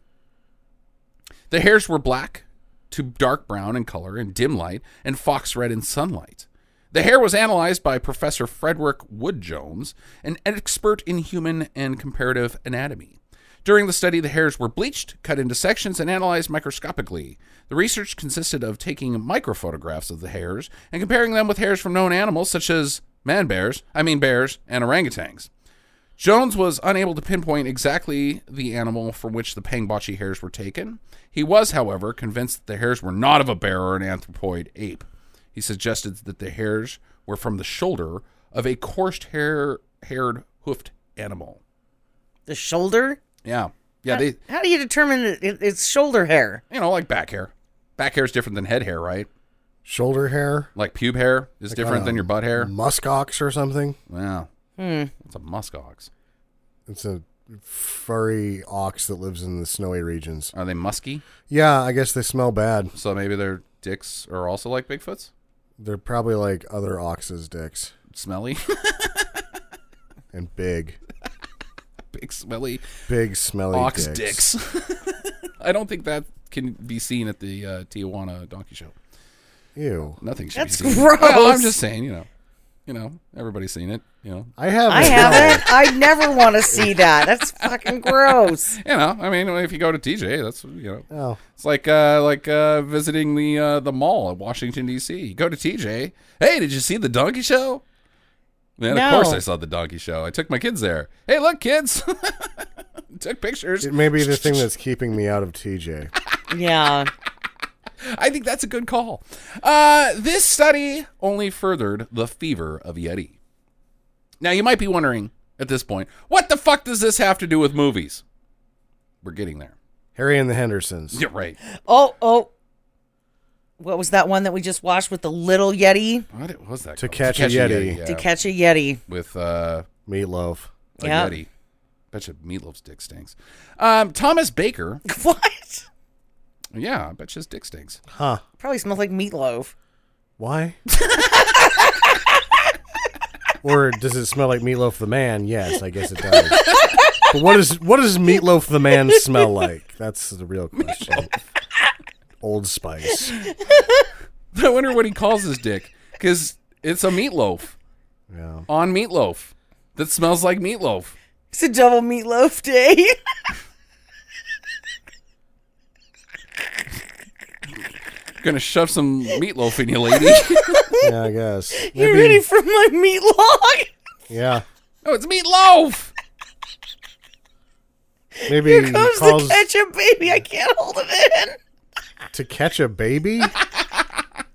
Speaker 1: The hairs were black to dark brown in color in dim light and fox red in sunlight. The hair was analyzed by Professor Frederick Wood Jones, an expert in human and comparative anatomy. During the study, the hairs were bleached, cut into sections, and analyzed microscopically. The research consisted of taking microphotographs of the hairs and comparing them with hairs from known animals such as man bears, I mean bears, and orangutans. Jones was unable to pinpoint exactly the animal from which the Pangbachi hairs were taken. He was, however, convinced that the hairs were not of a bear or an anthropoid ape. He suggested that the hairs were from the shoulder of a coarse hair haired hoofed animal.
Speaker 2: The shoulder?
Speaker 1: Yeah. Yeah, they
Speaker 2: How do you determine it, it- it's shoulder hair?
Speaker 1: you know, like back hair. Back hair is different than head hair, right?
Speaker 3: Shoulder hair,
Speaker 1: Like pube hair is different than your butt hair.
Speaker 3: mm. muskox or something.
Speaker 1: Wow. That's a musk ox.
Speaker 3: It's a furry ox that lives in the snowy regions.
Speaker 1: Are they musky?
Speaker 3: Yeah, I guess they smell bad.
Speaker 1: So maybe their dicks are also like Bigfoot's?
Speaker 3: They're probably like other oxes' dicks
Speaker 1: Smelly?
Speaker 3: and big,
Speaker 1: Big smelly.
Speaker 3: big smelly
Speaker 1: ox
Speaker 3: dicks.
Speaker 1: dicks. I don't think that can be seen at the uh, Tijuana Donkey Show.
Speaker 3: Ew.
Speaker 1: Nothing should
Speaker 2: That's
Speaker 1: be seen.
Speaker 2: gross.
Speaker 1: Well, I'm just saying, you know, you know, everybody's seen it. You know,
Speaker 3: I haven't.
Speaker 2: I haven't. I never want to see that. That's fucking gross.
Speaker 1: you know. I mean, if you go to TJ, that's you know,
Speaker 3: Oh,
Speaker 1: it's like uh, like uh, visiting the uh, the mall at Washington D.C. You go to TJ. Hey, did you see the Donkey Show? Man, of
Speaker 2: No.
Speaker 1: course I saw the Donkey Show. I took my kids there. Hey, look, kids. took pictures.
Speaker 3: it may be the thing that's keeping me out of TJ.
Speaker 2: Yeah.
Speaker 1: I think that's a good call. Uh, this study only furthered the fever of Yeti. Now, you might be wondering at this point, what the fuck does this have to do with movies? We're getting there.
Speaker 3: Harry and the Hendersons.
Speaker 1: You're right.
Speaker 2: Oh, oh. What was that one that we just watched with the little Yeti?
Speaker 1: What was that?
Speaker 3: To
Speaker 1: called?
Speaker 3: Catch a Yeti.
Speaker 1: yeah.
Speaker 2: To catch a Yeti.
Speaker 1: with uh,
Speaker 3: Meatloaf.
Speaker 1: a
Speaker 2: Yeah.
Speaker 1: Yeti. Bet you Meatloaf's dick stinks. Um, Thomas Baker.
Speaker 2: What?
Speaker 1: Yeah, I bet you his dick stinks.
Speaker 3: Huh.
Speaker 2: Probably smells like meatloaf.
Speaker 3: Why? or does it smell like Meatloaf the Man? Yes, I guess it does. but what is what does Meatloaf the Man smell like? That's the real question. Old Spice.
Speaker 1: I wonder what he calls his dick because it's a meatloaf
Speaker 3: Yeah.
Speaker 1: on meatloaf that smells like meatloaf.
Speaker 2: It's a double meatloaf day.
Speaker 1: gonna shove some meatloaf in you, lady.
Speaker 3: Yeah, I guess.
Speaker 2: you
Speaker 3: Maybe-
Speaker 2: ready for my meatloaf?
Speaker 3: yeah.
Speaker 1: oh, it's meatloaf.
Speaker 3: Maybe
Speaker 2: Here comes
Speaker 3: calls
Speaker 2: the ketchup, baby. I can't hold it
Speaker 3: to catch a baby?
Speaker 2: in.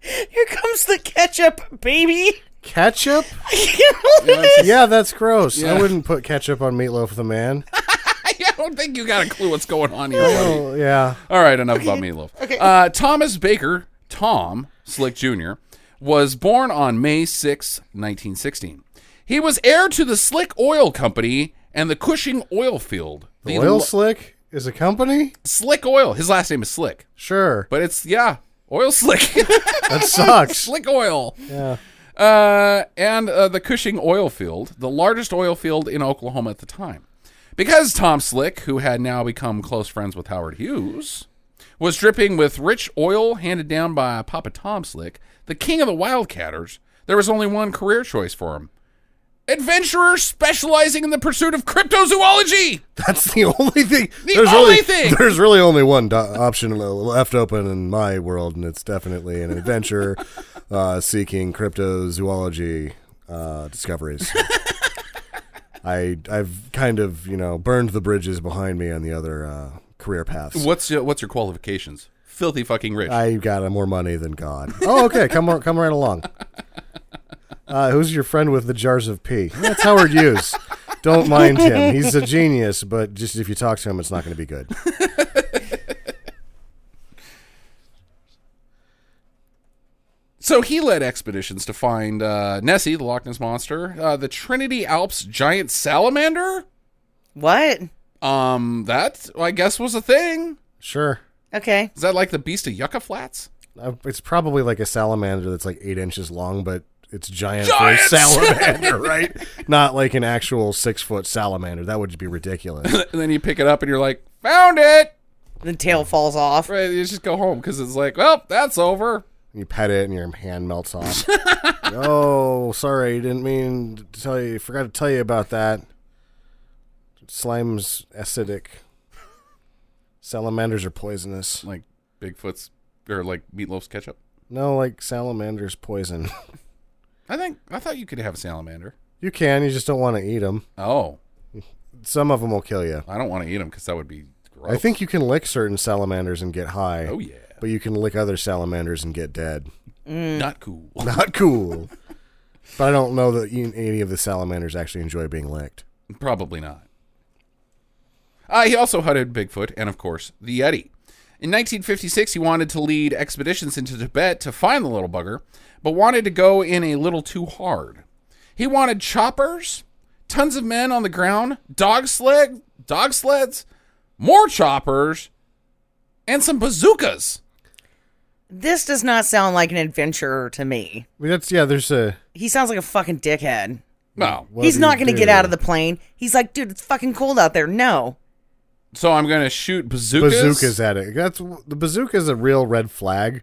Speaker 2: Here comes the ketchup, baby.
Speaker 3: Ketchup?
Speaker 2: I can't hold it in.
Speaker 3: Yeah, that's gross.
Speaker 1: Yeah.
Speaker 3: I wouldn't put ketchup on Meatloaf the Man.
Speaker 1: I don't think you got a clue what's going on here. buddy.
Speaker 3: Oh, yeah.
Speaker 1: All right, enough about meatloaf. Uh, Thomas Baker, Tom Slick Jr., was born on May 6, 1916. He was heir to the Slick Oil Company and the Cushing Oil Field. The
Speaker 3: Oil
Speaker 1: lo-
Speaker 3: Slick is a company?
Speaker 1: Slick Oil. His last name is Slick,
Speaker 3: Sure.
Speaker 1: but it's yeah, Oil Slick.
Speaker 3: That sucks.
Speaker 1: Slick Oil.
Speaker 3: Yeah.
Speaker 1: Uh, and uh, the Cushing oil field, the largest oil field in Oklahoma at the time. Because Tom Slick, who had now become close friends with Howard Hughes, was dripping with rich oil handed down by Papa Tom Slick, the king of the wildcatters, There was only one career choice for him. Adventurer specializing in the pursuit of cryptozoology.
Speaker 3: That's the only thing.
Speaker 1: The only
Speaker 3: really,
Speaker 1: thing!
Speaker 3: There's really only one do- option left open in my world, and it's definitely an adventure uh, seeking cryptozoology uh, discoveries. I I've kind of you know burned the bridges behind me on the other uh, career paths.
Speaker 1: What's your, what's your qualifications? Filthy fucking rich.
Speaker 3: I got more money than God. Oh, okay, come on- come right along. Uh, who's your friend with the jars of pee? That's Howard Hughes. Don't mind him. He's a genius, but just if you talk to him, it's not going to be good.
Speaker 1: So he led expeditions to find uh, Nessie, the Loch Ness monster, uh, the Trinity Alps giant salamander.
Speaker 2: What?
Speaker 1: Um, that I guess was a thing.
Speaker 3: Sure.
Speaker 2: Okay.
Speaker 1: Is that like the beast of Yucca Flats?
Speaker 3: Uh, It's probably like a salamander that's like eight inches long, but it's giant,
Speaker 1: Giant
Speaker 3: for a salamander, right? Not like an actual six foot salamander. That would be ridiculous.
Speaker 1: And then you pick it up and you're like, found it.
Speaker 2: The tail falls off.
Speaker 1: Right, you just go home because it's like, well, that's over.
Speaker 3: you pet it and your hand melts off. oh, sorry, didn't mean to tell you. Forgot to tell you about that. Slime's acidic. Salamanders are poisonous.
Speaker 1: Like Bigfoot's or like Meatloaf's ketchup.
Speaker 3: No, like salamanders poison.
Speaker 1: I think I thought you could have a salamander.
Speaker 3: you can, you just don't want to eat them.
Speaker 1: Oh,
Speaker 3: Some of them will kill you.
Speaker 1: I don't want to eat them because that would be gross.
Speaker 3: I think you can lick certain salamanders and get high.
Speaker 1: Oh yeah,
Speaker 3: But you can lick other salamanders and get dead. Mm.
Speaker 1: not cool.
Speaker 3: Not cool. but I don't know that you- any of the salamanders actually enjoy being licked.
Speaker 1: Probably not. Uh, he also hunted Bigfoot and, of course, the Yeti. In 1956, he wanted to lead expeditions into Tibet to find the little bugger, but wanted to go in a little too hard. He wanted choppers, tons of men on the ground, dog sled, dog sleds, more choppers, and some bazookas.
Speaker 2: This does not sound like an adventurer to me.
Speaker 3: I mean, that's yeah. There's a
Speaker 2: He sounds like a fucking dickhead.
Speaker 1: Well,
Speaker 3: What
Speaker 2: He's
Speaker 3: do
Speaker 2: not
Speaker 3: you
Speaker 2: going to
Speaker 3: do?
Speaker 2: get out of the plane. He's like, dude, it's fucking cold out there. No.
Speaker 1: so I'm going to shoot bazookas.
Speaker 3: bazookas at it. That's the bazooka is a real red flag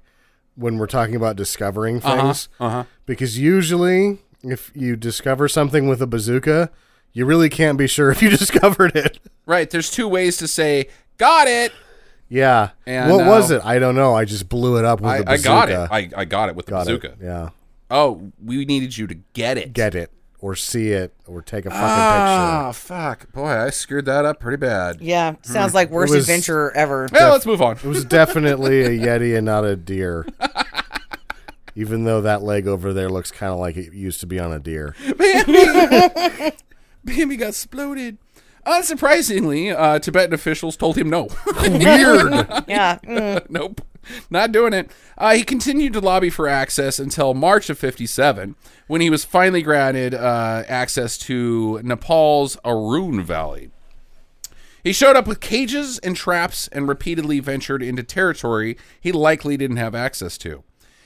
Speaker 3: when we're talking about discovering things,
Speaker 1: uh-huh.
Speaker 3: because usually if you discover something with a bazooka, you really can't be sure if you discovered it.
Speaker 1: Right. There's two ways to say, got it.
Speaker 3: Yeah.
Speaker 1: And,
Speaker 3: what
Speaker 1: uh,
Speaker 3: was it? I don't know. I just blew it up with
Speaker 1: I,
Speaker 3: a
Speaker 1: I
Speaker 3: bazooka.
Speaker 1: got it. I, I got it with the
Speaker 3: Got it.
Speaker 1: bazooka.
Speaker 3: Yeah.
Speaker 1: Oh, we needed you to get it.
Speaker 3: Get it or see it or take a fucking picture.
Speaker 1: Ah, fuck. Boy, I screwed that up pretty bad.
Speaker 2: Yeah. Sounds like worst
Speaker 3: Hmm. was-
Speaker 2: adventurer ever.
Speaker 1: Well, let's move on.
Speaker 3: It was definitely a yeti and not a deer. Even though that leg over there looks kind of like it used to be on a deer.
Speaker 1: Bambi got sploded. Unsurprisingly, uh, Tibetan officials told him no.
Speaker 3: Weird.
Speaker 2: Yeah. Mm.
Speaker 1: nope, not doing it. Uh, he continued to lobby for access until March of 57, when he was finally granted uh, access to Nepal's Arun Valley. He showed up with cages and traps and repeatedly ventured into territory he likely didn't have access to.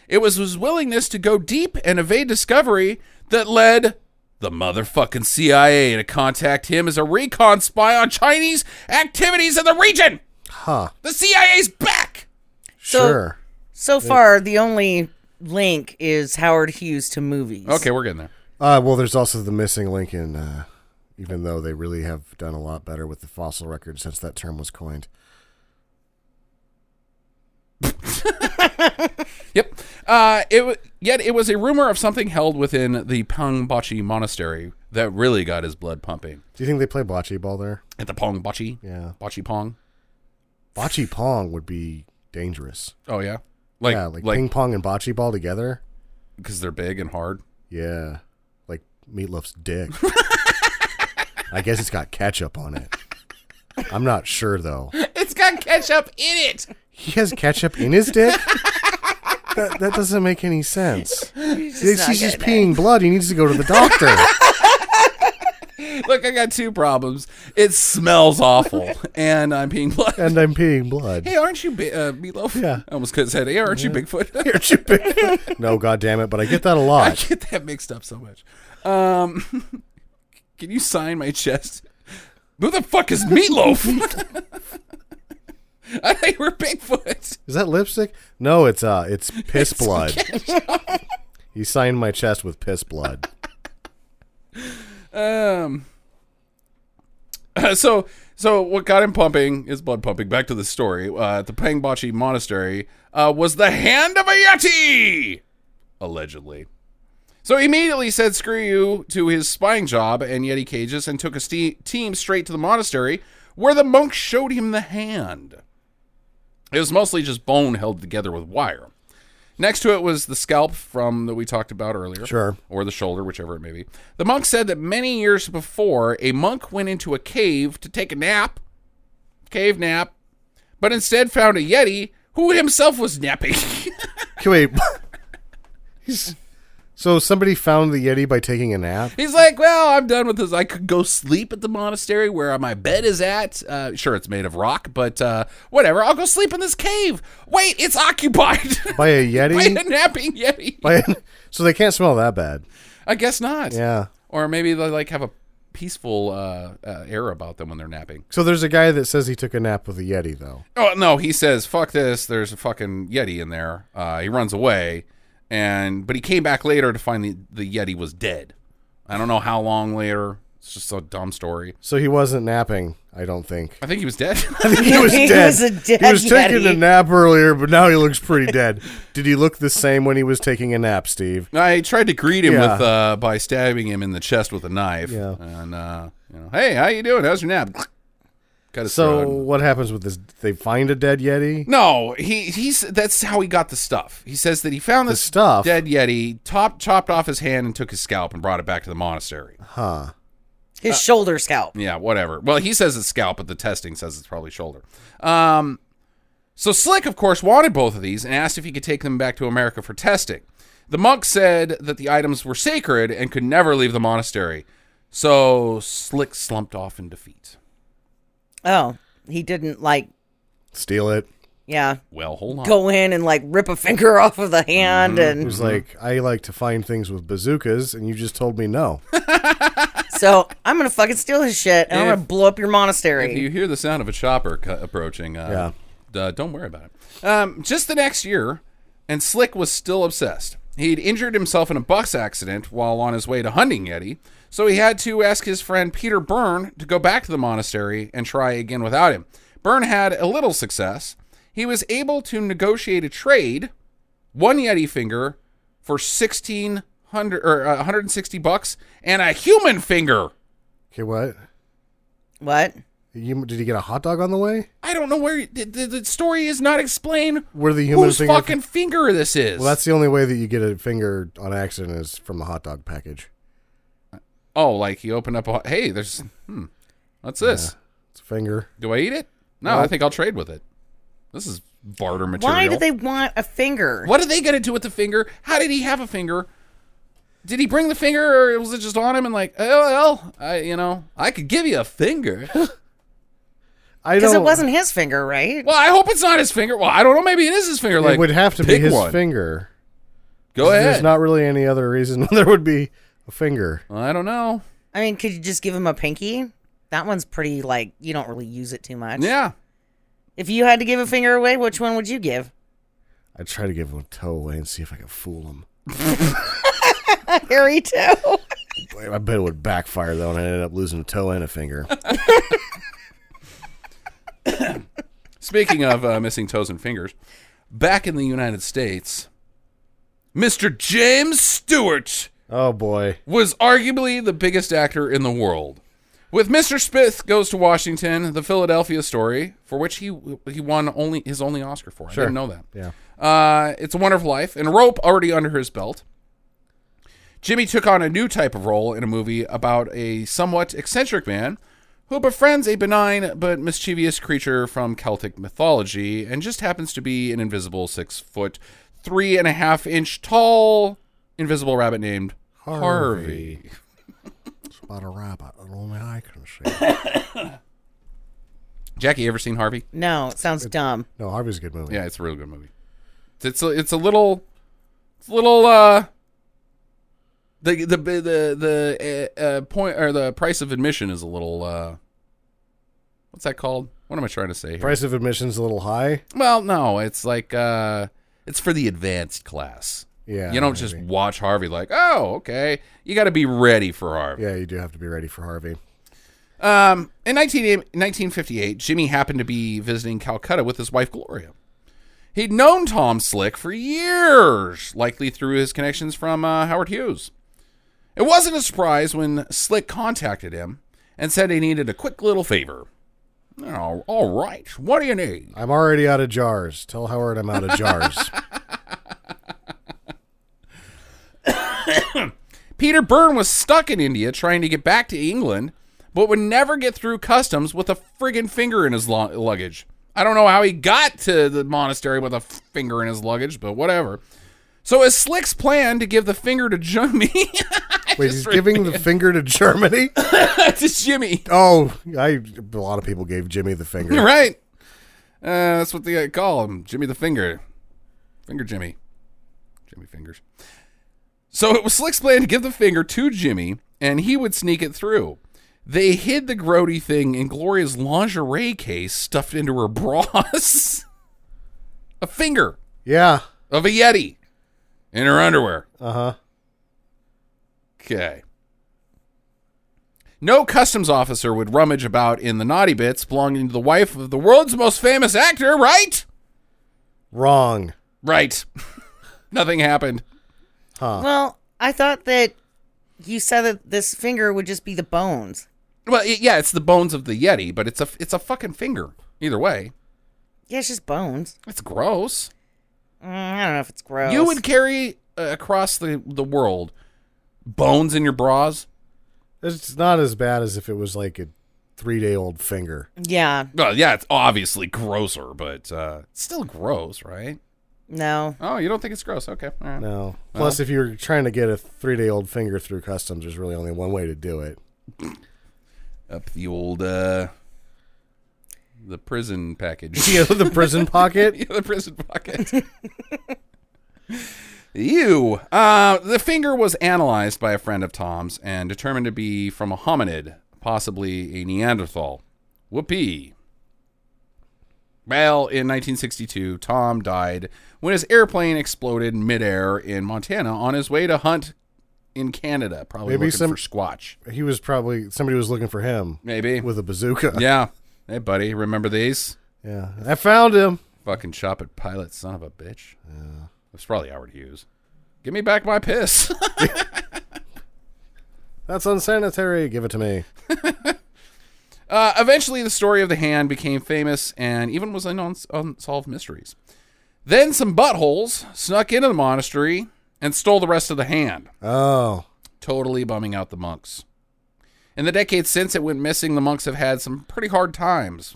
Speaker 1: It was his willingness to go deep and evade discovery that led the motherfucking CIA to contact him as a recon spy on Chinese activities in the region.
Speaker 3: Huh.
Speaker 1: The CIA's back.
Speaker 2: So-
Speaker 3: Sure.
Speaker 2: So far, the only link is Howard Hughes to movies.
Speaker 1: Okay, we're getting there.
Speaker 3: Uh, well, there's also the missing link in, uh, even though they really have done a lot better with the fossil record since that term was coined.
Speaker 1: Yep. Uh, it wa- yet it was a rumor of something held within the Pongbachi monastery that really got his blood pumping.
Speaker 3: Do you think they play bocce ball there?
Speaker 1: At the Pongbachi,
Speaker 3: Yeah.
Speaker 1: Bachi Pong.
Speaker 3: Bocce pong would be dangerous.
Speaker 1: Oh yeah, like
Speaker 3: yeah,
Speaker 1: like
Speaker 3: like, ping pong and bocce ball together.
Speaker 1: because they're big and hard.
Speaker 3: Yeah. Like Meatloaf's dick. I guess it's got ketchup on it. I'm not sure, though.
Speaker 1: It's got ketchup in it.
Speaker 3: He has ketchup in his dick? That, that doesn't make any sense. He's just, he's just peeing blood. He needs to go to the doctor.
Speaker 1: Look, I got two problems. It smells awful, and I'm being blood.
Speaker 3: and I'm peeing blood.
Speaker 1: hey, aren't you bi- uh, Meatloaf?
Speaker 3: Yeah.
Speaker 1: I almost could have said, "Hey, aren't you Bigfoot?"
Speaker 3: Aren't you big- no, God damn it! But I get that a
Speaker 1: I
Speaker 3: lot.
Speaker 1: get that mixed up so much. Um, can you sign my chest? Who the fuck is Meatloaf? I think we're Bigfoot.
Speaker 3: Is that lipstick? No, it's uh, it's piss blood. He signed my chest with piss blood.
Speaker 1: Um. Uh, So, so what got him pumping is blood pumping. Back to the story. Uh, at the Pangbachi Monastery uh, was the hand of a yeti, allegedly. So he immediately said "screw you" to his spying job and yeti cages, and took a ste- team straight to the monastery, where the monk showed him the hand. It was mostly just bone held together with wire. Next to it was the scalp from that we talked about earlier.
Speaker 3: Sure.
Speaker 1: Or the shoulder, whichever it may be. The monk said that many years before, a monk went into a cave to take a nap, cave nap, but instead found a Yeti who himself was napping.
Speaker 3: Okay, Wait. He's- so somebody found the Yeti by taking a nap?
Speaker 1: He's like, well, I'm done with this. I could go sleep at the monastery where my bed is at. Uh, sure, it's made of rock, but uh, whatever. I'll go sleep in this cave. Wait, it's occupied
Speaker 3: By a
Speaker 1: by a
Speaker 3: Yeti?
Speaker 1: napping Yeti.
Speaker 3: By a- so they can't smell that bad.
Speaker 1: I guess not.
Speaker 3: Yeah.
Speaker 1: Or maybe they like have a peaceful uh, uh, air about them when they're napping.
Speaker 3: So there's a guy that says he took a nap with a Yeti, though.
Speaker 1: Oh no, he says, "Fuck this." There's a fucking yeti in there. Uh, he runs away, and but he came back later to find the the yeti was dead. I don't know how long later. It's just a dumb story.
Speaker 3: So he wasn't napping, I don't think.
Speaker 1: I think he was dead.
Speaker 3: He was
Speaker 2: He
Speaker 3: dead.
Speaker 2: was a dead
Speaker 3: He was taking a
Speaker 2: Yeti.
Speaker 3: nap earlier, but now he looks pretty dead. Did he look the same when he was taking a nap, Steve?
Speaker 1: I tried to greet him
Speaker 3: Yeah.
Speaker 1: with uh, by stabbing him in the chest with a knife.
Speaker 3: Yeah.
Speaker 1: And uh, you know, hey, how you doing? How's your nap? Cut his
Speaker 3: So
Speaker 1: throat.
Speaker 3: what happens with this? They find a dead Yeti.
Speaker 1: No, he he's that's how he got the stuff. He says that he found this
Speaker 3: stuff?
Speaker 1: dead yeti, top chopped off his hand and took his scalp and brought it back to the monastery.
Speaker 3: Uh,
Speaker 2: His shoulder scalp.
Speaker 1: Yeah, whatever. Well, he says it's scalp, but the testing says it's probably shoulder. Um, so Slick, of course, wanted both of these and asked if he could take them back to America for testing. The monk said that the items were sacred and could never leave the monastery. So Slick slumped off in defeat.
Speaker 2: Oh, he didn't like,
Speaker 3: Steal it.
Speaker 2: yeah,
Speaker 1: Well, hold on.
Speaker 2: go in and like rip a finger off of the hand.
Speaker 1: Mm-hmm.
Speaker 3: It
Speaker 2: And
Speaker 3: was like I like to find things with bazookas, and you just told me no.
Speaker 2: so I'm going to fucking steal his shit and I'm
Speaker 1: If-
Speaker 2: going to blow up your
Speaker 1: If
Speaker 2: monastery.
Speaker 1: you hear the sound of a chopper co- approaching, uh, uh, don't worry about it. Um, just the next year, and Slick was still obsessed. He'd injured himself in a bus accident while on his way to hunting Yeti, so he had to ask his friend Peter Byrne to go back to the monastery and try again without him. Byrne had a little success. He was able to negotiate a trade, one Yeti finger, for sixteen hundred or uh, 160 bucks, and a human finger.
Speaker 3: Okay, what?
Speaker 2: what?
Speaker 3: You did he get a hot dog on the way?
Speaker 1: I don't know where the, the, the story is not explained
Speaker 3: Where the human
Speaker 1: whose
Speaker 3: finger-
Speaker 1: fucking finger this is.
Speaker 3: Well, that's the only way that you get a finger on accident is from the hot dog package.
Speaker 1: oh, like he opened up. A, hey, there's hmm. What's this?
Speaker 3: It's a finger.
Speaker 1: Do I eat it? No, I think I'll trade with it. This is barter material.
Speaker 2: Why do they want a finger?
Speaker 1: What are they gonna do with the finger? How did he have a finger? Did he bring the finger, or was it just on him and like, oh well, I you know, I could give you a finger.
Speaker 3: I
Speaker 2: Because
Speaker 3: don't.
Speaker 2: it wasn't his finger, right?
Speaker 1: well, I hope it's not his finger. Well, I don't know. Maybe it is his finger.
Speaker 3: It
Speaker 1: like
Speaker 3: would have to be
Speaker 1: pick
Speaker 3: his
Speaker 1: one.
Speaker 3: finger.
Speaker 1: Go
Speaker 3: There's
Speaker 1: ahead.
Speaker 3: not really any other reason there would be a finger.
Speaker 1: I don't know.
Speaker 2: I mean, could you just give him a pinky? That one's pretty like you don't really use it too much.
Speaker 1: Yeah.
Speaker 2: If you had to give a finger away, which one would you give?
Speaker 3: I'd try to give him a toe away and see if I could fool him.
Speaker 2: Harry too.
Speaker 3: I bet it would backfire though, and I ended up losing a toe and a finger.
Speaker 1: Speaking of uh, missing toes and fingers, back in the United States, Mr. James Stewart
Speaker 3: Oh boy.
Speaker 1: was arguably the biggest actor in the world. With Mr. Smith Goes to Washington, the Philadelphia story, for which he he won only his only Oscar for. I didn't know that.
Speaker 3: Yeah.
Speaker 1: Uh, it's a Wonderful Life, and Rope already under his belt. Jimmy took on a new type of role in a movie about a somewhat eccentric man who befriends a benign but mischievous creature from Celtic mythology and just happens to be an invisible six foot, three and a half inch tall invisible rabbit named Harvey.
Speaker 3: It's about a rabbit that only I can see.
Speaker 1: Jackie, you ever seen Harvey?
Speaker 2: No, it sounds dumb.
Speaker 3: no, Harvey's a good movie.
Speaker 1: Yeah, it's a really good movie. It's a, it's a little, it's a little uh, the the the the uh, uh, point or the price of admission is a little uh, what's that called? What am I trying to say? Here?
Speaker 3: Price of admission's a little high.
Speaker 1: Well, no, it's like uh, it's for the advanced class.
Speaker 3: Yeah,
Speaker 1: You don't just
Speaker 3: maybe.
Speaker 1: watch Harvey like, oh, okay. You got to be ready for Harvey.
Speaker 3: Yeah, you do have to be ready for Harvey.
Speaker 1: Um, in 19, 1958, Jimmy happened to be visiting Calcutta with his wife Gloria. He'd known Tom Slick for years, likely through his connections from uh, Howard Hughes. It wasn't a surprise when Slick contacted him and said he needed a quick little favor. Oh, all right, what do you need?
Speaker 3: I'm already out of jars. Tell Howard I'm out of jars.
Speaker 1: Peter Byrne was stuck in India trying to get back to England, but would never get through customs with a friggin' finger in his lo- luggage. I don't know how he got to the monastery with a f- finger in his luggage, but whatever. So is Slick's plan to give the finger to Jimmy?
Speaker 3: Wait, he's giving the finger to Germany?
Speaker 1: to Jimmy,
Speaker 3: Oh, I a lot of people gave Jimmy the finger.
Speaker 1: right? Uh, that's what they uh, call him, Jimmy the Finger, Finger Jimmy, Jimmy Fingers. So it was Slick's plan to give the finger to Jimmy, and he would sneak it through. They hid the grody thing in Gloria's lingerie case stuffed into her bras. a finger
Speaker 3: Yeah. uh-huh.
Speaker 1: of a Yeti in her underwear. Uh huh. Okay. No customs officer would rummage about in the naughty bits belonging to the wife of the world's most famous actor, right?
Speaker 3: Wrong.
Speaker 1: Right. Nothing happened.
Speaker 2: Well, I thought that you said that this finger would just be the bones.
Speaker 1: Well, y- yeah, it's the bones of the Yeti, but it's a it's a fucking finger. Either way,
Speaker 2: Yeah, it's just bones.
Speaker 1: it's gross.
Speaker 2: Mm, I don't know if it's gross.
Speaker 1: You would carry uh, across the the world bones in your bras?
Speaker 3: It's not as bad as if it was like a three day old finger.
Speaker 2: Yeah.
Speaker 1: Well, yeah, it's obviously grosser, but uh, it's still gross, right?
Speaker 2: No.
Speaker 1: Oh, you don't think it's gross? Okay. All right.
Speaker 3: No. Plus, if you're trying to get a three day old finger through customs, there's really only one way to do it.
Speaker 1: Up the old uh the prison package.
Speaker 3: You know, the prison pocket.
Speaker 1: the prison pocket. Ew. Uh, the finger was analyzed by a friend of Tom's and determined to be from a hominid, possibly a Neanderthal. Whoopee. Well, in 1962, Tom died when his airplane exploded midair in Montana on his way to hunt in Canada, probably
Speaker 3: Maybe
Speaker 1: looking
Speaker 3: some-
Speaker 1: for squatch.
Speaker 3: He was probably somebody was looking for him
Speaker 1: Maybe.
Speaker 3: with a bazooka.
Speaker 1: yeah. Hey, buddy, remember these?
Speaker 3: Yeah. I found him.
Speaker 1: Fucking chop it, pilot, son of a bitch. It's probably Howard Hughes. Give me back my piss.
Speaker 3: That's unsanitary. Give it to me.
Speaker 1: uh, eventually, the story of the hand became famous and even was in Uns- Unsolved Mysteries. Then some buttholes snuck into the monastery and stole the rest of the hand,
Speaker 3: Oh.
Speaker 1: totally bumming out the monks. In the decades since it went missing, the monks have had some pretty hard times.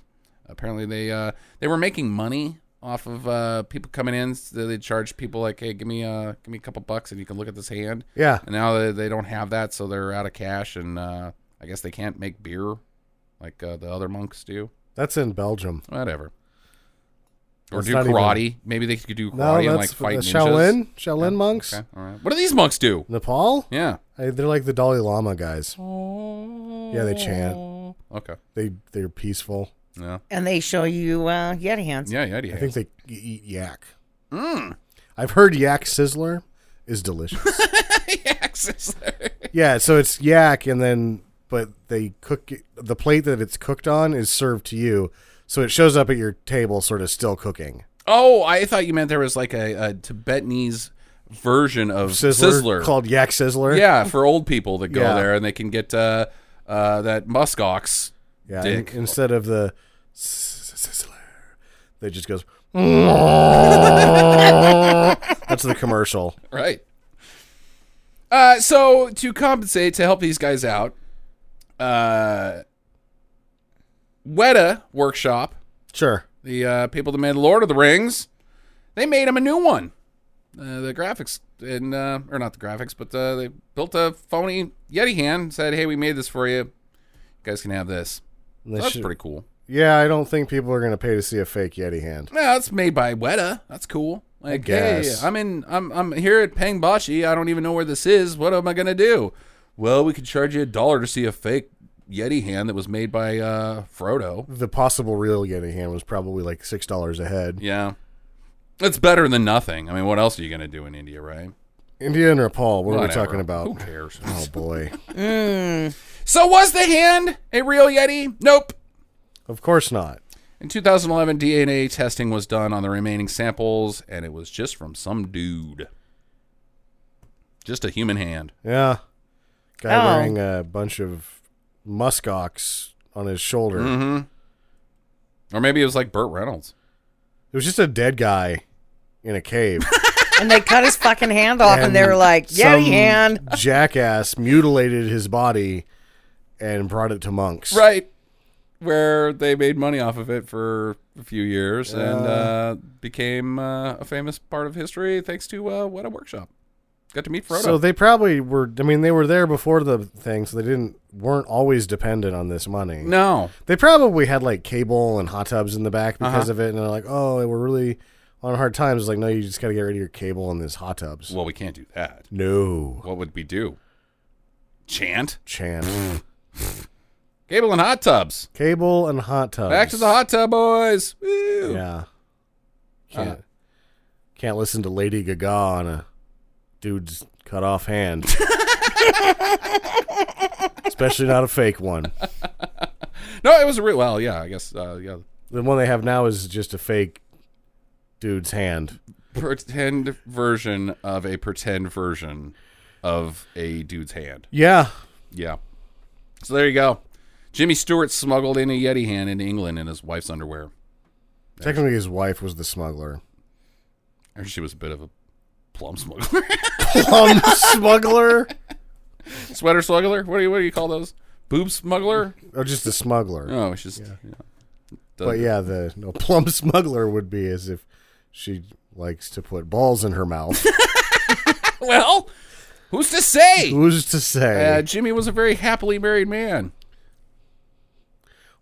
Speaker 1: Apparently, they uh, they were making money off of uh, people coming in. So they charged people like, "Hey, give me uh, give me a couple bucks, and you can look at this hand."
Speaker 3: Yeah.
Speaker 1: And now they, they don't have that, so they're out of cash, and uh, I guess they can't make beer like uh, the other monks do.
Speaker 3: That's in Belgium.
Speaker 1: Whatever. Or
Speaker 3: That's
Speaker 1: do
Speaker 3: not even-
Speaker 1: karate. Maybe they could do
Speaker 3: No,
Speaker 1: karate and like
Speaker 3: that's
Speaker 1: fight
Speaker 3: the
Speaker 1: ninjas.
Speaker 3: Shaolin. Shaolin monks.
Speaker 1: Okay, all right. What do these monks do?
Speaker 3: Nepal.
Speaker 1: Yeah.
Speaker 3: I, they're like the Dalai Lama guys.
Speaker 1: Mm.
Speaker 3: Yeah, they
Speaker 1: Oh.
Speaker 3: chant.
Speaker 1: Okay.
Speaker 3: They they're peaceful.
Speaker 1: Yeah.
Speaker 2: And they show you uh, Yeti hands.
Speaker 1: Yeah. Yeah. yeah.
Speaker 3: I think they y- eat yak. I've heard yak sizzler is delicious. yeah, so it's yak, and then but they cook it, the plate that it's cooked on is served to you, so it shows up at your table, sort of still cooking.
Speaker 1: oh, I thought you meant there was like a, a Tibetanese version of
Speaker 3: Sizzler,
Speaker 1: Sizzler.
Speaker 3: called yak sizzler.
Speaker 1: yeah, for old people that go
Speaker 3: Yeah.
Speaker 1: there and they can get uh, uh, that muskox
Speaker 3: yeah. in-
Speaker 1: dick.
Speaker 3: instead of the s- sizzler, that just goes. That's the commercial.
Speaker 1: Right. Uh, so to compensate to help these guys out, uh, Weta Workshop,
Speaker 3: Sure.
Speaker 1: the uh, people that made Lord of the Rings, they made him a new one. Uh, the graphics and uh, or not the graphics, but uh, they built a phony Yeti hand. Said, "Hey, we made this for you. You guys can have this."
Speaker 3: And they
Speaker 1: That's
Speaker 3: should-
Speaker 1: pretty cool.
Speaker 3: Yeah, I don't think people are going to pay to see a fake Yeti hand.
Speaker 1: No, it's made by Weta. That's cool. Like, hey,
Speaker 3: guess.
Speaker 1: I'm in. I'm I'm here at Pangbashi. I don't even know where this is. What am I gonna do? Well, we could charge you a dollar to see a fake Yeti hand that was made by uh, Frodo.
Speaker 3: The possible real Yeti hand was probably like six dollars a head.
Speaker 1: Yeah. It's better than nothing. I mean, what else are you going to do in India, right?
Speaker 3: India and Nepal. What are we
Speaker 1: Whatever.
Speaker 3: talking about?
Speaker 1: Who cares?
Speaker 3: Oh boy.
Speaker 1: So was the hand a real Yeti? Nope.
Speaker 3: of course not.
Speaker 1: In 2011, DNA testing was done on the remaining samples, and it was just from some dude. Just a human hand.
Speaker 3: Yeah. Guy
Speaker 2: Oh.
Speaker 3: wearing a bunch of muskox on his shoulder.
Speaker 1: Mm. Mm-hmm. Or maybe it was like Burt Reynolds.
Speaker 3: It was just a dead guy in a cave.
Speaker 2: And they cut his fucking hand off, and, they were like,
Speaker 3: some
Speaker 2: "Yeti hand."
Speaker 3: Jackass mutilated his body and brought it to monks.
Speaker 1: Right. Where they made money off of it for a few years and uh, became uh, a famous part of history thanks to uh, What a Workshop. Got to meet Frodo.
Speaker 3: So they probably were. I mean, they were there before the thing, so they didn't weren't always dependent on this money.
Speaker 1: no.
Speaker 3: They probably had like cable and hot tubs in the back
Speaker 1: Uh-huh.
Speaker 3: because of it, and they're like, "Oh, we're really on hard times." It's like, no, you just got to get rid of your cable and these hot tubs.
Speaker 1: Well, we can't do that.
Speaker 3: No
Speaker 1: What would we do? Chant?
Speaker 3: chance.
Speaker 1: Cable and hot tubs.
Speaker 3: cable and hot tubs.
Speaker 1: Back to the hot tub, boys. Woo.
Speaker 3: Yeah. Can't can't listen to Lady Gaga on a dude's cut off hand. Especially not a fake one.
Speaker 1: No, it was a real. Well, yeah, I guess. Uh, yeah,
Speaker 3: The one they have now is just a fake dude's hand.
Speaker 1: pretend version of a pretend version of a dude's hand.
Speaker 3: Yeah.
Speaker 1: Yeah. So there you go. Jimmy Stewart smuggled in a Yeti hand into England in his wife's underwear.
Speaker 3: Technically, his wife was the smuggler.
Speaker 1: And she was a bit of a plum smuggler,
Speaker 3: Plum smuggler?
Speaker 1: sweater smuggler. What do you what do you call those? Boob smuggler?
Speaker 3: Or just a smuggler.
Speaker 1: No, it's just. Yeah.
Speaker 3: But yeah, the no, plum smuggler would be as if she likes to put balls in her mouth.
Speaker 1: Well, who's to say?
Speaker 3: Who's to say?
Speaker 1: Uh, Jimmy was a very happily married man.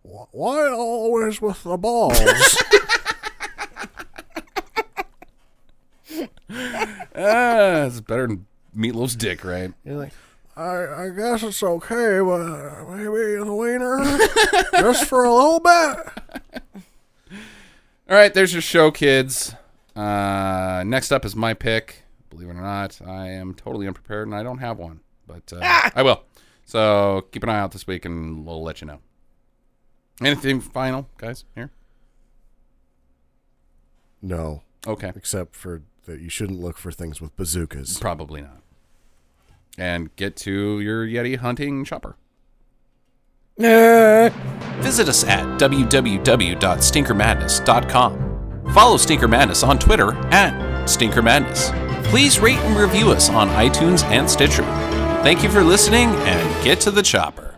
Speaker 3: Why always with the balls?
Speaker 1: Ah, it's better than Meatloaf's dick, right?
Speaker 3: You're like, I, I guess it's okay, but maybe the wiener just for a little bit.
Speaker 1: All right, there's your show, kids. Uh, next up is my pick. Believe it or not, I am totally unprepared and I don't have one, but uh, I will. So keep an eye out this week and we'll let you know. Anything final, guys? Here?
Speaker 3: No,
Speaker 1: Okay.
Speaker 3: except for that you shouldn't look for things with bazookas.
Speaker 1: Probably not. And get to your Yeti hunting chopper.
Speaker 8: Visit us at www.stinkermadness.com. Follow Stinker Madness on Twitter at Stinker Madness. Please rate and review us on iTunes and Stitcher. Thank you for listening and get to the chopper.